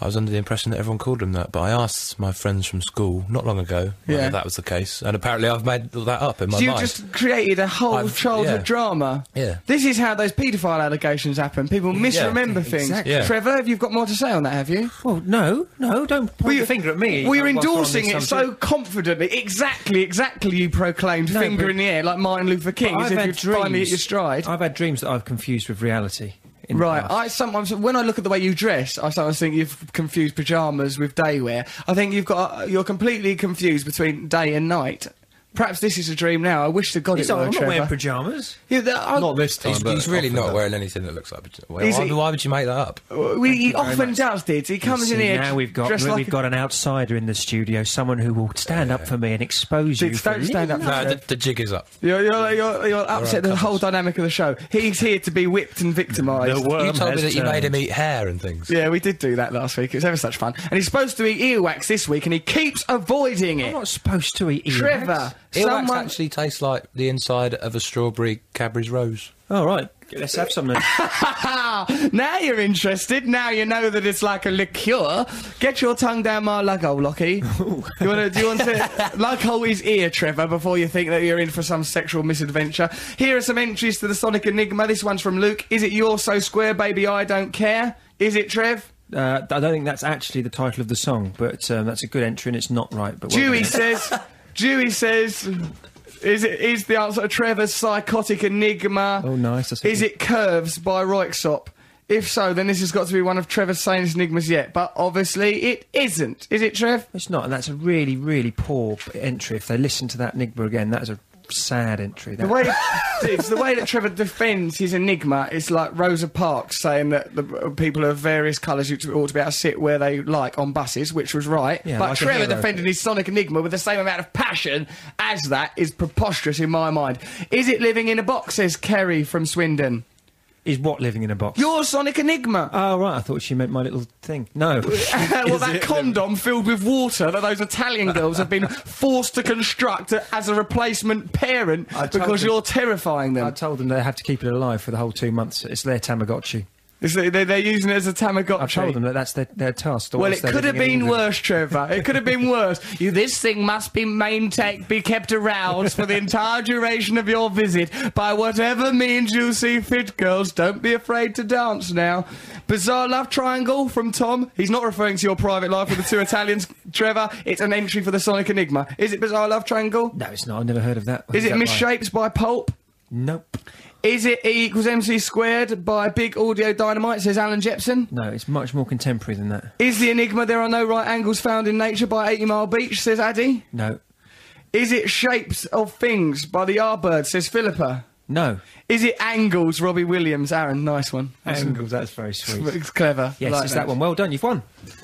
Speaker 14: I was under the impression that everyone called him that, but I asked my friends from school not long ago
Speaker 3: Yeah.
Speaker 14: whether that was the case, and apparently I've made that up in my
Speaker 3: So you
Speaker 14: mind.
Speaker 3: just created a whole
Speaker 14: I've-
Speaker 3: childhood
Speaker 14: yeah.
Speaker 3: drama.
Speaker 14: Yeah.
Speaker 3: This is how those paedophile allegations happen. People misremember things.
Speaker 14: exactly. Yeah.
Speaker 3: Trevor, have you got more to say on that, have you?
Speaker 2: Well, no, no, don't point your finger at me. whilst
Speaker 3: We're
Speaker 2: we're on
Speaker 3: endorsing
Speaker 2: this
Speaker 3: it so
Speaker 2: subject.
Speaker 3: confidently. Exactly, exactly. You proclaimed
Speaker 2: No,
Speaker 3: finger
Speaker 2: but-
Speaker 3: in the air like Martin Luther King,
Speaker 2: But
Speaker 3: as
Speaker 2: I've
Speaker 3: if
Speaker 2: had
Speaker 3: you'd finally hit your stride.
Speaker 2: I've had dreams that I've confused with reality. in the
Speaker 3: Right,
Speaker 2: past.
Speaker 3: I sometimes when I look at the way you dress, I sometimes think you've confused pajamas with day wear. I think you've got you're completely confused between day and night. Perhaps this is a dream now. I wish to God
Speaker 2: He's
Speaker 3: it
Speaker 2: like,
Speaker 3: were,
Speaker 2: I'm not
Speaker 3: Trevor.
Speaker 2: wearing pajamas.
Speaker 3: Yeah, the- I-
Speaker 4: Not this time.
Speaker 14: He's,
Speaker 4: but
Speaker 14: he's really
Speaker 4: often
Speaker 14: not
Speaker 4: does.
Speaker 14: wearing anything that looks like. a- Why,
Speaker 3: Is
Speaker 14: why,
Speaker 3: he-
Speaker 14: why would you make that up?
Speaker 3: we, he often does, did he? Comes
Speaker 2: See,
Speaker 3: in here.
Speaker 2: now we've got
Speaker 3: dressed
Speaker 2: we've
Speaker 3: like a-
Speaker 2: got an outsider in the studio, someone who will stand up for me and expose you.
Speaker 3: Dick,
Speaker 2: for
Speaker 3: don't
Speaker 2: a
Speaker 3: stand up.
Speaker 2: little-
Speaker 14: No, the, the jig is up.
Speaker 3: You're, you're, you're, you're upset the
Speaker 14: covers.
Speaker 3: whole dynamic of the show. He's here to be whipped and victimised.
Speaker 14: You told
Speaker 2: has
Speaker 14: me that you made
Speaker 2: turned.
Speaker 14: him eat hair and things.
Speaker 3: Yeah, we did do that last week. It was ever such fun. And he's supposed to eat earwax this week, and he keeps avoiding
Speaker 2: I'm
Speaker 3: it.
Speaker 2: not supposed to eat earwax.
Speaker 3: Trevor,
Speaker 14: Earwax
Speaker 3: someone.
Speaker 14: actually tastes like the inside of a strawberry Cadbury's rose.
Speaker 2: All right, let's have some. then.
Speaker 3: Ah, now you're interested. Now you know that it's like a liqueur. Get your tongue down my lug hole, Lockie. You wanna, do you want to lug hole his ear, Trevor, before you think that you're in for some sexual misadventure? Here are some entries to the Sonic Enigma. This one's from Luke. Is it you're so square, baby? I don't care. Is it Trev?
Speaker 2: Uh, I don't think that's actually the title of the song, but um, that's a good entry and it's not right. But well
Speaker 3: Dewey
Speaker 2: done.
Speaker 3: says. Dewey says. Is it is the answer to Trevor's psychotic enigma?
Speaker 2: Oh, nice, that's a
Speaker 3: Is
Speaker 2: good-
Speaker 3: it curves by Roixop? If so, then this has got to be one of Trevor's sanest enigmas yet. But obviously, it isn't. Is it, Trev?
Speaker 2: it's not, and that's a really, really poor p- entry. If they listen to that Nigma again, that is a sad entry. That.
Speaker 3: The way, it's the way that Trevor defends his enigma is like Rosa Parks saying that the uh, people of various colours ought to ought to be able to sit where they like on buses, which was right.
Speaker 2: Yeah,
Speaker 3: but
Speaker 2: like a
Speaker 3: Trevor
Speaker 2: hero.
Speaker 3: defended his Sonic enigma with the same amount of passion as that is preposterous in my mind. Is it living in a box? Says Kerry from Swindon.
Speaker 2: Is what living in a box?
Speaker 3: Your Sonic enigma.
Speaker 2: Oh right, I thought she meant my little thing. No,
Speaker 3: well, that condom filled with water that those Italian girls have been forced to construct a- as a replacement parent
Speaker 2: I told
Speaker 3: because
Speaker 2: them-
Speaker 3: you're terrifying them.
Speaker 2: I told them they have to keep it alive for the whole two months. It's their Tamagotchi.
Speaker 3: Is they- they- They're using it as a Tamagotchi.
Speaker 2: I told them that that's their, their task.
Speaker 3: Well, it could have been worse, Trevor. It could have been worse. You, this thing must be maintained, be kept aroused for the entire duration of your visit by whatever means you see fit, girls. Don't be afraid to dance now. Bizarre love triangle from Tom. He's not referring to your private life with the two Italians, Trevor. It's an entry for the Sonic Enigma. Is it bizarre love triangle?
Speaker 2: No, it's not. I've never heard of that.
Speaker 3: Is it
Speaker 2: that by-
Speaker 3: misshapes by pulp?
Speaker 2: Nope.
Speaker 3: Is it E equals MC squared by Big Audio Dynamite? Says Alan Jepson.
Speaker 2: No, it's much more contemporary than that.
Speaker 3: Is the enigma there are no right angles found in nature by 80 Mile Beach, says Addy?
Speaker 2: No.
Speaker 3: Is it Shapes of Things by the Yardbird, says Philippa?
Speaker 2: No.
Speaker 3: Is it Angles, Robbie Williams? Aaron, nice one.
Speaker 2: Angles, that's very sweet.
Speaker 3: It's clever.
Speaker 2: Yes,
Speaker 3: Like
Speaker 2: it's that one. Well done, you've won.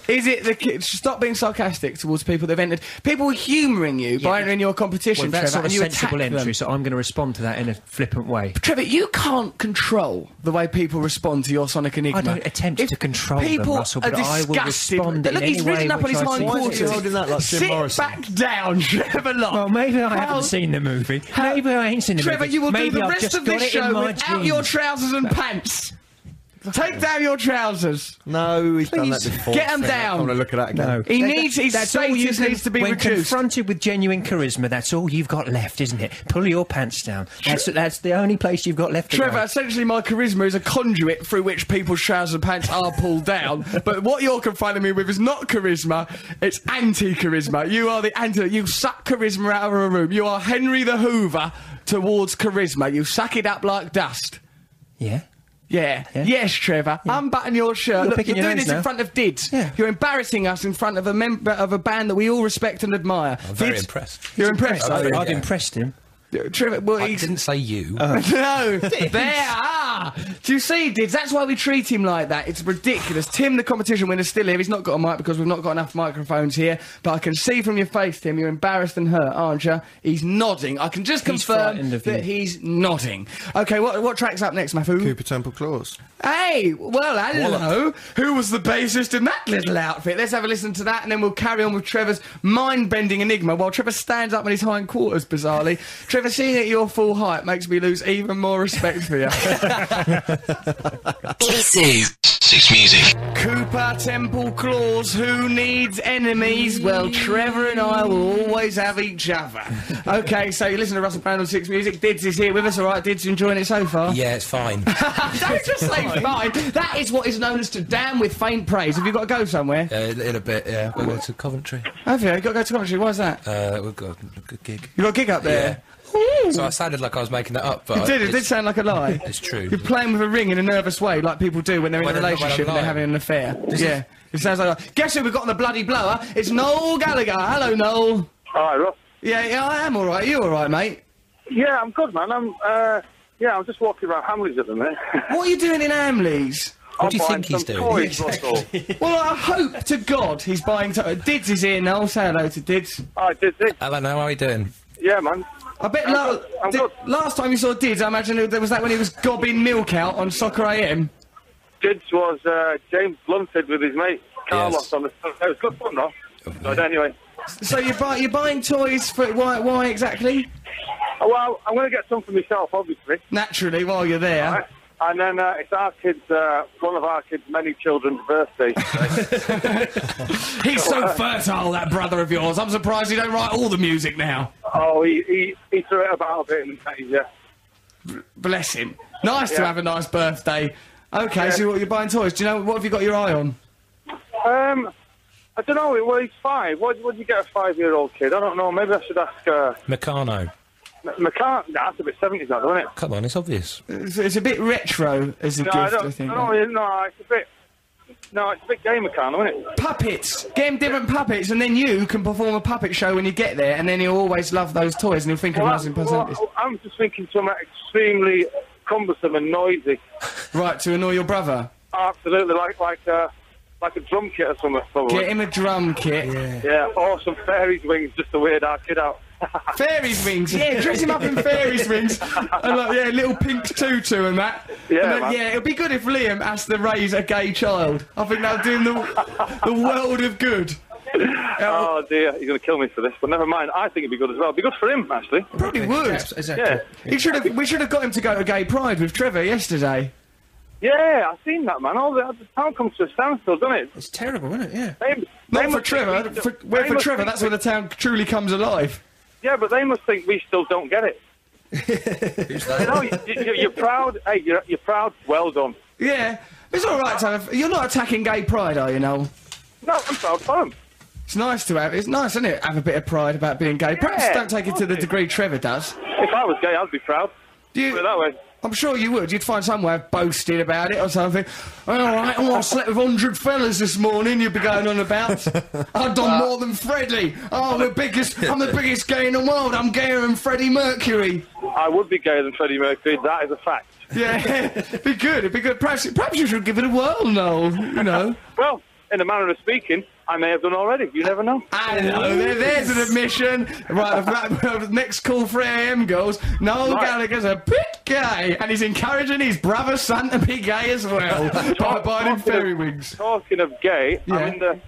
Speaker 3: Is it the ki- stop being sarcastic towards people that've entered? People humouring you by entering your competition.
Speaker 2: Well, that's not a
Speaker 3: Trevor, and you
Speaker 2: sensible
Speaker 3: attack
Speaker 2: entry,
Speaker 3: them.
Speaker 2: so I'm going to respond to that in a flippant way.
Speaker 3: Trevor, you can't control the way people respond to your Sonic Enigma.
Speaker 2: I don't attempt to control them,
Speaker 3: people
Speaker 2: Russell,
Speaker 3: are
Speaker 2: but I will
Speaker 3: disgusted.
Speaker 2: respond in
Speaker 3: Look, he's
Speaker 2: any
Speaker 3: risen
Speaker 2: way
Speaker 3: up on
Speaker 2: which
Speaker 3: his
Speaker 2: I see fit.
Speaker 3: hindquarters.
Speaker 2: Why is he holding that like Jim
Speaker 3: Sit
Speaker 2: Morrison?
Speaker 3: back down, Trevor Locke.
Speaker 2: Well, maybe I
Speaker 3: How-
Speaker 2: haven't seen the movie. Maybe I ain't seen the
Speaker 3: Trevor,
Speaker 2: movie.
Speaker 3: you will
Speaker 2: maybe
Speaker 3: do the
Speaker 2: I've
Speaker 3: rest
Speaker 2: just
Speaker 3: of this
Speaker 2: got it in
Speaker 3: show
Speaker 2: my
Speaker 3: without your
Speaker 2: genes.
Speaker 3: trousers and pants. Take down your trousers.
Speaker 4: No, he's done that
Speaker 3: Please,
Speaker 4: before.
Speaker 3: get 'em
Speaker 4: Phil.
Speaker 3: down.
Speaker 4: I want to look at that again.
Speaker 2: No.
Speaker 3: He needs his
Speaker 2: That's all you
Speaker 3: status
Speaker 2: can-
Speaker 3: needs to be
Speaker 2: when
Speaker 3: reduced.
Speaker 2: confronted with genuine charisma, that's all you've got left, isn't it? Pull your pants down. That's, that's the only place you've got left to
Speaker 3: Trevor,
Speaker 2: go.
Speaker 3: essentially, my charisma is a conduit through which people's trousers and pants are pulled down. but what you're confronting me with is not charisma; it's anti-charisma. You are the anti. You suck charisma out of a room. You are Henry the Hoover towards charisma. You suck it up like dust.
Speaker 2: Yeah?
Speaker 3: Yeah.
Speaker 2: Yeah.
Speaker 3: Yes, Trevor. Unbutton your shirt.
Speaker 2: You're
Speaker 3: Look,
Speaker 2: picking
Speaker 3: you're
Speaker 2: your
Speaker 3: doing
Speaker 2: nose
Speaker 3: this in
Speaker 2: now.
Speaker 3: front of Dids.
Speaker 2: Yeah.
Speaker 3: You're embarrassing us in front of a member of a band that we all respect and admire.
Speaker 14: I'm very
Speaker 3: Dids-
Speaker 14: impressed.
Speaker 3: You're impressed.
Speaker 14: I'm
Speaker 3: are
Speaker 2: I've,
Speaker 3: you?
Speaker 14: very-
Speaker 2: I've impressed him.
Speaker 3: Uh, Trevor, well,
Speaker 14: I
Speaker 3: he's-
Speaker 14: didn't say you.
Speaker 3: no, there are. Do you see, Dids? That's why we treat him like that. It's ridiculous. Tim, the competition winner's still here. He's not got a mic because we've not got enough microphones here. But I can see from your face, Tim, you're embarrassed and hurt, aren't you? He's nodding. I can just
Speaker 2: He's
Speaker 3: confirm
Speaker 2: frightened of
Speaker 3: that
Speaker 2: you.
Speaker 3: he's nodding. Okay, what what track's up next, Mafu?
Speaker 4: Cooper Temple Claws.
Speaker 3: Hey, well, I don't know who was the bassist in that little outfit. Let's have a listen to that, and then we'll carry on with Trevor's mind-bending enigma. While Trevor stands up on his hindquarters, bizarrely, Trevor seeing at your full height makes me lose even more respect for you.
Speaker 9: BBC Six Music.
Speaker 3: Cooper Temple Claws, who needs enemies? Well, Trevor and I will always have each other. okay, so you listen to Russell Brand on Six Music. Dids is here with us, all right? Dids, you enjoying it so far?
Speaker 14: yeah, it's fine. Uh,
Speaker 3: Don't just say fine. That is what is known as to damn with faint praise. Have you got to go somewhere?
Speaker 14: in in a bit, yeah. We'll go to Coventry.
Speaker 3: Have you? You've got to go to Coventry. Why's that?
Speaker 14: Uh, we've got a good gig.
Speaker 3: You got a gig up there.
Speaker 14: So I sounded like I was making that up, but
Speaker 3: It
Speaker 14: I-
Speaker 3: did. It
Speaker 14: it's,
Speaker 3: did sound like a lie.
Speaker 14: it's true.
Speaker 3: You're playing with a ring in a nervous way, like people do when they're in
Speaker 14: When
Speaker 3: a
Speaker 14: they're not- when
Speaker 3: relationship
Speaker 14: I'm
Speaker 3: and they're
Speaker 14: lying.
Speaker 3: having an affair. yeah. It sounds like. a- Guess who we got on the bloody blower? It's Noel Gallagher. Hello, Noel.
Speaker 15: Hi, Ross.
Speaker 3: Yeah, yeah, I am all right. Are you all right, mate?
Speaker 15: Yeah, I'm good, man. I'm, uh, yeah, I'm just walking around Hamleys at the minute.
Speaker 3: What are you doing in Amleys?
Speaker 14: What
Speaker 15: I'm
Speaker 14: do you
Speaker 15: buying
Speaker 14: think he's
Speaker 15: some
Speaker 14: doing?
Speaker 15: Toys, Russell.
Speaker 3: Well, I hope to God he's buying. To- Dids is here, Noel. Say hello to Dids.
Speaker 15: I did it.
Speaker 14: Hello, how are you doing?
Speaker 15: Yeah, man.
Speaker 3: I bet
Speaker 15: I'm
Speaker 3: la-
Speaker 15: good, I'm
Speaker 3: Did-
Speaker 15: good.
Speaker 3: last time you saw Dids, I imagine it was that when he was gobbing milk out on Soccer AM.
Speaker 15: Dids was uh, James Blunted with his mate Carlos
Speaker 14: Yes.
Speaker 15: on the. It was good fun, though. But anyway,
Speaker 3: So you're, buy- you're buying toys for why? Why exactly?
Speaker 15: oh, well, I'm going to get some for myself, obviously.
Speaker 3: Naturally, while you're there.
Speaker 15: Right? And then uh, it's our kids, uh, one of our kids' many children's birthday.
Speaker 3: He's so fertile, that brother of yours. I'm surprised he don't write all the music now.
Speaker 15: oh, he, he he threw it about a bit in the days, yeah.
Speaker 3: Bless him. Nice to
Speaker 15: Yeah.
Speaker 3: have a nice birthday. Okay, so what you're buying toys? Do you know what have you got your eye on?
Speaker 15: Um, I don't know. Well, he's five. What would you get a five-year-old kid? I don't know. Maybe I should ask. Uh,
Speaker 14: Meccano.
Speaker 15: McCart, that's a bit 70s, that, isn't it?
Speaker 14: Come on, it's obvious.
Speaker 3: It's, it's a bit retro as
Speaker 15: No,
Speaker 3: a gift,
Speaker 15: I
Speaker 3: I,
Speaker 15: don't.
Speaker 3: think.
Speaker 15: no, no, it's a bit. No, it's a big game of carnival, isn't it?
Speaker 3: Puppets! Get him different puppets, and then you can perform a puppet show when you get there, and then he'll always love those toys, and he'll think of
Speaker 15: Well,
Speaker 3: us in
Speaker 15: well,
Speaker 3: percentage.
Speaker 15: I'm just thinking something extremely cumbersome and noisy.
Speaker 3: Right, to annoy your brother.
Speaker 15: Absolutely, like like uh, like a drum kit or something. Probably.
Speaker 3: Get him a drum kit.
Speaker 15: Yeah, or some fairies wings just to weird our kid out.
Speaker 3: Fairies rings, yeah, dress him up in fairies rings, and like, yeah, little pink tutu and that.
Speaker 15: Yeah,
Speaker 3: And then-
Speaker 15: man.
Speaker 3: yeah, it'll be good if Liam has to raise a gay child. I think that'll do him the, the world of good.
Speaker 15: oh dear, he's going to kill me for this, but never mind. I think it'd be good as well. It'd be good for him actually.
Speaker 3: Probably would.
Speaker 15: Yeah.
Speaker 3: He should have. We should have got him to go to Gay Pride with Trevor yesterday.
Speaker 15: Yeah, I've seen that man. All the, the town comes to a standstill, doesn't it?
Speaker 3: It's terrible, isn't it? Yeah.
Speaker 15: They,
Speaker 3: Not
Speaker 15: they
Speaker 3: for
Speaker 15: must think
Speaker 3: Trevor.
Speaker 15: we
Speaker 3: For,
Speaker 15: still-
Speaker 3: where
Speaker 15: they
Speaker 3: for
Speaker 15: must
Speaker 3: Trevor,
Speaker 15: think
Speaker 3: that's where the town truly comes alive.
Speaker 15: Yeah, but they must think we still don't get it. you know, you, you, you're proud. Hey, you're, you're proud. Well done.
Speaker 3: Yeah, it's all right to have. You're not attacking Gay Pride, are you, Noel?
Speaker 15: No, I'm proud for him.
Speaker 3: It's nice to have. It's nice, isn't it? Have a bit of pride about being gay. Perhaps
Speaker 15: Yeah,
Speaker 3: don't take it to the degree Trevor does.
Speaker 15: If I was gay, I'd be proud.
Speaker 3: Do you,
Speaker 15: Put it that way.
Speaker 3: I'm sure you would. You'd find somewhere boasted about it or something. All right, oh, I slept with hundred fellas this morning. You'd be going on about. I've done more than Freddie. Oh, the biggest. I'm the biggest gay in the world. I'm gayer than Freddie Mercury.
Speaker 15: I would be gayer than Freddie Mercury. That is a fact.
Speaker 3: Yeah, it'd be good. It'd be good. Perhaps, perhaps you should give it a whirl, Noel. You know.
Speaker 15: Well, in a manner of speaking, I may have done already. You never know.
Speaker 3: I know. There, there's an admission. Right, right, next call 3 a.m. goes. Noel
Speaker 15: Right.
Speaker 3: Gallagher's a bit gay, and he's encouraging his brother son to be gay as well by buying him fairy wings.
Speaker 15: Talking of gay,
Speaker 3: Yeah.
Speaker 15: I'm in the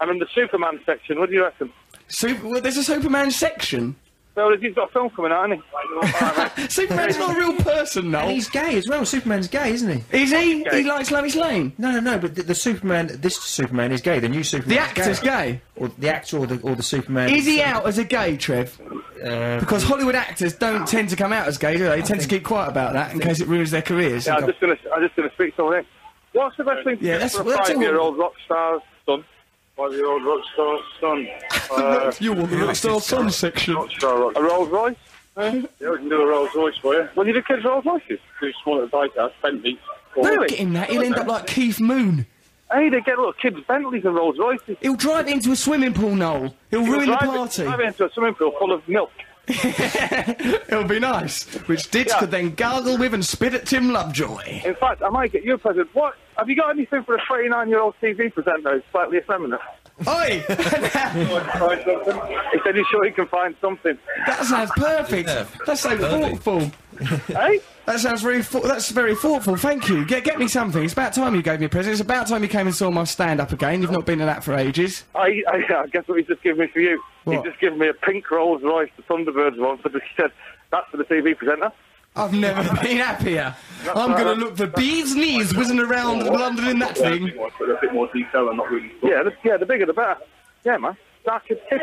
Speaker 15: I'm in the Superman section. What do you reckon?
Speaker 3: Super, well, there's a Superman section.
Speaker 15: Well, he's got a film coming out, hasn't he?
Speaker 3: Superman's not a real person, Noel.
Speaker 2: And he's gay as well. Superman's gay, isn't he?
Speaker 3: Is he? He likes Lois Lane.
Speaker 2: No, no, no. But the, the Superman, this Superman is gay. The new Superman.
Speaker 3: The actor's gay.
Speaker 2: Or the actor, or the or the Superman.
Speaker 3: Is he out as a gay, Trev?
Speaker 2: Uh,
Speaker 3: Because Hollywood actors don't tend to come out as gay, do they? They tend to keep quiet about that in case it ruins their careers.
Speaker 15: yeah, I'm just gonna I'm just gonna speak to him. What's the best thing to
Speaker 3: Yeah,
Speaker 15: do
Speaker 3: that's-
Speaker 15: for
Speaker 3: well,
Speaker 15: a
Speaker 3: that's all-
Speaker 15: five-year-old rock star's son? Five-year-old rock star's son. Uh,
Speaker 3: you want the rock star son section?
Speaker 15: Rock star rock. A Rolls Royce.
Speaker 16: Yeah, we can do a Rolls Royce for you.
Speaker 15: When you do kids' Rolls Royces.
Speaker 16: Do smaller bike out, Bentley.
Speaker 3: Don't get him that. He'll end up like Keith Moon.
Speaker 15: Hey, they get little kids Bentleys and Rolls Royces.
Speaker 3: He'll drive into a swimming pool, Noel. He'll ruin the party.
Speaker 15: I'm into a swimming pool full of milk.
Speaker 3: It'll be nice. Which Ditch
Speaker 15: Yeah.
Speaker 3: could then gargle with and spit at Tim Lovejoy.
Speaker 15: In fact, I might get you a present. What? Have you got anything for a 29-year-old TV presenter who's slightly effeminate?
Speaker 3: Oi!
Speaker 15: Find something? He said he's sure he can find something.
Speaker 3: That sounds perfect.
Speaker 15: Yeah,
Speaker 3: That's so
Speaker 15: perfect.
Speaker 3: thoughtful.
Speaker 15: Hey?
Speaker 3: That sounds very thou- that's very thoughtful. Thank you. Get get me something. It's about time you gave me a present. It's about time you came and saw my stand up again. You've not been to that for ages.
Speaker 15: I, I, I guess what he's just given me for you.
Speaker 3: What?
Speaker 15: He's just given me a pink Rolls Royce, the Thunderbirds one, but he said that's for the TV presenter.
Speaker 3: I've never been happier. I'm going to look for bees' knees whizzing
Speaker 15: Oh,
Speaker 3: around London in that thing.
Speaker 16: But a bit more detail and not really.
Speaker 15: Yeah, the, yeah, the bigger the better. Yeah, man. Darker tip.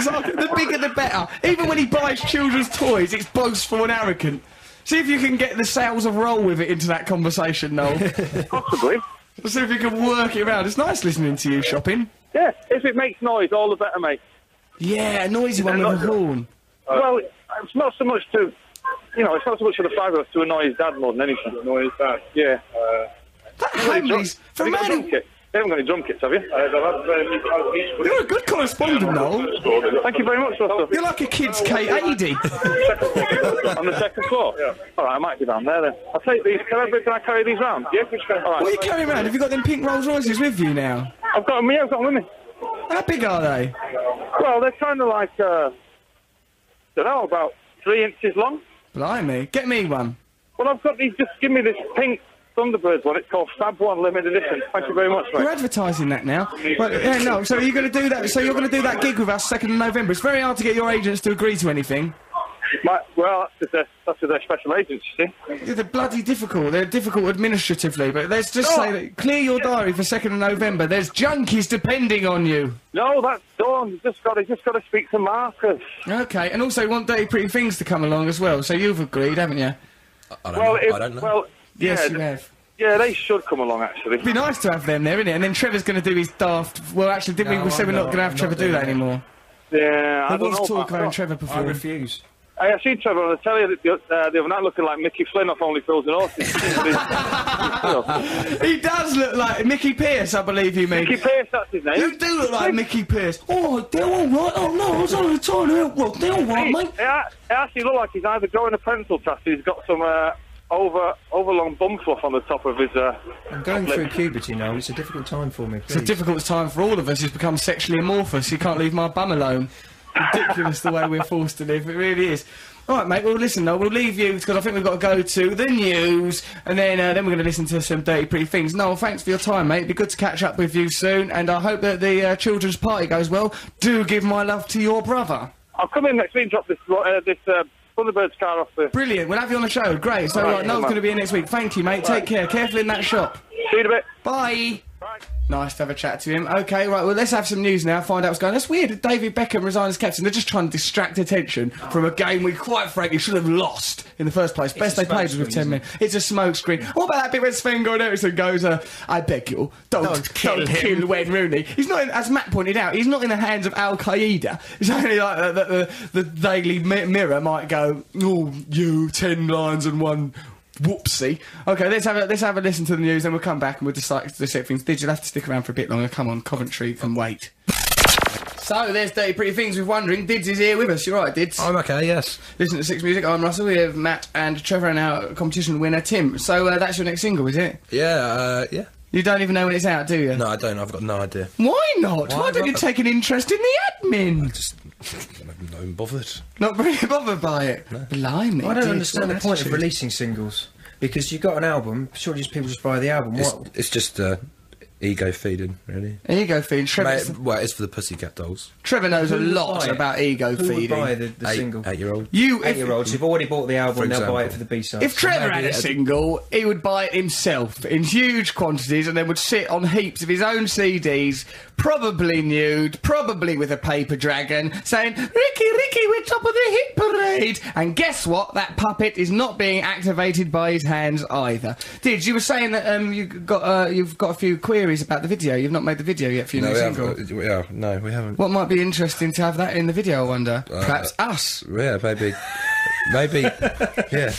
Speaker 3: So, the bigger the better. Even when he buys children's toys, it's boastful and arrogant. See if you can get the sales of roll with it into that conversation, Noel.
Speaker 15: Possibly.
Speaker 3: See if you can work it around. It's nice listening to you shopping.
Speaker 15: Yeah, if it makes noise, all the better, mate. Uh,
Speaker 3: Yeah, a noisy one with a horn.
Speaker 15: well, it's not so much to, you know, it's not so much for the five of us to annoy his dad more than anything. Annoy his dad? Yeah. Uh,
Speaker 3: Hamleys,
Speaker 15: from man who... They haven't got any drum kits, have you? um,
Speaker 3: You're a good correspondent, Noel.
Speaker 15: Thank you very much, Russell.
Speaker 3: You're like a kid's Kate Adie.
Speaker 15: On the second floor? Yeah. All right, I might be down there then. I'll take these. Can I, can I carry these round? Yeah, which one? All right.
Speaker 3: What are you carrying around? Have you got them pink Rolls Royces with you now?
Speaker 15: I've got them, yeah, I've got them with me.
Speaker 3: How big are they?
Speaker 15: Well, they're kind of like, uh, don't know, about three inches long.
Speaker 3: Blimey. Get me one.
Speaker 15: Well, I've got these. Just give me this pink Thunderbirds one. It's called Fab One Limited Edition. Thank you very much,
Speaker 3: We're
Speaker 15: mate.
Speaker 3: advertising that now. Right, yeah, no. So you're going to do that. So you're going to do that gig with us second of November. It's very hard to get your agents to agree to anything.
Speaker 15: My, well, that's with their, that's with their special agents, you see.
Speaker 3: Yeah, they're bloody difficult. They're difficult administratively. But let's just
Speaker 15: Oh.
Speaker 3: say that clear your diary for second of November. There's junkies depending on you.
Speaker 15: No, that's Dawn. You've Just got to, just got to speak to Marcus.
Speaker 3: Okay, and also want Dirty Pretty Things to come along as well. So you've agreed, haven't you?
Speaker 14: I
Speaker 15: well, if- Well,
Speaker 3: Yes,
Speaker 15: yeah,
Speaker 3: you
Speaker 15: th-
Speaker 3: have.
Speaker 15: Yeah, they should come along actually.
Speaker 3: It'd be nice to have them there, innit? And then Trevor's going to do his daft. Well, actually, did we,
Speaker 15: No,
Speaker 3: we say
Speaker 15: I'm
Speaker 3: we're not
Speaker 15: not-
Speaker 3: going to have
Speaker 15: I'm
Speaker 3: Trevor
Speaker 15: not
Speaker 3: do
Speaker 15: doing
Speaker 3: that
Speaker 15: that.
Speaker 3: anymore?
Speaker 15: Yeah, I
Speaker 3: There
Speaker 15: don't
Speaker 3: was
Speaker 15: know.
Speaker 3: talk
Speaker 15: about-
Speaker 3: around Trevor
Speaker 15: I
Speaker 3: performing.
Speaker 15: refuse. Hey, I seen Trevor on the telly the, uh, the other night looking like Mickey Flynn off Only Fools and Horses.
Speaker 3: he does look like Mickey Pierce, I believe you mean.
Speaker 15: Mickey Pierce, that's his name.
Speaker 3: You do look like Mickey Pierce. Oh, they're all right. Oh no, I was only trying to help. Look, they're all right,
Speaker 15: Hey,
Speaker 3: mate.
Speaker 15: It, act- it actually looked like he's either growing a pencil tattoo, he's got some uh, over overlong bum fluff on the top of his. Uh,
Speaker 8: I'm going through puberty now. It's a difficult time for me.
Speaker 3: It's a difficult time for all of us. He's become sexually amorphous. He can't leave my bum alone. Ridiculous the way we're forced to live. It really is. All right, mate. Well, listen. Though we'll leave you because I think we've got to go to the news, and then uh, then we're going to listen to some dirty pretty things. Noel, thanks for your time, mate. It'd be good to catch up with you soon, and I hope that the uh, children's party goes well. Do give my love to your brother.
Speaker 15: I'll come in next week and drop this uh, this uh, Thunderbird's car off the.
Speaker 3: Brilliant. We'll have you on the show. Great. So
Speaker 15: All right,
Speaker 3: right,
Speaker 15: come
Speaker 3: Noel's
Speaker 15: on.
Speaker 3: going to be in next week. Thank you, mate. Take care. Careful in that shop.
Speaker 15: See you in a bit.
Speaker 3: Bye. Nice to have a chat to him. Okay, right, well, let's have some news now, find out what's going on. That's weird. David Beckham resigned as captain. They're just trying to distract attention from a game we, quite frankly, should have lost in the first place. Best they played was with 10 men. It's a smokescreen. What about that bit when Sven Goran Eriksson goes, uh, I beg you, don't, don't kill,
Speaker 17: kill him."
Speaker 3: Wayne Rooney? He's not, in, as Matt pointed out, he's not in the hands of Al Qaeda. It's only like that the, the, the Daily Mi- Mirror might go, oh, you, 10 lines and one Whoopsie. Okay, let's have a let's have a listen to the news, then we'll come back and we'll decide to set things. Did you have to stick around for a bit longer? Come on, Coventry can wait. So there's Dirty Pretty Things with Wondering. Dids is here with us. You're right, Dids. I'm
Speaker 2: okay, yes.
Speaker 3: Listen to Six Music. I'm Russell. We have Matt and Trevor and our competition winner, Tim. So uh, that's your next single, is it?
Speaker 14: Yeah, uh, yeah.
Speaker 3: You don't even know when it's out, do you?
Speaker 14: No, I don't. I've got no idea.
Speaker 3: Why not? Why,
Speaker 14: Why
Speaker 3: don't you
Speaker 14: not?
Speaker 3: take an interest in the admin?
Speaker 14: I'm not even bothered.
Speaker 3: Not very bothered by it. Blimey.
Speaker 2: I don't
Speaker 3: Dids,
Speaker 2: understand
Speaker 3: what
Speaker 2: the point of
Speaker 3: attitude.
Speaker 2: releasing singles because you've got an album. Surely just people just buy the album.
Speaker 14: It's,
Speaker 2: What?
Speaker 14: it's just uh, ego feeding, really.
Speaker 3: There you go, Fiend. Trevor's-
Speaker 14: Mate, well, it's for the Pussycat Dolls.
Speaker 3: Trevor knows a
Speaker 2: Who would
Speaker 3: lot
Speaker 2: buy it?
Speaker 3: about ego
Speaker 2: Who would
Speaker 3: feeding.
Speaker 2: buy the- the Eight- single?
Speaker 14: Eight year old.
Speaker 3: You if-
Speaker 2: eight-year-olds who've already bought the album,
Speaker 14: For
Speaker 2: they'll buy
Speaker 14: example. uh,
Speaker 2: it for the B-side. uh,
Speaker 3: If Trevor had a single, he would buy it himself in huge quantities and then would sit on heaps of his own CDs, probably nude, probably with a paper dragon, saying, Ricky, Ricky, we're top of the hit parade! And guess what? That puppet is not being activated by his hands either. Did you were saying that um, you got, uh, you've got a few queries about the video. You've not made the video yet for your
Speaker 14: no,
Speaker 3: new
Speaker 14: we
Speaker 3: single.
Speaker 14: haven't. Uh, yeah, no, we haven't.
Speaker 3: What might be interesting to have that in the video, I wonder?
Speaker 14: Uh,
Speaker 3: Perhaps us.
Speaker 14: Yeah, maybe. Maybe, yeah.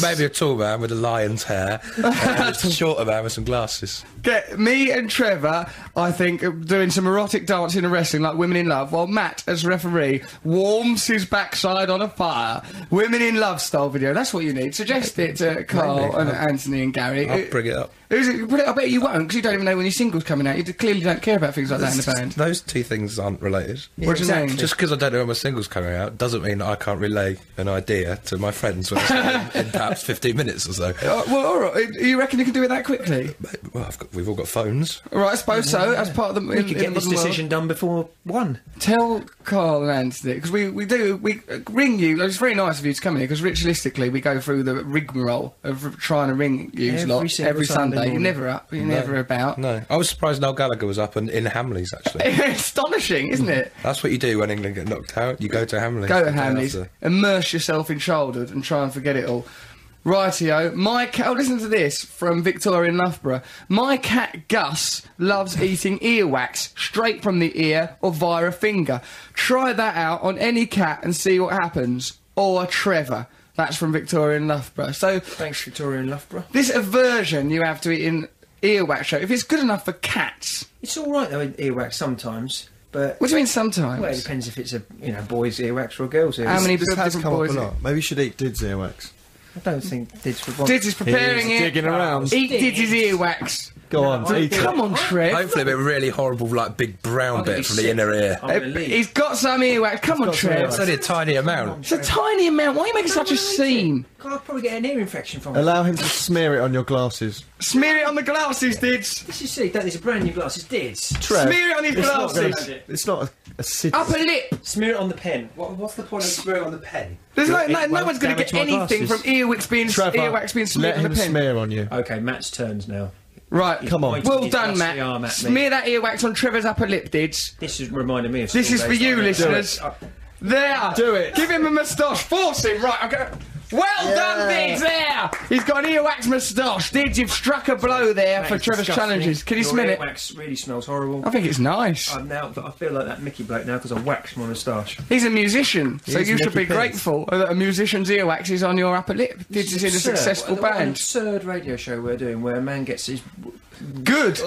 Speaker 14: Maybe a tall man with a lion's hair, and a shorter man with some glasses.
Speaker 3: Get me and Trevor, I think, uh, doing some erotic dancing and wrestling like Women in Love, while Matt, as referee, warms his backside on a fire. Women in Love style video. That's what you need. Suggest it to Carl and Anthony and Gary.
Speaker 14: I'll bring it up.
Speaker 3: Who's it- but I bet you won't, because you don't even know when your single's coming out. You d- clearly don't care about things like that in the band.
Speaker 14: Those two things aren't related.
Speaker 3: Yeah, What do you exactly. mean?
Speaker 14: Just because I don't know when my single's coming out doesn't mean that I can't relay an idea to my friends when I in perhaps 15 minutes or so.
Speaker 3: Uh, well, all right. uh, You reckon you can do it that quickly?
Speaker 14: Well, I've got, we've all got phones.
Speaker 3: All right, I suppose so. As part of the,
Speaker 2: We
Speaker 3: in-
Speaker 2: could
Speaker 3: in
Speaker 2: get
Speaker 3: the
Speaker 2: this
Speaker 3: modern world.
Speaker 2: decision done before one.
Speaker 3: Tell Carl and Anthony because we, we do we uh, ring you. It's very nice of you to come in here because ritualistically we go through the rigmarole of r- trying to ring you
Speaker 14: Every
Speaker 3: lot
Speaker 14: single
Speaker 3: every
Speaker 14: Sunday
Speaker 3: Sunday. You're
Speaker 14: morning.
Speaker 3: never up. You're
Speaker 14: No.
Speaker 3: never about.
Speaker 14: No, I was surprised Noel Gallagher was up and in Hamleys actually.
Speaker 3: Astonishing, isn't it?
Speaker 14: That's what you do when England get knocked out. You go to Hamleys.
Speaker 3: Go
Speaker 14: the
Speaker 3: to
Speaker 14: day
Speaker 3: Hamley's,
Speaker 14: after.
Speaker 3: immerse yourself in childhood and try and forget it all. Rightio, my cat. Oh, listen to this from Victoria in Loughborough. My cat Gus loves eating earwax straight from the ear or via a finger. Try that out on any cat and see what happens. Or Trevor. That's from Victoria in Loughborough. So
Speaker 2: thanks, Victoria in Loughborough.
Speaker 3: This aversion you have to eating earwax show. If it's good enough for cats,
Speaker 2: It's all right though in earwax sometimes, but
Speaker 3: what do you mean sometimes?
Speaker 2: Well, it depends if it's a you know boys' earwax or a girls' earwax.
Speaker 3: How many
Speaker 2: This- this
Speaker 3: different boys-
Speaker 4: Maybe you should eat Did's earwax.
Speaker 2: I don't think Dids would want.
Speaker 3: Dids is preparing it. Eat Did's earwax.
Speaker 4: Go on,
Speaker 3: No, eat it. come on, Trev.
Speaker 14: Hopefully, a bit really horrible, like big brown bit from the inner ear.
Speaker 3: Uh, He's got some earwax. Come on, Trev.
Speaker 14: It's only a tiny amount.
Speaker 3: It's a tiny amount. Why are you making such a scene?
Speaker 2: I'll probably get an ear infection from it.
Speaker 4: Allow him to smear it on your glasses.
Speaker 3: Smear it on the glasses, Dids.
Speaker 2: This is see, that these are brand new glasses, Dids.
Speaker 4: Trev,
Speaker 2: Smear it on his
Speaker 4: it's not
Speaker 2: glasses.
Speaker 4: gonna- It's not a, a city.
Speaker 3: Upper lip.
Speaker 2: Smear it on the pen. What, what's the point of smearing on the pen?
Speaker 3: There's no, no, no one's going to get anything from earwax being earwax being smeared on the pen.
Speaker 4: on you.
Speaker 2: Okay, Matt's turns now.
Speaker 3: Right,
Speaker 2: He's
Speaker 3: come on.
Speaker 2: pointing
Speaker 3: Well
Speaker 2: his
Speaker 3: done,
Speaker 2: dusty
Speaker 3: Matt.
Speaker 2: arm at me.
Speaker 3: Smear that earwax on Trevor's upper lip, Dids.
Speaker 2: This is reminding me of.
Speaker 3: This
Speaker 2: school
Speaker 3: is for
Speaker 2: days.
Speaker 3: you,
Speaker 2: Do it.
Speaker 3: listeners.
Speaker 2: Uh,
Speaker 3: There. Do it. Give him a moustache. Force him. Right. I'm gonna. Well done, Diggs, there! He's got an earwax moustache. Diggs, you've struck a blow there
Speaker 2: Mate,
Speaker 3: for
Speaker 2: it's
Speaker 3: Trevor's
Speaker 2: disgusting.
Speaker 3: challenges. Can you
Speaker 2: Your
Speaker 3: smell it?
Speaker 2: earwax really smells horrible.
Speaker 3: I think it's nice.
Speaker 2: I'm now, I feel like that Mickey bloke now because I waxed my moustache.
Speaker 3: He's a musician,
Speaker 2: He
Speaker 3: so
Speaker 2: is
Speaker 3: you should
Speaker 2: Nicky
Speaker 3: be
Speaker 2: Pence.
Speaker 3: grateful that a musician's earwax is on your upper lip. Diggs is in a
Speaker 2: Absurd.
Speaker 3: successful
Speaker 2: What- what An
Speaker 3: band.
Speaker 2: absurd radio show we're doing where a man gets his.
Speaker 3: Good.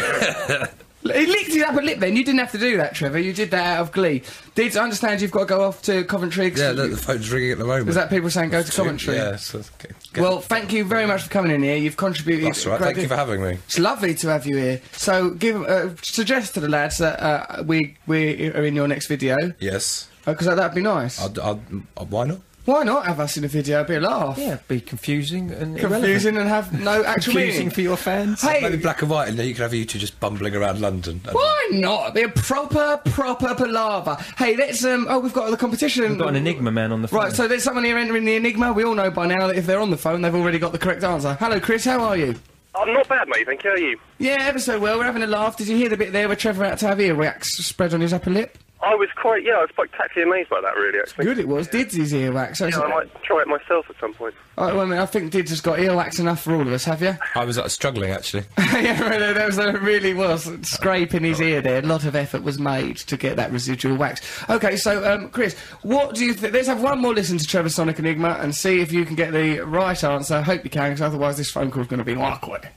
Speaker 2: Oh,
Speaker 3: He licked his upper lip then. You didn't have to do that, Trevor. You did that out of glee. Diggs, I understand you've got to go off to Coventry.
Speaker 14: Yeah, look, the phone's ringing at the moment.
Speaker 3: Is that people saying go to Coventry?
Speaker 14: Yeah, so, okay.
Speaker 3: Well, thank you very much for coming in here. You've contributed.
Speaker 14: That's right.
Speaker 3: great
Speaker 14: Thank you for having me.
Speaker 3: It's lovely to have you here. So, give uh, suggest to the lads that uh, we we are in your next video
Speaker 14: Yes.
Speaker 3: because that'd be nice.
Speaker 14: I'd, I'd, i why not?
Speaker 3: Why not have us in a video? It'd be a laugh.
Speaker 2: Yeah, be confusing and
Speaker 3: Confusing and have no actual meaning.
Speaker 2: your fans.
Speaker 3: Hey.
Speaker 14: Maybe black and white, and then you could have you two just bumbling around London. And-
Speaker 3: Why not? Be a proper, proper palaver. Hey, let's um. Oh, we've got the competition.
Speaker 2: We've got an Enigma man on the phone.
Speaker 3: Right, so there's someone here entering the enigma. We all know by now that if they're on the phone, they've already got the correct answer. Hello, Chris. How are you?
Speaker 15: I'm not bad, mate. Thank you. How are you?
Speaker 3: Yeah, ever so well. We're having a laugh. Did you hear the bit there where Trevor had to have earwax spread on his upper lip?
Speaker 15: I was quite, yeah, I was spectacularly amazed by that, really, actually.
Speaker 3: Good it was. Did's his earwax.
Speaker 15: Yeah, I might try it myself at some point.
Speaker 3: Oh, well, I, mean, I think Did's has got earwax enough for all of us, have you?
Speaker 14: I was uh, struggling actually.
Speaker 3: yeah, right, there, there was, there really was scraping his ear there. A lot of effort was made to get that residual wax. Okay, so, um, Chris, what do you think? Let's have one more listen to Trevor Sonic Enigma and see if you can get the right answer. Hope you can, because otherwise this phone call's going to be awkward.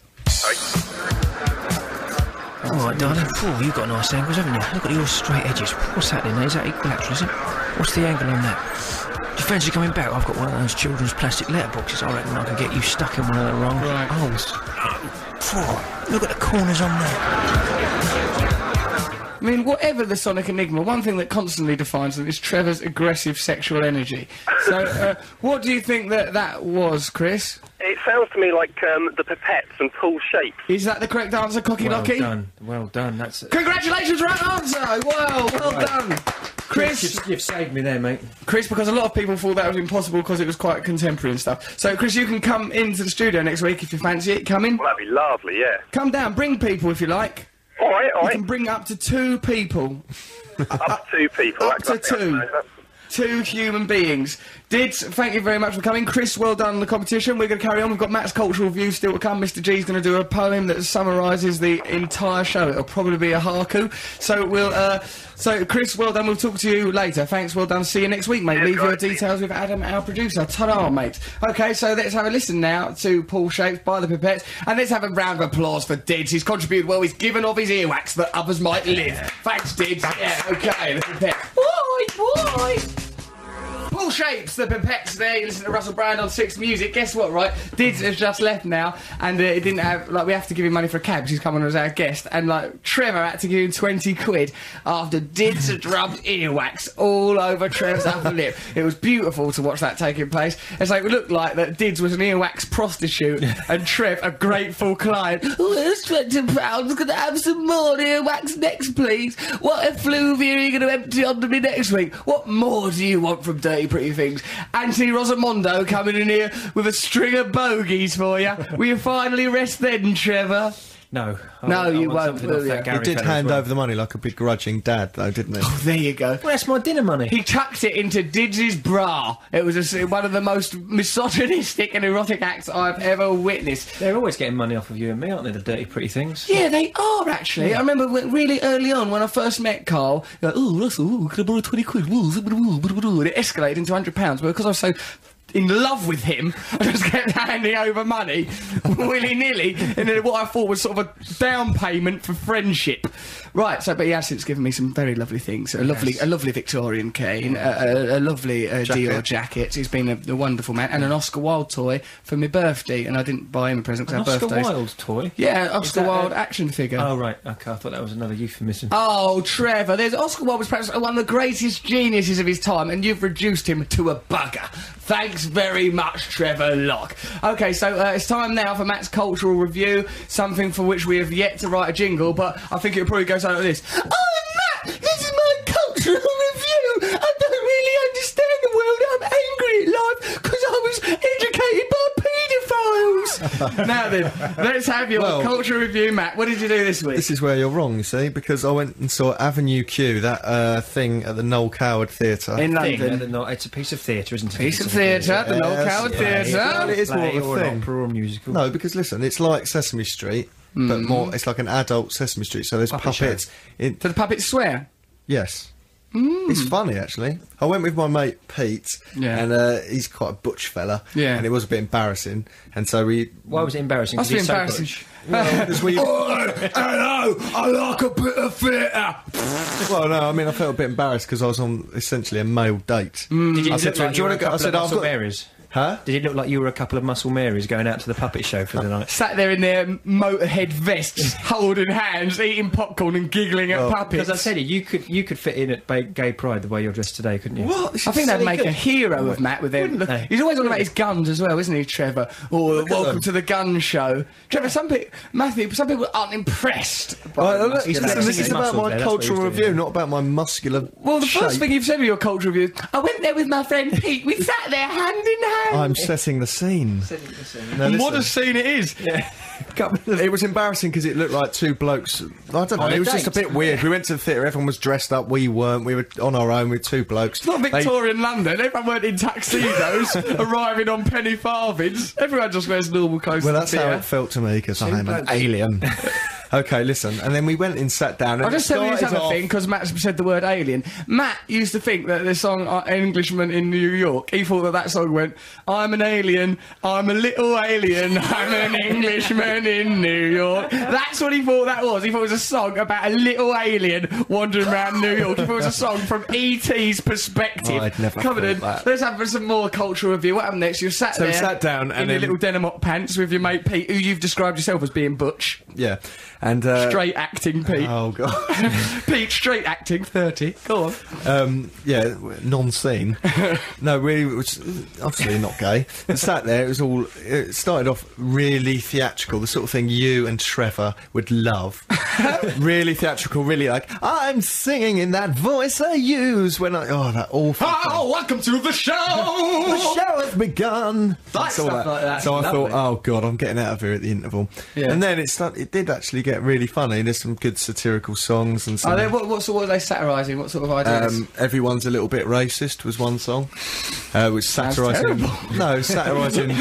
Speaker 2: All right, darling. Oh, you've got nice angles, haven't you? Look at your straight edges. What's happening there? Is that equilateral, is it? What's the angle on that? Do you fancy coming back? I've got one of those children's plastic letterboxes. I reckon I can get you stuck in one of the wrong holes. Oh, look at the corners on there.
Speaker 3: I mean, whatever the Sonic Enigma, one thing that constantly defines them is Trevor's aggressive sexual energy. So, uh, what do you think that that was, Chris?
Speaker 15: It sounds to me like um, the pipettes and pool shapes.
Speaker 3: Is that the correct answer, Cocky
Speaker 2: well
Speaker 3: Locky?
Speaker 2: done. Well done. That's it.
Speaker 3: Congratulations, right answer! Wow, well
Speaker 2: Right.
Speaker 3: done. Chris,
Speaker 2: You've, you've saved me there, mate.
Speaker 3: Chris, because a lot of people thought that was impossible because it was quite contemporary and stuff. So, Chris, you can come into the studio next week if you fancy it. Come in.
Speaker 15: Well, that'd be lovely, yeah.
Speaker 3: Come down, bring people if you like.
Speaker 15: All right, all
Speaker 3: You
Speaker 15: right.
Speaker 3: can bring up to two people.
Speaker 15: Up to two people.
Speaker 3: up to
Speaker 15: that's- that's-
Speaker 3: two.
Speaker 15: that's-
Speaker 3: Two human beings. Dids, thank you very much for coming. Chris, well done on the competition. We're going to carry on. We've got Matt's cultural view still to come. Mr. G's going to do a poem that summarises the entire show. It'll probably be a haiku. So we'll. Uh, so Chris, well done. We'll talk to you later. Thanks. Well done. See you next week, mate. Leave your details with Adam, our producer. Ta-da, mate. Okay, so let's have a listen now to Paul Shapes by the Pipettes, and let's have a round of applause for Dids. He's contributed well. He's given off his earwax that others might live. Thanks, Dids. Yeah. Okay. The Pipettes. Boy, boy. Paul Shapes, the Pipettes there. You listen to Russell Brand on Six Music. Guess what, right? Dids has just left now, and uh, it didn't have like we have to give him money for a cab because he's coming as our guest. And like Trevor had to give him twenty quid after Dids had rubbed earwax all over Trevor's upper lip. It was beautiful to watch that taking place. It's like it looked like that Dids was an earwax prostitute and Trev a grateful client. Oh, there's twenty pounds. Can I have some more earwax next, please? What effluvia are you going to empty onto me next week? What more do you want from Dirty Pretty Things? Anthony Rosamondo coming in here with a string of bogeys for you. Will you finally rest then, Trevor?
Speaker 2: No.
Speaker 3: No,
Speaker 2: I
Speaker 3: you
Speaker 2: want
Speaker 3: won't,
Speaker 2: something
Speaker 3: will
Speaker 2: off that
Speaker 3: you?
Speaker 2: Gary
Speaker 4: He did
Speaker 2: fella as
Speaker 4: hand
Speaker 2: well.
Speaker 4: over the money like a begrudging dad, though, didn't he?
Speaker 3: There you go.
Speaker 2: Well, that's my dinner money.
Speaker 3: He tucked it into Dids's bra. It was a s one of the most misogynistic and erotic acts I've ever witnessed.
Speaker 2: They're always getting money off of you and me, aren't they? The dirty, pretty things.
Speaker 3: Yeah, they are actually. I remember when, really early on when I first met Carl. Like, oh, Russell, ooh, could I borrow twenty quid? Ooh, zip, ooh, blah, blah, blah," And it escalated into hundred pounds. But because I was so in love with him, I just kept handing over money willy nilly, and then what I thought was sort of a down payment for friendship. Right. So, but he has since given me some very lovely things. A lovely, a lovely Victorian cane, a, a, a lovely uh, Dior jacket. He's been a, a wonderful man, and an Oscar Wilde toy for my birthday. And I didn't buy him a present
Speaker 2: An
Speaker 3: because our
Speaker 2: Oscar
Speaker 3: birthdays.
Speaker 2: Wilde toy.
Speaker 3: Yeah,
Speaker 2: Is
Speaker 3: Oscar
Speaker 2: that a-
Speaker 3: Wilde action figure.
Speaker 2: Oh right, okay. I thought that was another euphemism.
Speaker 3: Oh, Trevor, there's Oscar Wilde was perhaps one of the greatest geniuses of his time, and you've reduced him to a bugger. Thanks very much, Trevor Locke. Okay, so uh, it's time now for Matt's cultural review, something for which we have yet to write a jingle, but I think it'll probably go something like this. Oh, Matt, this is my cultural review. I don't really understand the world. I'm angry at life because I was educated by paedophiles. now then, let's have your
Speaker 4: Well-
Speaker 3: culture review, Matt. What did you do this week?
Speaker 4: This is where you're wrong, you see, because I went and saw Avenue Q, that uh, thing at the Noel Coward Theatre
Speaker 2: Thing, uh, the no- it's a piece of theatre, isn't it?
Speaker 4: Piece
Speaker 2: It's
Speaker 4: of
Speaker 2: a
Speaker 4: theatre, the Noel
Speaker 2: Yes,
Speaker 4: Coward
Speaker 2: yeah.
Speaker 4: Theatre. Well, it is more
Speaker 2: Play
Speaker 4: of a
Speaker 2: or an
Speaker 4: thing.
Speaker 2: opera or a musical.
Speaker 4: No, because listen, it's like Sesame Street, but
Speaker 3: Hmm.
Speaker 2: Mm.
Speaker 4: more. It's like an adult Sesame Street. So there's
Speaker 2: Puppet show.
Speaker 4: puppets. In,
Speaker 3: Do the puppets swear? Hmm.
Speaker 4: Yes. It's funny actually. I went with my mate Pete,
Speaker 3: Yeah.
Speaker 4: and uh, he's quite a butch fella.
Speaker 3: Yeah.
Speaker 4: and it was a bit embarrassing, and so we.
Speaker 2: Why was it embarrassing?
Speaker 3: Must
Speaker 2: 'Cause
Speaker 3: be
Speaker 2: he's so
Speaker 3: embarrassing. Oh,
Speaker 2: butch.
Speaker 4: Oi, hello, I like a bit of theatre. well, no, I mean I felt a bit embarrassed because I was on essentially a male date.
Speaker 3: Hmm.
Speaker 2: Did it
Speaker 4: I
Speaker 2: look
Speaker 4: said to him,
Speaker 2: like
Speaker 4: "Do
Speaker 2: you were
Speaker 4: you
Speaker 2: a
Speaker 4: want to go?" I
Speaker 2: couple of
Speaker 4: said, "I've
Speaker 2: muscle
Speaker 4: got."
Speaker 2: Marys?
Speaker 4: Huh?
Speaker 2: Did it look like you were a couple of muscle Marys going out to the puppet show for the night?
Speaker 3: Sat there in their motorhead vests, holding hands, eating popcorn and giggling
Speaker 4: Oh.
Speaker 3: at puppets.
Speaker 2: Because I said it, you could you could fit in at ba- Gay Pride the way you're dressed today, couldn't you?
Speaker 3: What? I think they'd make a hero
Speaker 4: Hmm.
Speaker 3: of Matt with him. Look,
Speaker 2: they?
Speaker 3: He's always on about his guns as well, isn't he, Trevor? Or welcome to the gun show, Trevor. Some people, Matthew, some people aren't impressed. By
Speaker 4: Well,
Speaker 3: the
Speaker 4: Oh, look,
Speaker 3: muscular-
Speaker 4: listen, this is about my cultural review, not about my muscular.
Speaker 3: Well, the first
Speaker 4: shape.
Speaker 3: thing you've said in your culture review, is, I went there with my friend Pete. We sat there hand in hand.
Speaker 4: I'm setting the scene. Now,
Speaker 3: And what
Speaker 4: listen.
Speaker 3: a scene it is!
Speaker 4: it was embarrassing because it looked like two blokes. I don't know.
Speaker 3: On a
Speaker 4: It was just a
Speaker 3: date.
Speaker 4: bit weird. We went to the theatre. Everyone was dressed up. We weren't. We were on our own with two blokes.
Speaker 3: It's not
Speaker 4: They-
Speaker 3: Victorian London. Everyone weren't in tuxedos, arriving on penny farthings. Everyone just wears normal clothes.
Speaker 4: well,
Speaker 3: to
Speaker 4: that's
Speaker 3: the
Speaker 4: how
Speaker 3: theatre.
Speaker 4: it felt to me because I'm an
Speaker 3: blokes.
Speaker 4: alien. okay, listen. And then we went and sat down. And
Speaker 3: I'll just
Speaker 4: it
Speaker 3: tell you this
Speaker 4: started
Speaker 3: other
Speaker 4: off-
Speaker 3: thing because Matt said the word alien. Matt used to think that the song uh, Englishman in New York, he thought that that song went, I'm an alien, I'm a little alien, I'm an Englishman in New York. That's what he thought that was. He thought it was a song about a little alien wandering around New York. He thought it was a song from E.T.'s perspective.
Speaker 4: Oh, I'd never
Speaker 3: Come on
Speaker 4: thought
Speaker 3: in.
Speaker 4: that.
Speaker 3: Let's have some more cultural review. What happened next? You sat
Speaker 4: So we
Speaker 3: there.
Speaker 4: sat
Speaker 3: in
Speaker 4: down and
Speaker 3: your
Speaker 4: then-
Speaker 3: little denim hot pants with your mate Pete, who you've described yourself as being Butch.
Speaker 4: Yeah, and uh,
Speaker 3: Straight acting, Pete.
Speaker 4: Oh god.
Speaker 3: Pete, straight acting, 30. Go on.
Speaker 4: um, yeah, non-seen. no, we was obviously not gay. And sat there. It was all. It started off really theatrical, the sort of thing you and Trevor would love. really theatrical. Really like I'm singing in that voice I use when I. Oh, that awful.
Speaker 3: Oh, welcome to the show!
Speaker 4: The show has begun. That's all
Speaker 3: stuff like that.
Speaker 4: So I
Speaker 3: Lovely.
Speaker 4: thought, oh god, I'm getting out of here at the interval.
Speaker 3: Yeah.
Speaker 4: And then it start, it did actually get really funny. There's some good satirical songs and
Speaker 3: Are
Speaker 4: some
Speaker 3: Oh, they, what, what sort of are they satirising? What sort of ideas?
Speaker 4: um, everyone's a little bit racist was one song, uh, which satirising
Speaker 3: terrible.
Speaker 4: no satirising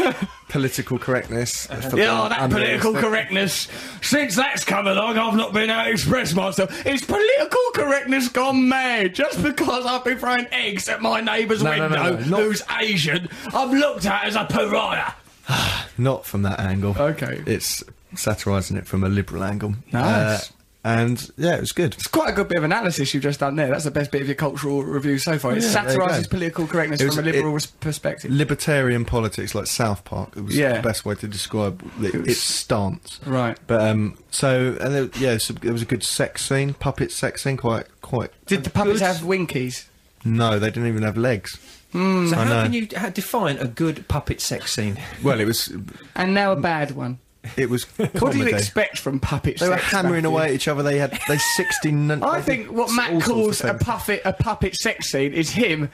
Speaker 4: political correctness. for
Speaker 3: yeah,
Speaker 4: being
Speaker 3: that political
Speaker 4: unrealistic.
Speaker 3: correctness. Since that's come along, I've not been able to express myself. Is political correctness gone mad? Just because I've been throwing eggs at my neighbour's
Speaker 4: No, no,
Speaker 3: window,
Speaker 4: no, no, not-
Speaker 3: who's Asian, I'm looked at as a pariah.
Speaker 4: Not from that angle.
Speaker 3: Okay.
Speaker 4: it's satirising it from a liberal angle.
Speaker 3: Nice.
Speaker 4: Uh, and yeah, it was good.
Speaker 3: It's quite a good bit of analysis you've just done there. That's the best bit of your cultural review so far. It
Speaker 4: Yeah, there you
Speaker 3: satirises
Speaker 4: go.
Speaker 3: political correctness
Speaker 4: It was-
Speaker 3: from a liberal
Speaker 4: it-
Speaker 3: res- perspective.
Speaker 4: Libertarian politics, like South Park, it was
Speaker 3: Yeah.
Speaker 4: the best way to describe it,
Speaker 3: was-
Speaker 4: its stance.
Speaker 3: Right.
Speaker 4: But um, so and there, yeah, so there was a good sex scene, puppet sex scene, quite quite.
Speaker 3: Did the puppets have winkies?
Speaker 4: No, they didn't even have legs.
Speaker 3: Hmm.
Speaker 2: So how
Speaker 4: I know.
Speaker 2: can you ha- define a good puppet sex scene?
Speaker 4: Well, it was
Speaker 3: And now a bad one.
Speaker 4: it was.
Speaker 3: What do you
Speaker 4: comedy.
Speaker 3: expect from puppets?
Speaker 4: They were hammering away at each other. They had they sixteen.
Speaker 3: I think what Matt calls a puppet a puppet sex scene is him.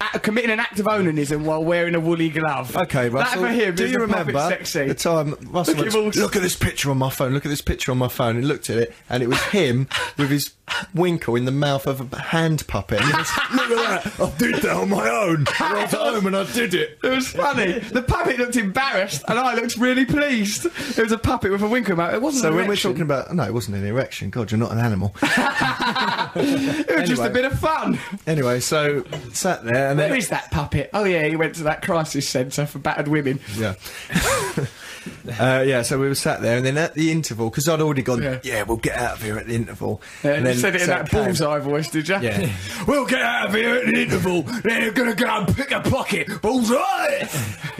Speaker 3: a- committing an act of onanism while wearing a woolly glove.
Speaker 4: Okay, Russell.
Speaker 3: That for him
Speaker 4: do
Speaker 3: is
Speaker 4: you
Speaker 3: the puppet
Speaker 4: remember
Speaker 3: sex scene.
Speaker 4: the time Russell
Speaker 3: Look
Speaker 4: look,
Speaker 3: at
Speaker 4: went,
Speaker 3: him all-
Speaker 4: look at this picture on my phone. Look at this picture on my phone. And looked at it, and it was him with his winkle in the mouth of a hand puppet. And he was, look at that! I did that on my own. I was at home and I did it.
Speaker 3: It was funny. The puppet looked embarrassed, and I looked really pleased. It was a puppet with a winkle mouth. It wasn't.
Speaker 4: So
Speaker 3: an
Speaker 4: when we're
Speaker 3: erection.
Speaker 4: talking about no, it wasn't an erection. God, you're not an animal.
Speaker 3: it was just a
Speaker 4: Anyway.
Speaker 3: bit of fun.
Speaker 4: anyway, so sat there and then
Speaker 3: Where is that puppet? Oh yeah, he went to that crisis centre for battered women.
Speaker 4: Yeah. uh, yeah, so we were sat there, and then at the interval, because I'd already gone,
Speaker 3: Yeah.
Speaker 4: yeah. we'll get out of here at the interval.
Speaker 3: Yeah, you
Speaker 4: then
Speaker 3: said it in
Speaker 4: so
Speaker 3: that
Speaker 4: came.
Speaker 3: bullseye voice, did you?
Speaker 4: Yeah.
Speaker 3: we'll get out of here at an interval, then you're gonna go and pick a pocket. Bullseye!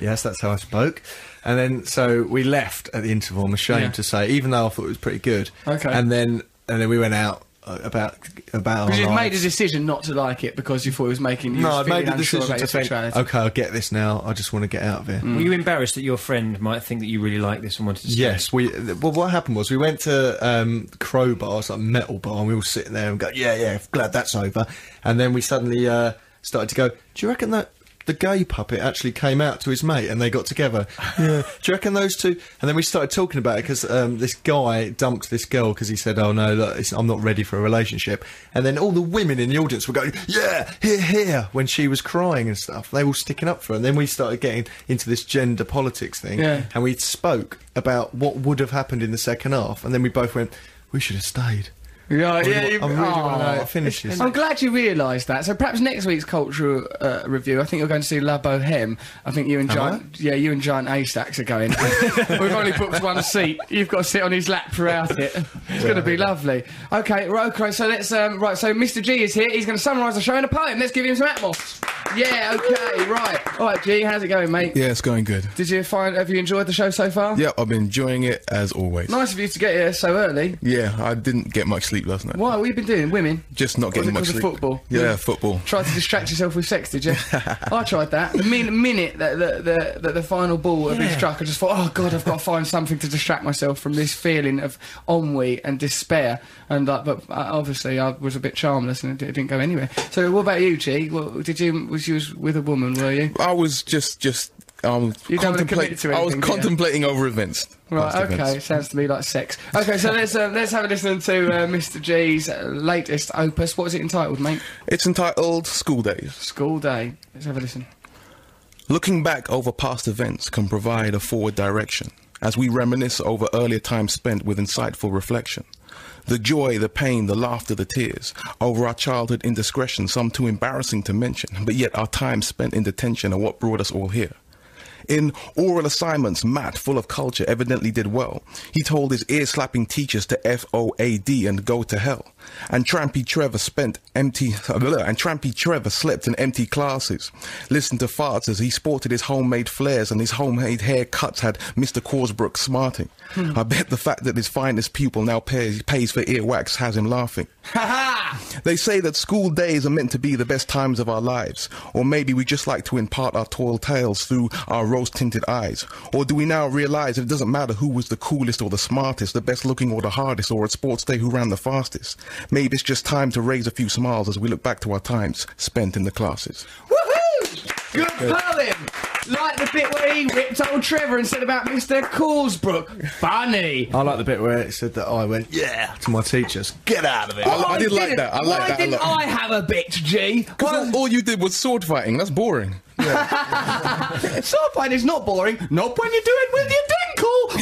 Speaker 4: Yes, that's how I spoke. And then, so we left at the interval, I'm ashamed
Speaker 3: Yeah.
Speaker 4: to say, even though I thought it was pretty good.
Speaker 3: Okay.
Speaker 4: And then, and then we went out uh, about, about our
Speaker 3: Because you've made a
Speaker 4: lives.
Speaker 3: decision not to like it because you thought it was making you
Speaker 4: Oh, No, I
Speaker 3: feeling
Speaker 4: made the
Speaker 3: unsure
Speaker 4: decision
Speaker 3: about
Speaker 4: to
Speaker 3: your
Speaker 4: think,
Speaker 3: sexuality. Mm.
Speaker 4: okay, I'll get this now, I just want to get out of here.
Speaker 2: Hmm. Were you embarrassed that your friend might think that you really like this and wanted to? stay?
Speaker 4: Yes, we. th- Well, what happened was we went to um, Crowbar, it's like a metal bar, and we were sitting there and go, yeah, yeah, glad that's over. And then we suddenly uh, started to go, do you reckon that the gay puppet actually came out to his mate and they got together. yeah. Do you reckon those two? And then we started talking about it because um, this guy dumped this girl because he said, "Oh no, look, it's, I'm not ready for a relationship." And then all the women in the audience were going, "Yeah, here, here," when she was crying and stuff. They were all sticking up for her. And then we started getting into this gender politics thing,
Speaker 3: Yeah.
Speaker 4: and we spoke about what would have happened in the second half. And then we both went, "We should have stayed."
Speaker 3: Yeah,
Speaker 4: I
Speaker 3: yeah,
Speaker 4: really
Speaker 3: you-
Speaker 4: wa- I really wanna know how it
Speaker 3: Aw.
Speaker 4: finishes.
Speaker 3: I'm glad you realised that. So perhaps next week's cultural uh, review, I think you're going to see La Boheme. I think you and
Speaker 4: Am
Speaker 3: Giant, yeah, you and Giant Astacks are going. We've only booked one seat. You've got to sit on his lap throughout it. It's going to be lovely. Okay, right, okay. So let's um, right. So Mr G is here. He's going to summarise the show in a poem. Let's give him some Atmos. Yeah. Okay. Right. All right, G. How's it going, mate?
Speaker 18: Yeah, it's going good.
Speaker 3: Did you find? Have you enjoyed the show so far?
Speaker 18: Yeah, I've been enjoying it as always.
Speaker 3: Nice of you to get here so early.
Speaker 18: Yeah, I didn't get much sleep last night.
Speaker 3: What have you been doing, women?
Speaker 18: Just not
Speaker 3: Was
Speaker 18: getting
Speaker 3: it
Speaker 18: much
Speaker 3: 'cause of
Speaker 18: sleep.
Speaker 3: football?
Speaker 18: Yeah,
Speaker 3: Yeah.
Speaker 18: football.
Speaker 3: Tried to distract yourself with sex, did you? I tried that. The min- minute that the, the, that the final ball had been
Speaker 18: Yeah.
Speaker 3: struck, I just thought, oh God, I've got to find something to distract myself from this feeling of ennui and despair. And uh, but uh, obviously, I was a bit charmless and it, di- it didn't go anywhere. So, what about you, G? What, did you was you was with a woman? Were you?
Speaker 18: I was just just um
Speaker 3: You don't wanna commit to
Speaker 18: I was
Speaker 3: anything, do you?
Speaker 18: contemplating over events.
Speaker 3: Right.
Speaker 18: past
Speaker 3: Okay.
Speaker 18: events.
Speaker 3: Sounds to me like sex. Okay. So let's uh, let's have a listen to uh, Mr. G's uh, latest opus. What is it entitled, mate?
Speaker 18: It's entitled School Days.
Speaker 3: School Day. Let's have a listen.
Speaker 18: Looking back over past events can provide a forward direction as we reminisce over earlier time spent with insightful reflection. The joy, the pain, the laughter, the tears over our childhood indiscretion, some too embarrassing to mention, but yet our time spent in detention are what brought us all here. In oral assignments, Matt, full of culture, evidently did well. He told his ear slapping teachers to F O A D and go to hell. And Trampy Trevor spent empty and Trampy Trevor slept in empty classes, listened to farts as he sported his homemade flares and his homemade haircuts had Mr. Causebrook smarting. I bet the fact that his finest pupil now pays, pays for earwax has him laughing. They say that school days are meant to be the best times of our lives, or maybe we just like to impart our tall tales through our rose tinted eyes. Or do we now realize that it doesn't matter who was the coolest or the smartest, the best looking or the hardest, or at sports day who ran the fastest? Maybe it's just time to raise a few smiles as we look back to our times spent in the classes.
Speaker 3: Woohoo! Good poem! Like the bit where he ripped old Trevor and said about Mr. Coolsbrook. Funny!
Speaker 4: I like the bit where it said that I went, yeah, to my teachers, get out of it.
Speaker 3: Why didn't- why didn't I have a bitch, G?
Speaker 18: Because all you did was sword fighting. That's boring.
Speaker 3: Swordplane is not boring. Nope, when you do it with your dinkle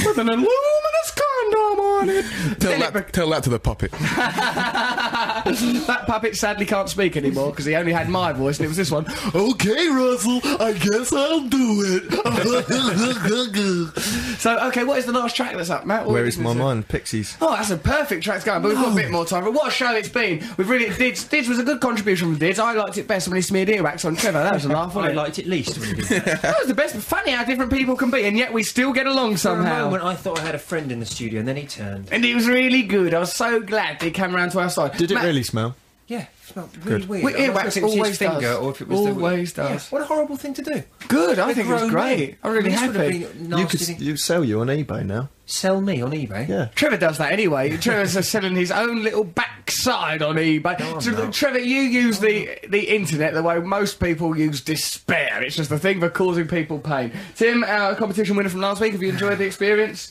Speaker 3: with an illuminous condom on it.
Speaker 18: Tell that, tell that to the puppet.
Speaker 3: that puppet sadly can't speak anymore because he only had my voice and it was this one. Okay, Russell, I guess I'll do it. so, okay, what is the last track that's up, Matt? What
Speaker 4: Where is my
Speaker 3: it?
Speaker 4: mind? Pixies.
Speaker 3: Oh, that's a perfect track to go on, but we've got a bit more time. But what a show it's been. We've really Dids, Dids was a good contribution from Dids. I liked it best when he smeared earwax on Trevor. That was a laugh, wasn't
Speaker 2: I
Speaker 3: it?
Speaker 2: liked it least when you did that.
Speaker 3: that was the best. Funny how different people can be, and yet we still get along
Speaker 2: For a
Speaker 3: somehow.
Speaker 2: moment, I thought I had a friend in the studio, and then he turned.
Speaker 3: And it was really good. I was so glad that he came round to our side. Did
Speaker 4: It really smell.
Speaker 2: Yeah, smelled really
Speaker 4: Good.
Speaker 2: weird.
Speaker 3: Well,
Speaker 2: I don't know
Speaker 3: earwax
Speaker 2: if it was
Speaker 3: always
Speaker 2: his finger
Speaker 3: does.
Speaker 2: or if it was
Speaker 3: Always
Speaker 2: the, Yeah,
Speaker 3: does.
Speaker 2: what a horrible thing to do.
Speaker 3: Good, I
Speaker 2: A
Speaker 3: think it was
Speaker 2: grown
Speaker 3: great.
Speaker 2: man.
Speaker 3: I'm really
Speaker 2: This would have
Speaker 3: happy.
Speaker 2: been
Speaker 4: You
Speaker 2: nasty
Speaker 4: could
Speaker 2: thing.
Speaker 4: you sell you on eBay now.
Speaker 2: Sell me on eBay.
Speaker 4: Yeah.
Speaker 3: Trevor does that anyway. Trevor's uh, selling his own little backside on eBay. Tre- Trevor, you use the the internet the way most people use despair. It's just the thing for causing people pain. Tim, our competition winner from last week, have you enjoyed the experience?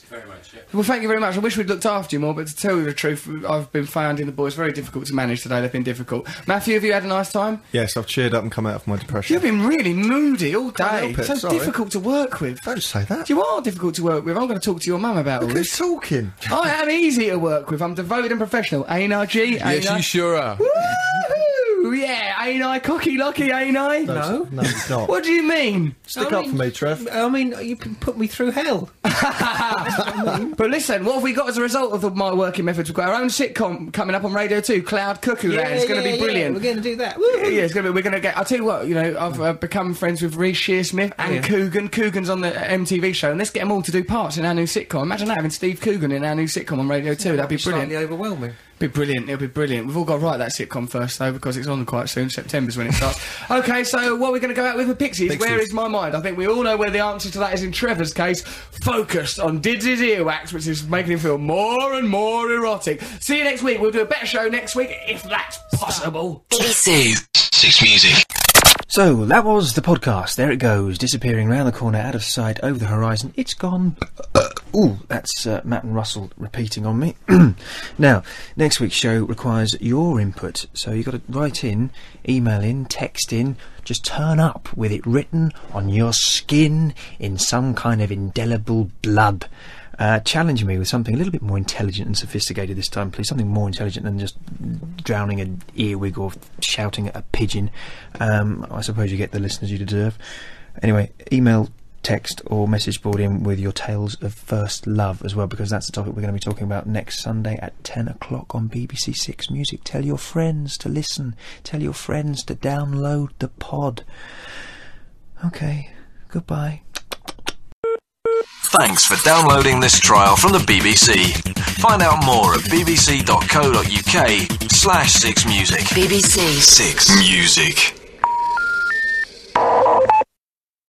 Speaker 19: Very much, yeah.
Speaker 3: Well, thank you very much. I wish we'd looked after you more, but to tell you the truth, I've been finding the boys very difficult to manage today. They've been difficult. Matthew, have you had a nice time?
Speaker 4: Yes, I've cheered up and come out of my depression.
Speaker 3: You've been really moody all day.
Speaker 4: help it,
Speaker 3: So
Speaker 4: sorry.
Speaker 3: difficult to work with.
Speaker 4: Don't say that.
Speaker 3: You are difficult to work with. I'm going to talk to your mum about all
Speaker 4: Look
Speaker 3: this.
Speaker 4: who's talking.
Speaker 3: I am easy to work with. I'm devoted and professional. Ain't I, G? Ain't
Speaker 18: Yes,
Speaker 3: I?
Speaker 18: you sure are.
Speaker 3: Woo! Yeah, ain't I cocky lucky, ain't I?
Speaker 4: No. No, it's not.
Speaker 3: What do you mean?
Speaker 4: Stick up for me, Trev.
Speaker 2: I mean, you can put me through hell.
Speaker 3: But listen, what have we got as a result of the, my working methods? We've got our own sitcom coming up on Radio 2, Cloud Cuckoo Land. It's going to be brilliant.
Speaker 2: We're going to do that.
Speaker 3: Yeah, yeah, it's gonna be, we're going to get. I'll tell you what, you know, I've uh, become friends with Reece Shearsmith and
Speaker 2: Yeah.
Speaker 3: Coogan. Coogan's on the uh, MTV show, and let's get them all to do parts in our new sitcom. Imagine that having Steve Coogan in our new sitcom on Radio 2. That'd be brilliant.
Speaker 2: Slightly overwhelming.
Speaker 3: Be brilliant. It'll be brilliant. We've all got to write that sitcom first though because it's on quite soon. September's when it starts. okay, so what we're going to go out with the Pixies.
Speaker 2: Pixies.
Speaker 3: Where is my mind? I think we all know where the answer to that is in Trevor's case. Focused on Dids' earwax, which is making him feel more and more erotic. See you next week. We'll do a better show next week if that's possible.
Speaker 20: BBC Six Music.
Speaker 2: So that was the podcast. There it goes, disappearing round the corner, out of sight, over the horizon. It's gone. Ooh, that's uh, Matt and Russell repeating on me. now, next week's show requires your input, so you've got to write in, email in, text in. Just turn up with it written on your skin in some kind of indelible blood. Uh, challenge me with something a little bit more intelligent and sophisticated this time, please. Something more intelligent than just drowning an earwig or shouting at a pigeon. Um, I suppose you get the listeners you deserve. Anyway, email, text, or message board in with your tales of first love as well, because that's the topic we're going to be talking about next Sunday at 10 o'clock on BBC Six Music. Tell your friends to listen, tell your friends to download the pod. Okay, goodbye.
Speaker 9: Thanks for downloading this trial from the BBC. Find out more at bbc.co.uk slash 6music. BBC 6 Music.